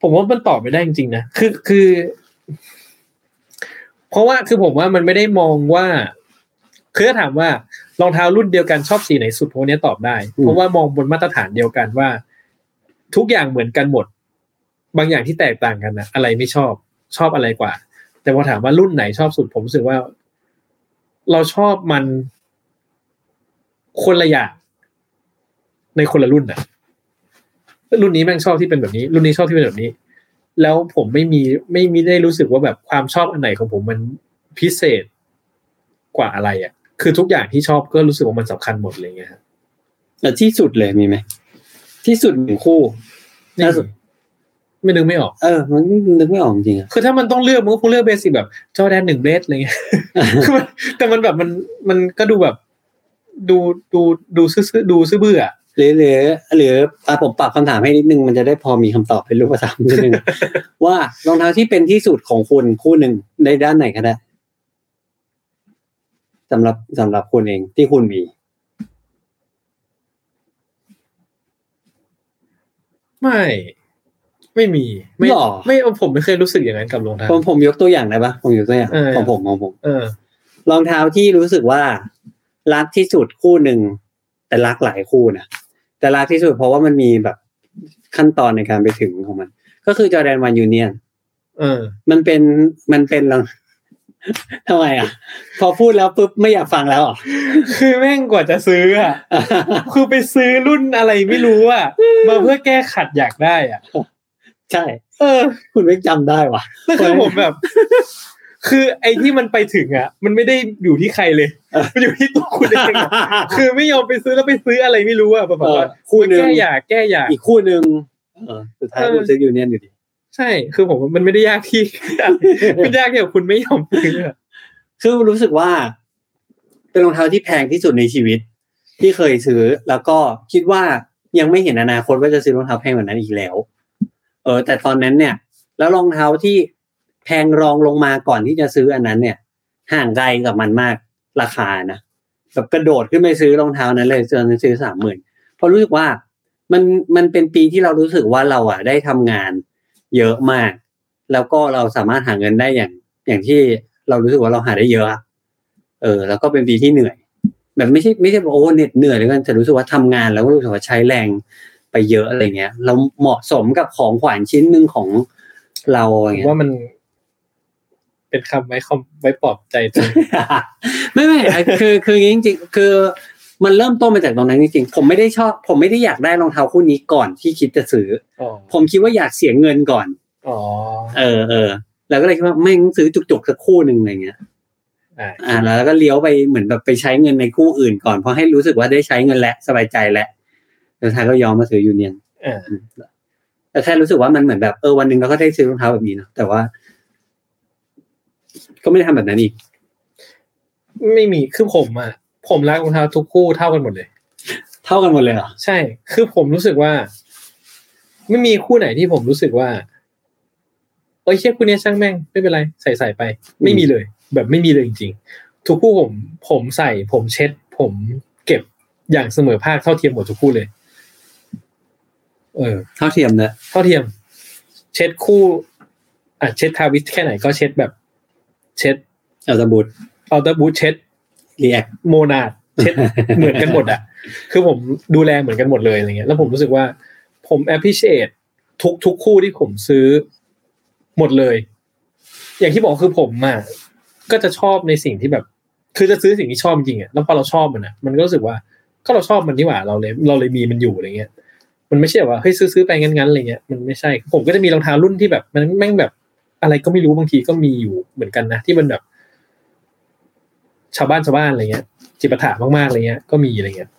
ผมว่ามันตอบไม่ได้จริงๆนะคือคือ เพราะว่าคือผมว่ามันไม่ได้มองว่า คือถ้าถามว่ารองเท้ารุ่นเดียวกันชอบสีไหนสุดพวกนี้ยตอบได้ อืม เพราะว่ามองบนมาตรฐานเดียวกันว่า ทุกอย่างเหมือนกันหมด บางอย่างที่แตกต่างกันนะอะไรไม่ชอบชอบอะไรกว่า แต่พอถามว่ารุ่นไหนชอบสุด ผมรู้สึกว่า เราชอบมันคนละอย่างในคนละรุ่นน่ะ รุ่นนี้แม่งชอบที่เป็นแบบนี้ รุ่นนี้ชอบที่เป็นแบบนี้ แล้วผมไม่มีไม่มีได้รู้สึกว่าแบบความชอบอันไหนของผมมันพิเศษกว่าอะไรอะ่ะ คือทุกอย่างที่ชอบก็รู้สึกว่ามันสำคัญหมดอะไรเงี้ยครับ เอ่อที่สุดเลยมีไหมที่สุดหนึ่งคู่ นี่ ล่าสุด ไม่นึกไม่ออก เออ มันนึกไม่ออกจริงๆอะ คือถ้ามันต้องเลือกมันก็คงเลือกเบสิกแบบจอแดนหนึ่งเบสอะไรเงี้ย คือมันแต่มันแบบมันมันก็ดูแบบ ดูดูดูซื่อๆดูซื่อเบื่ออะ หรือหรือหรืออ่ะผมปรับคำถามให้นิดนึงมันจะได้พอมีคำตอบเป็นรูปธรรมนิดนึง ว่ารองเท้าที่เป็นที่สุดของคุณคู่หนึ่งในด้านไหนก็ได้สำหรับสำหรับคุณเองที่คุณมี ไม่ ไม่มี ไม่ หรอ ไม่ผมไม่เคยรู้สึกอย่างนั้นกับรองเท้า ผมผมยกตัวอย่างได้ปะผมยกตัวอย่าง เออ ของผมของผม เออ รองเท้าที่รู้สึกว่า รักที่สุดคู่หนึ่งแต่รักหลายคู่นะแต่รักที่สุดเพราะว่ามันมีแบบขั้นตอนในการไปถึงของมัน ก็คือจอแดนวันยูเนียน เออ มันเป็นมันเป็นรอง ทำไมอ่ะ พอพูดแล้วปุ๊บไม่อยากฟังแล้วอ่ะ คือแม่งกว่าจะซื้ออ่ะ คือไปซื้อรุ่นอะไรไม่รู้อ่ะ มาเพื่อแก้ขัดอยากได้อ่ะ ใช่ เออ คุณไม่จำได้ว่ะ นั่นคือผมแบบ คือไอ้ที่มันไปถึงอ่ะ มันไม่ได้อยู่ที่ใครเลย มันอยู่ที่ตัวคุณเองอะคือไม่ยอมไปซื้อแล้วไปซื้ออะไรไม่รู้อ่ะแบบ เอว่าอคู่หนึ่ง แก้อยากแก้อยาก อีกคู่หนึ่งเออสุดท้ายคุณซื้อยูเนียนอยู่ดี ใช่ คือผมว่ามันไม่ได้ยากที่ มันยากที่แบบคุณไม่ยอมซื้ออะ คือรู้สึกว่า เป็นรองเท้าที่แพงที่สุดในชีวิต ที่เคยซื้อ แล้วก็คิดว่ายังไม่เห็นอนาคตว่าจะซื้อรองเท้าแพงแบบนั้นอีกแล้ว เออ แต่ตอนนั้นเนี่ย แล้วรองเท้าที่ แพงรองลงมาก่อนที่จะซื้ออันนั้นเนี่ย ห่างไกลกับมันมากราคานะแบบกระโดดขึ้นไปซื้อรองเท้านั้นเลยจนซื้อสามหมื่นเพราะรู้สึกว่ามันมันเป็นปีที่เรารู้สึกว่าเราอ่ะได้ทำงานเยอะมาก แล้วก็เราสามารถหาเงินได้อย่าง อย่างที่เรารู้สึกว่าเราหาได้เยอะอะเออ แล้วก็เป็นปีที่เหนื่อย แบบไม่ใช่ไม่ใช่ว่าโอ้เหน็ดเหนื่อยเลยกันแต่รู้สึกว่าทำงานแล้วก็รู้สึกว่าใช้แรงไปเยอะอะไรเงี้ย เราเหมาะสมกับของขวัญชิ้นหนึ่งของเราอย่างเงี้ย ว่ามัน เป็นคำไว้คอมไว้ปลอบใจตัวเอง ไม่ไม่ไอ้คือคืออย่างนี้จริงๆคือมันเริ่มต้นมาจากตรงนั้นจริงๆผมไม่ได้ชอบ ผมไม่ได้อยากได้รองเท้าคู่นี้ก่อนที่คิดจะซื้อ อ๋อ ผมคิดว่าอยากเสียเงินก่อน อ๋อ เออเออแล้วก็เลยคิดว่าไม่งั้นซื้อจุกๆสักคู่หนึ่งอะไรเงี้ย อ่ะ อ่าแล้วก็เลี้ยวไปเหมือนแบบไปใช้เงินในคู่อื่นก่อนเพราะให้รู้สึกว่าได้ใช้เงินและสบายใจและแล้วท้ายก็ยอมมาซื้อยูเนียน อ่ะ แต่แค่รู้สึกว่ามันเหมือนแบบเออวันหนึ่งเราก็ได้ซื้อรองเท้าแบบนี้เนาะแต่ว่า ก็ไม่ได้ทำแบบนั้นอีก ไม่มีคือผมอ่ะผมรักรองเท้าทุกคู่เท่ากันหมดเลย เท่ากันหมดเลยเหรอ ใช่ คือผมรู้สึกว่า ไม่มีคู่ไหนที่ผมรู้สึกว่าเอ้ยเชี่ยคู่เนี้ยช่างแม่งไม่เป็นไร ใส่ใส่ไป ไม่มีเลย แบบไม่มีเลยจริงๆ ทุกคู่ผม ผมใส่ ผมเช็ด ผมเก็บอย่างเสมอภาคเท่าเทียมหมดทุกคู่เลย เออ เท่าเทียมนะ เท่าเทียม เช็ดคู่อ่ะเช็ดทาวิสแค่ไหนก็เช็ดแบบ เช็ด เอาสบู่ ออเดอร์บูทเช็ด รีแอค โมนาดเช็ด เหมือนกันหมดอ่ะ คือผมดูแลเหมือนกันหมดเลยอะไรเงี้ย แล้วผมรู้สึกว่าผม appreciate ทุกทุกคู่ที่ผมซื้อหมดเลย อย่างที่บอกคือผมอ่ะก็จะชอบในสิ่งที่แบบ คือจะซื้อสิ่งที่ชอบจริงอ่ะ แล้วพอเราชอบมันอ่ะ มันก็รู้สึกว่าก็เราชอบมันนี่หว่าเราเลยเราเลยมีมันอยู่อะไรเงี้ย มันไม่ใช่แบบว่าเฮ้ยซื้อซื้อไปงั้นๆอะไรเงี้ย มันไม่ใช่ ผมก็จะมีรองเท้ารุ่นที่แบบ มันแม่งแบบอะไรก็ไม่รู้บางทีก็มีอยู่เหมือนกันนะที่มันแบบ ชาวบ้านชาวบ้านอะไรเงี้ยจิปาถะมากๆอะไรเงี้ยก็มีอะไรเงี้ย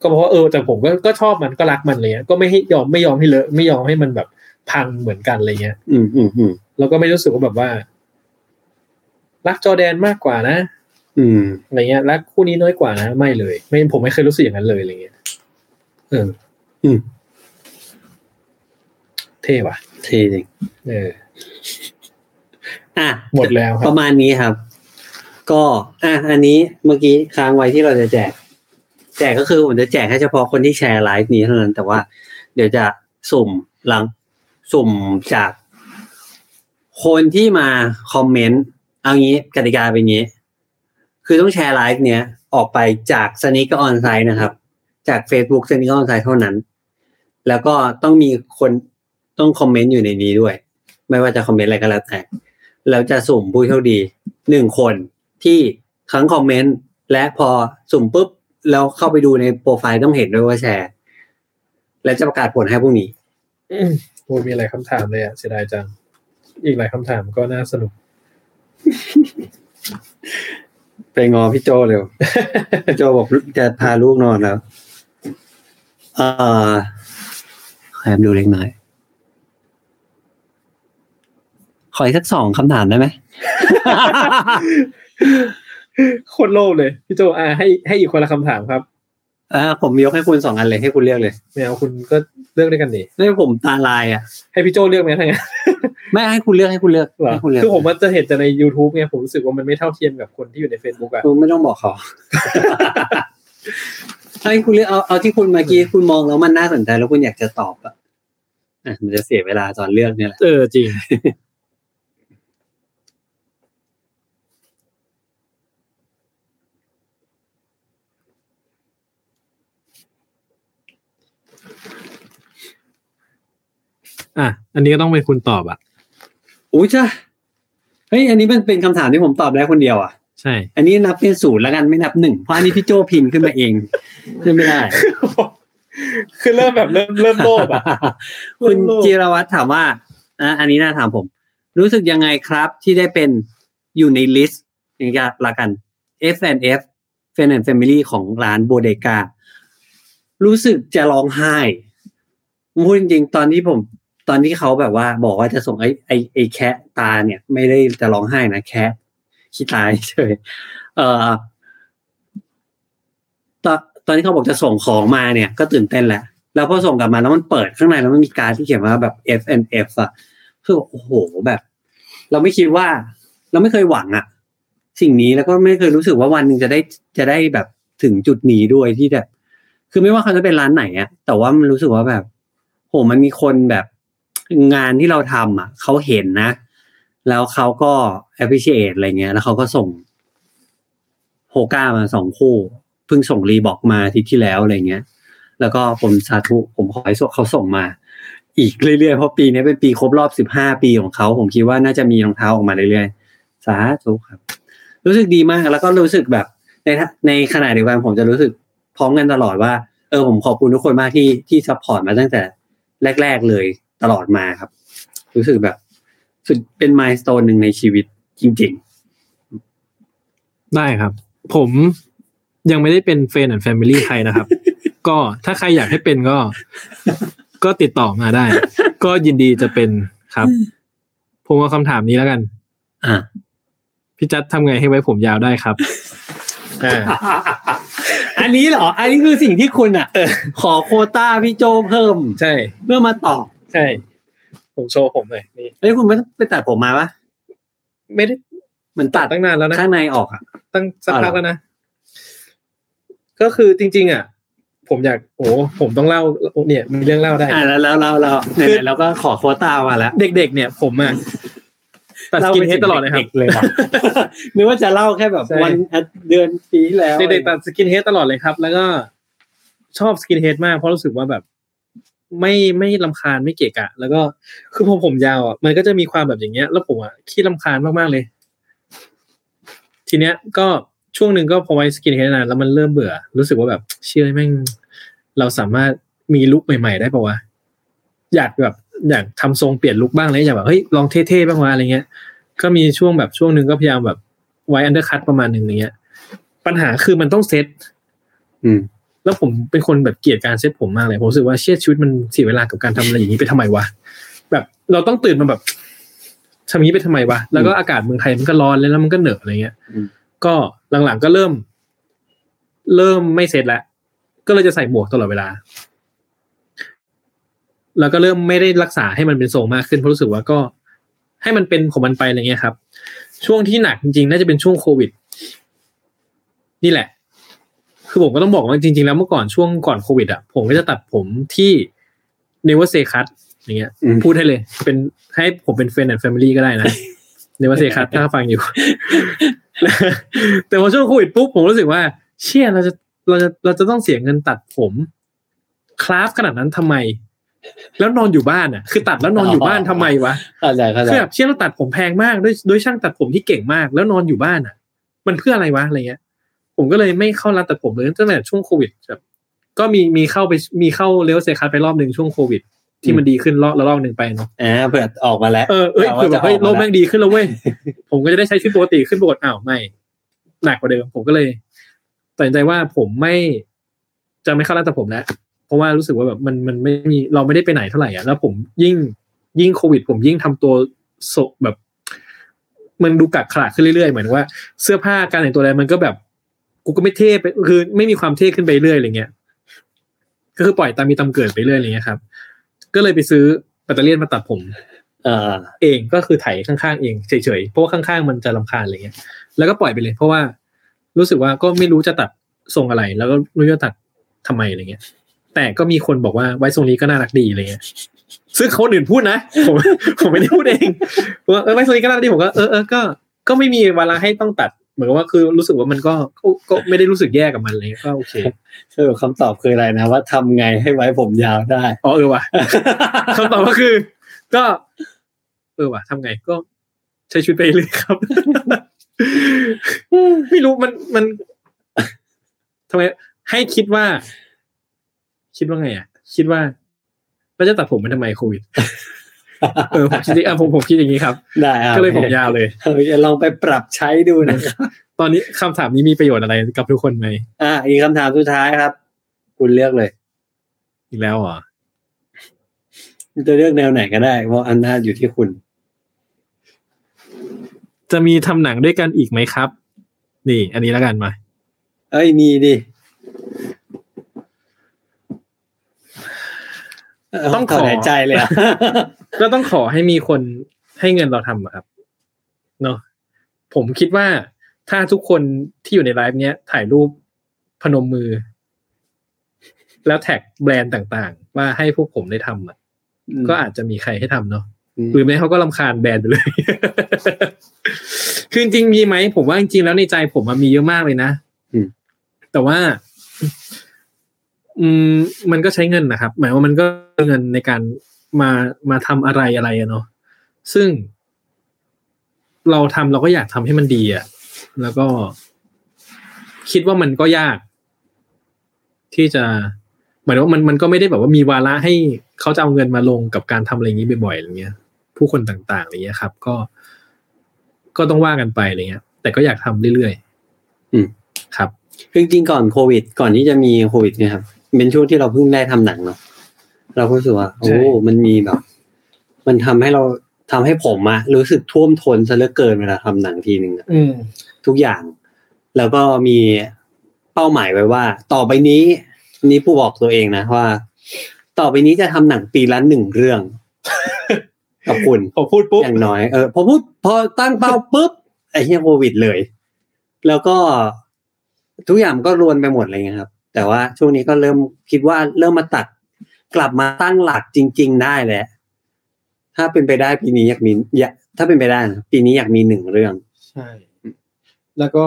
ก็เพราะว่าเออแต่ผมก็ก็ชอบมันก็รักมันอะไรเงี้ยก็ไม่ให้ยอมไม่ยอมให้เลอะไม่ยอมให้มันแบบพังเหมือนกันอะไรเงี้ย อืมอืมอืม แล้วก็ไม่รู้สึกว่าแบบว่า รักจอร์แดนมากกว่านะ อืม อะไรเงี้ยรักคู่นี้น้อยกว่านะ ไม่เลย ไม่ผมไม่เคยรู้สึกอย่างนั้นเลยอะไรเงี้ยเออ อืม เท่ว่ะ เท่จริง เออ อ่ะ หมดแล้วครับ ประมาณนี้ครับ ก็อ่ะอันนี้เมื่อกี้ค้างไว้ที่เราจะแจก แจกก็คือผมจะแจกให้เฉพาะคนที่แชร์ไลฟ์นี้เท่านั้น แต่ว่าเดี๋ยวจะสุ่มหลัง สุ่มจาก คนที่มาคอมเมนต์เอางี้กติกาเป็นงี้ คือต้องแชร์ไลฟ์เนี้ยออกไปจากสนิกออนไซต์นะครับ จาก Facebook สนิกออนไซต์เท่านั้น แล้วก็ต้องมีคนต้องคอมเมนต์อยู่ในนี้ด้วย ไม่ว่าจะคอมเมนต์อะไรก็แล้วแต่แล้วจะสุ่มผู้โชคดีหนึ่งคนที่ครั้งคอมเมนต์และพอสุ่มปุ๊บ แล้วเข้าไปดูในโปรไฟล์ต้องเห็นด้วยว่าแชร์ และจะประกาศผลให้พรุ่งนี้ อืมโอ้ยมีหลายคำถามเลยอ่ะเสียดายจัง อีกหลายคำถามก็น่าสนุก ไปงอพี่โจเร็ว พี่โจบอกจะพาลูกนอนแล้วเออแอบดูเล็กน้อย ขออีกสักสองคำถามได้ไหม โคตรโลภเลยพี่โจอ่าให้ให้อีกคนละคำถามครับ อ่าผมยกให้คุณสองอันเลยให้คุณเลือกเลย ไม่เอาคุณก็เลือกด้วยกันดิ ไม่ผมตาลายอ่ะ ให้พี่โจเลือกไหมทั้ างนั้น ไม่ให้คุณเลือกให้คุณเลือก เหรอ ให้คุณเลือก คือผมมันจะเห็นแต่ใน YouTube ไงผมรู้สึกว่ามันไม่เท่าเทียมกับคนที่อยู่ใน Facebook อ่ะ คุณไม่ต้องบอกเขา ให้คุณเลือกเอาเอาที่คุณเมื่อกี้คุณมองแล้วมันน่าสนใจแล้วคุณอยากจะตอบอ่ะอ่ะมันจะเสียเวลาตอนเลือกเนี่ยแหละ เออจริง อ่ะ อันนี้ก็ต้องเป็นคุณตอบอ่ะ อุ้ยจ้ะเฮ้ยอันนี้มันเป็นคำถามที่ผมตอบได้คนเดียวอ่ะ ใช่ อันนี้นับเป็นศูนย์แล้วกันไม่นับหนึ่งเพราะอันนี้พี่โจพิมพ์ขึ้นมาเองใช่ไม่ได้ คือเริ่มแบบเริ่มเริ่มโลภอ่ะ คุณจิรวัตรถามว่าอ่ะอันนี้น่าถามผม รู้สึกยังไงครับที่ได้เป็นอยู่ในลิสต์อย่างนี้ละกัน F and F f a n and Family ของร้านโบเดกา รู้สึกจะร้องไห้ผมพูดจริงๆ ตอนที่ผม ตอนที่เขาแบบว่า บอกว่าจะส่งไอ้ไอ้ไอ้แคะตาเนี่ย ไม่ได้จะร้องไห้นะแคะขี้ตายเฉยเอ่อ ตอนตอนที่เขาบอกจะส่งของมาเนี่ยก็ตื่นเต้นแหละแล้วพอส่งกลับมาแล้วมันเปิดข้างในแล้วมันมีการดที่เขียนว่าแบบ F N F อะคือโอ้โหแบบ เราไม่คิดว่า เราไม่เคยหวังอะสิ่งนี้แล้วก็ไม่เคยรู้สึกว่าวันหนึ่งจะได้จะได้แบบถึงจุดนี้ด้วยที่แบบคือไม่ว่าเขาจะเป็นร้านไหนอะแต่ว่ามันรู้สึกว่าแบบโหมันมีคนแบบงานที่เราทำอะเขาเห็นนะ แล้วเขาก็ appreciate อะไรเงี้ย แล้วเขาก็ส่งโฮก้ามาสองคู่เพิ่งส่งรีบอกมาอาทิตย์ที่แล้วอะไรเงี้ย แล้วก็ผมสาธุผมขอให้ส่งเขาส่งมา อีกเรื่อยๆเพราะปีนี้เป็นปีครบรอบสิบห้าปีของเขา ผมคิดว่าน่าจะมีรองเท้าออกมาเรื่อยๆสาธุครับ รู้สึกดีมากแล้วก็รู้สึกแบบในทะในขณะเดียวกันผมจะรู้สึกพร้อมกันตลอดว่า เออผมขอบคุณทุกคนมากที่ที่ซัพพอร์ตมาตั้งแต่แรก ๆเลยตลอดมาครับ รู้สึกแบบสุดเป็นมายสเตนหนึ่งในชีวิตจริง ได้ครับ ผมยังไม่ได้เป็นเฟนแอนด์แฟมิลี่ใคร นะครับ ก็ถ้าใครอยากให้เป็นก็ ก็ติดต่อมาได้ ก็ยินดีจะเป็นครับ ผมเอาคำถามนี้แล้วกัน ๆ อ่ะ พี่จัดทำไงให้ไว้ผมยาวได้ครับ อ่า อันนี้เหรอ อันนี้คือสิ่งที่คุณอ่ะ ขอโควต้าพี่โจเพิ่ม ใช่ เพื่อมาตอบ ใช่ ผมโชว์ผมหน่อยนี่ เอ้ยคุณไม่ต้องไปตัดผมมาปะ ไม่ได้ มันตัด ตั้งนานแล้วนะ ข้างในออกอ่ะ ตั้งสัก อ่า พักแล้วนะ ก็คือจริง ๆ อ่ะ ผมอยากโอ้ผมต้องเล่าเนี่ย มีเรื่องเล่าได้ อ่ะแล้วแล้วเราเราไหนๆเราก็ขอโควต้ามาแล้ว เด็ก ๆ เนี่ย ผมอ่ะตัดสกินเฮดตลอดเลยครัาบไปถึงด็กๆเลยว่ะ นึกว่าจะเล่าแค่แบบ ใช่ วันเดือนปีที่แล้ว เด็กๆตัดสกินเฮดตลอดเลยครับ แล้วก็ชอบสกินเฮดมากเพราะรู้สึกว่าแบบ ไม่ไม่ลำคาญไม่เกะกะ แล้วก็คือผมผมยาวอ่ะมันก็จะมีความแบบอย่างเงี้ย แล้วผมอ่ะขี้ลำคาญมากๆเลย ทีเนี้ยก็ช่วงหนึ่งก็พอไว้สกินเฮดนานแล้วมันเริ่มเบื่อ รู้สึกว่าแบบ เชื่อแม่ง เราสามารถมีลุคใหม่ ๆ ได้ปะวะอยากแบบอยากทำทรงเปลี่ยนลุคบ้างเลยอยากแบบเฮ้ยลองเท่ๆบ้างวะอะไรเงี้ย ก็มีช่วงแบบช่วงหนึ่งก็พยายามแบบไว้อันเดอร์คัตประมาณหนึ่งอย่างเงี้ย ปัญหาคือมันต้องเซ็ต อืม แล้วผมเป็นคนแบบเกลียดการเซ็ตผมมากเลย ผมรู้สึกว่าเชี่ยชีวิตมันเสียเวลากับการทำอะไรอย่างนี้ไปทำไมวะแบบเราต้องตื่นมาแบบทำอย่างนี้ไปทำไมวะแล้วก็อากาศเมืองไทยมันก็ร้อนแล้วแล้วมันก็เหนอะอะไรเงี้ย ก็หลังๆก็เริ่ม เริ่มไม่เซ็ตแล้วก็เลยจะใส่หมวกตลอดเวลา แล้วก็เริ่มไม่ได้รักษาให้มันเป็นทรงมากขึ้นเพราะรู้สึกว่าก็ ให้มันเป็นของมันไปอะไรเงี้ยครับ ช่วงที่หนักจริงๆ น่าจะเป็นช่วงโควิด นี่แหละ คือผมก็ต้องบอกว่าจริง ๆ แล้วเมื่อก่อนช่วงก่อนโควิดอ่ะผมก็จะตัดผมที่เนวเซคัตอย่างเงี้ย อืม พูดให้เลย เป็นให้ผมเป็นเฟนแอนด์แฟมิลี่ก็ได้นะ เนวเซคัตถ้าฟังอยู่ แต่พอช่วงโควิดปุ๊บผมรู้สึกว่า เชี่ยเราจะเราจะเราจะต้องเสียเงินตัดผมคลาฟขนาดนั้นทำไม แล้วนอนอยู่บ้านอ่ะ คือตัดแล้วนอนอยู่บ้านทำไมวะ เข้าใจเข้าใจ คือแบบเชี่ยเราตัดผมแพงมากด้วยด้วยช่างตัดผมที่เก่งมาก แล้วนอนอยู่บ้านอ่ะ มันเพื่ออะไรวะอะไรเงี้ย ผมก็เลยไม่เข้าร้านตัดผมเลยตั้งแต่ช่วงโควิดแบบก็มีมีเข้าไปมีเข้าเลวเซคัสไปรอบหนึ่งช่วงโควิด ที่มันดีขึ้นรอบละรอบหนึ่งไปเนาะ อ่าเผื่อออกมาแล้ว เออเอ้ย แต่ว่า คือแบบ จะออกมา เฮ้ยโลก แล้ว แม่งดีขึ้นแล้วเว้ย ผมก็จะได้ใช้ชีวิตปกติขึ้นปกติอ้าวไม่หนักกว่าเดิม ผมก็เลยตัดสินใจว่าผมไม่จะไม่เข้าร้านตัดผมแล้วเพราะว่ารู้สึกว่าแบบมันมันไม่มีเราไม่ได้ไปไหนเท่าไหร่อ่ะแล้วผมยิ่ง ยิ่งโควิด ผมยิ่งทำตัวโศกแบบ มันดูกักขระขึ้นเรื่อยๆ เหมือนว่าเสื้อผ้าการแต่งตัวอะไรมันก็แบบ กูก็ไม่เท่ไปคือไม่มีความเท่ขึ้นไปเรื่อยอะไรเงี้ยก็คือปล่อยตามมีตามเกิดไปเรื่อยอะไรเงี้ยครับ ก็เลยไปซื้อแบตเตอรี่ยนมาตัดผม เออ เองก็คือไถข้างๆเองเฉยๆเพราะว่าข้างๆมันจะลำคาญอะไรเงี้ย แล้วก็ปล่อยไปเลย เพราะว่ารู้สึกว่าก็ไม่รู้จะตัดทรงอะไร แล้วก็ไม่รู้จะตัดทำไมอะไรเงี้ย แต่ก็มีคนบอกว่าไว้ทรงนี้ก็น่ารักดีอะไรเงี้ย ซึ่งคนอื่นพูดนะผม ผมไม่ได้พูดเองว่าเออไว้ทรงนี้ก็น่ารักดีผมก็เออเออก็ก็ไม่มีเวลาให้ต้องตัด เหมือนกับว่าคือรู้สึกว่ามันก็ก็ก็ไม่ได้รู้สึกแย่กับมันอะไรเลยก็โอเค สรุปคำตอบคืออะไรนะ ว่าทำไงให้ไว้ผมยาวได้ อ๋อเออว่ะ คำตอบก็คือ ก็ เออว่ะทำไงก็ใช้ชีวิตไปเลยครับ ไม่รู้มันมันทำไม ให้คิดว่า คิดว่าไงอ่ะ คิดว่าเราจะตัดผมมันทำไมโควิดเออผมคิดอย่างอ่ะผมผมคิดอย่างนี้ครับ ได้อ่ะ ก็เลยผมยาวเลย เออจะลองไปปรับใช้ดูนะครับ ตอนนี้คำถามนี้มีประโยชน์อะไรกับทุกคนไหม อ่ะอีกคำถามสุดท้ายครับ คุณเลือกเลย อีกแล้วเหรอ จะเลือกแนวไหนก็ได้เพราะอำนาจอยู่ที่คุณ จะมีทำหนังด้วยกันอีกไหมครับ นี่ อันนี้แล้วกันมา เอ้ยมีดิ ต้องขเาอถนหายใจเลยอะ ก็ต้องขอให้มีคนให้เงินเราทำอะครับ เนาะผมคิดว่าถ้าทุกคนที่อยู่ในไลฟ์เนี้ยถ่ายรูปพนมมือ แล้วแท็กแบรนด์ต่างๆ ว่าให้พวกผมได้ทำอ่ะ ก็อาจจะมีใครให้ทำเนาะ หรือไม่เขาก็ลำคาญแบรนด์ไปเลย คือจริงๆมีไหม ผมว่าจริงๆแล้วในใจผมมันมีเยอะมากเลยนะ อืม แต่ว่า อืม มันก็ใช้เงินนะครับ หมายว่ามันก็เงินในการมามาทำอะไรอะไรอะเนาะ ซึ่ง เราทำเราก็อยากทำให้มันดีอะแล้วก็ คิดว่ามันก็ยาก ที่จะ หมายถึงว่ามันมันก็ไม่ได้แบบว่ามีวาระให้เขาจะเอาเงินมาลงกับการทำอะไรอย่างนี้บ่อยๆอะไรเงี้ย ผู้คนต่างๆอะไรเงี้ยครับ ก็ ก็ต้องว่ากันไปอะไรเงี้ย แต่ก็อยากทำเรื่อยๆ อืม ครับ คือจริงๆก่อนโควิด ก่อนที่จะมีโควิดเนะครับเป็นช่วงที่เราเพิ่งได้ทำหนังเนาะเราก็รู้สึกว่าโอ้ ใช่ มันมีแบบ มันทำให้เราทำให้ผมอะรู้สึกท่วมท้นซะเหลือเกินเวลาทำหนังทีหนึ่งอะ อืม ทุกอย่าง แล้วก็มีเป้าหมายไว้ว่า ต่อไปนี้ นี่ผู้บอกตัวเองนะว่า ต่อไปนี้จะทำหนังปีละหนึ่งเรื่อง กับคุณ พอพูดปุ๊บ อย่างน้อยเออพอพูดพอตั้งเป้าปุ๊บไอ้เหี้ยโควิดเลย แล้วก็ทุกอย่างมันก็รวนไปหมดอะไรเงี้ยครับ แต่ว่าช่วงนี้ก็เริ่มคิดว่าเริ่มมาตัดกลับมาตั้งหลักจริง ๆ ได้แล้วถ้าเป็นไปได้ปีนี้อยากมีอยากถ้าเป็นไปได้นะปีนี้อยากมีหนึ่งเรื่อง ใช่ แล้วก็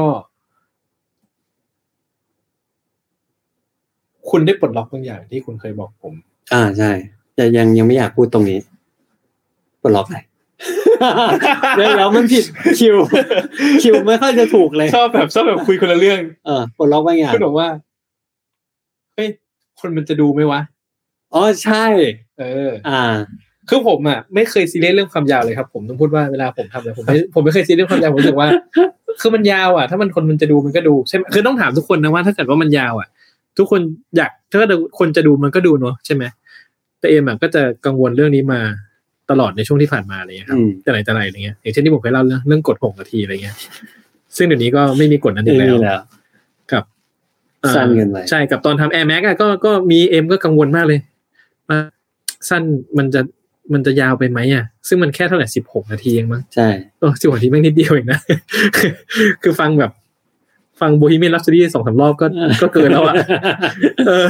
คุณได้ปลดล็อกบางอย่างที่คุณเคยบอกผม อ่าใช่แต่ยังยังไม่อยากพูดตรงนี้ปลดล็อกไป เดี๋ยวเดี๋ยวมันผิดคิว คิวไม่ค่อยจะถูกเลย ชอบแบบชอบแบบคุยคนละเรื่อง เออปลดล็อกบางอย่าง คุณบอกว่า เฮ้ย คนมันจะดูไหมวะ อ๋อใช่ เออ อ่า คือผมอ่ะไม่เคยซีเรียสเรื่องความยาวเลยครับ ผมต้องพูดว่าเวลาผมทำอะไรผมไม่ผมไม่เคยซีเรียสเรื่องความยาวผมรู้สึกว่า คือมันยาวอ่ะ ถ้ามันคนมันจะดูมันก็ดูใช่ไหมคือต้องถามทุกคนนะว่าถ้าเกิดว่ามันยาวอ่ะ ทุกคนอยากถ้าคนจะดูมันก็ดูเนาะใช่ไหมแต่เอ็มอะก็จะกังวลเรื่องนี้มาตลอดในช่วงที่ผ่านมาอะไรอย่างเลยครับ อืม แต่ไหนแต่ไรอะไรเงี้ยอย่างเช่นที่ผมเคยเล่าเรื่องเรื่องกดหกนาทีอะไรเงี้ย ซึ่งเดี๋ยวนี้ก็ไม่มีกฎนั้นอี ไม่ กแล้ มี ว แล้ว กับ สั้นเกินไป ใช่กับตอนทำ Air Max อะก็ก็มีเอ็มก็กังวลมากเลยว่าสั้นมันจะมันจะยาวไปไหมอ่ะ ซึ่งมันแค่เท่าไหร่สิบหกนาทีเองมั้ง ใช่ โอ้สิบหกนาทีแม่งนิดเดียวเองนะ คือฟังแบบ ฟังโบฮีเมียนรั h ซ o ดีสองสามรอบก็ก็เกินแล้ว อ่ะ เออ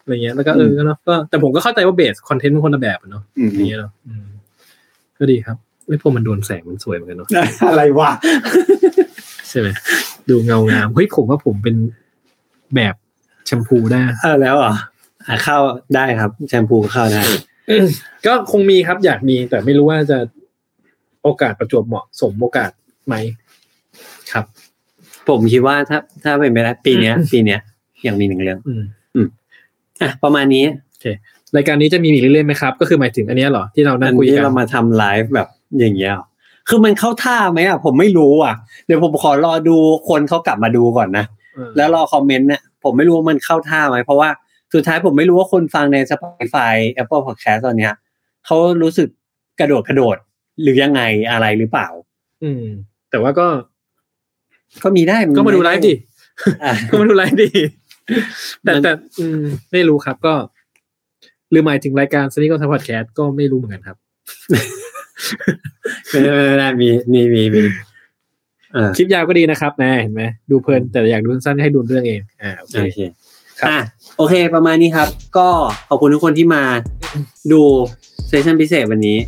อะไรเงี้ยแล้วก็เออเนาะก็แต่ผมก็เข้าใจว่าเบสคอนเทนต์มันคนละแบบอะเนาะ อืม อย่างเงี้ยเนาะอืมก็ดีครับเอ้ยพอมันโดนแสงมันสวยเหมือนกันเนาะ อะไรวะ ใช่ไหมดูเงางามเฮ้ยผมว่าผมเป็นแบบแชมพูได้ เออแล้วเหรอ่ะอ่ะเข้าได้ครับ แชมพูเข้าได้ ก็คงมีครับอยากมีแต่ไม่รู้ว่าจะโอกาสประจวบเหมาะสมโอกาสไหมครับ ผมคิดว่าถ้า ถ้าเป็นไปได้ปีเนี้ย ปีเนี้ยอยากมีหนึ่งเรื่อง อืม อ่ะประมาณนี้ รายการนี้จะมีอีกเรื่อยๆไหมครับ ก็คือหมายถึงอันเนี้ยเหรอที่เรานั่ อั ง น คุย ที่ กัน เรามาทำไลฟ์แบบอย่างเงี้ยเหรอคือมันเข้าท่าไหมอ่ะผมไม่รู้อ่ะ เดี๋ยวผมขอรอดูคนเขากลับมาดูก่อนนะ แล้วรอคอมเมนต์เนี่ยผมไม่รู้ว่ามันเข้าท่าไหมเพราะว่าสุดท้ายผมไม่รู้ว่าคนฟังใน Spotify Apple Podcast ตอนเนี้ยเขารู้สึกกระโดดกระโดดหรือยังไงอะไรหรือเปล่า อืม แต่ว่าก็ ก็มีได้น ก็มาดูไลฟ์ดิ อ่ะ ก็มาดูไลฟ์ ดิแต่ มัน แต่อืม ไม่รู้ครับก็ หรือหมายถึงรายการสนิทก็ทำพอดแคสต์ก็ไม่รู้เหมือนกันครับ ไม่ได้ไม่ได้ มีมีมีมีเออ คลิปยาวก็ดีนะครับแม่เห็นไหมดูเพลินแต่อยากดูสั้นๆให้ดูเรื่องเองอ่าโอเค โอเค ครับ อ่ะโอเค ประมาณนี้ครับ ก็ขอบคุณทุกคนที่มาดูเซสชั่นพิเศษวันนี้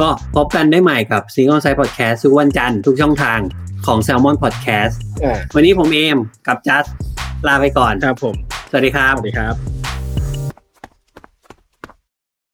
ก็พบกันได้ใหม่กับ Single Side Podcast ทุกวันจันทร์ทุกช่องทางของ Salmon Podcast อ่า วันนี้ผมเอมกับจัสลาไปก่อน ครับผม สวัสดีครั ส บ วัสดีครับ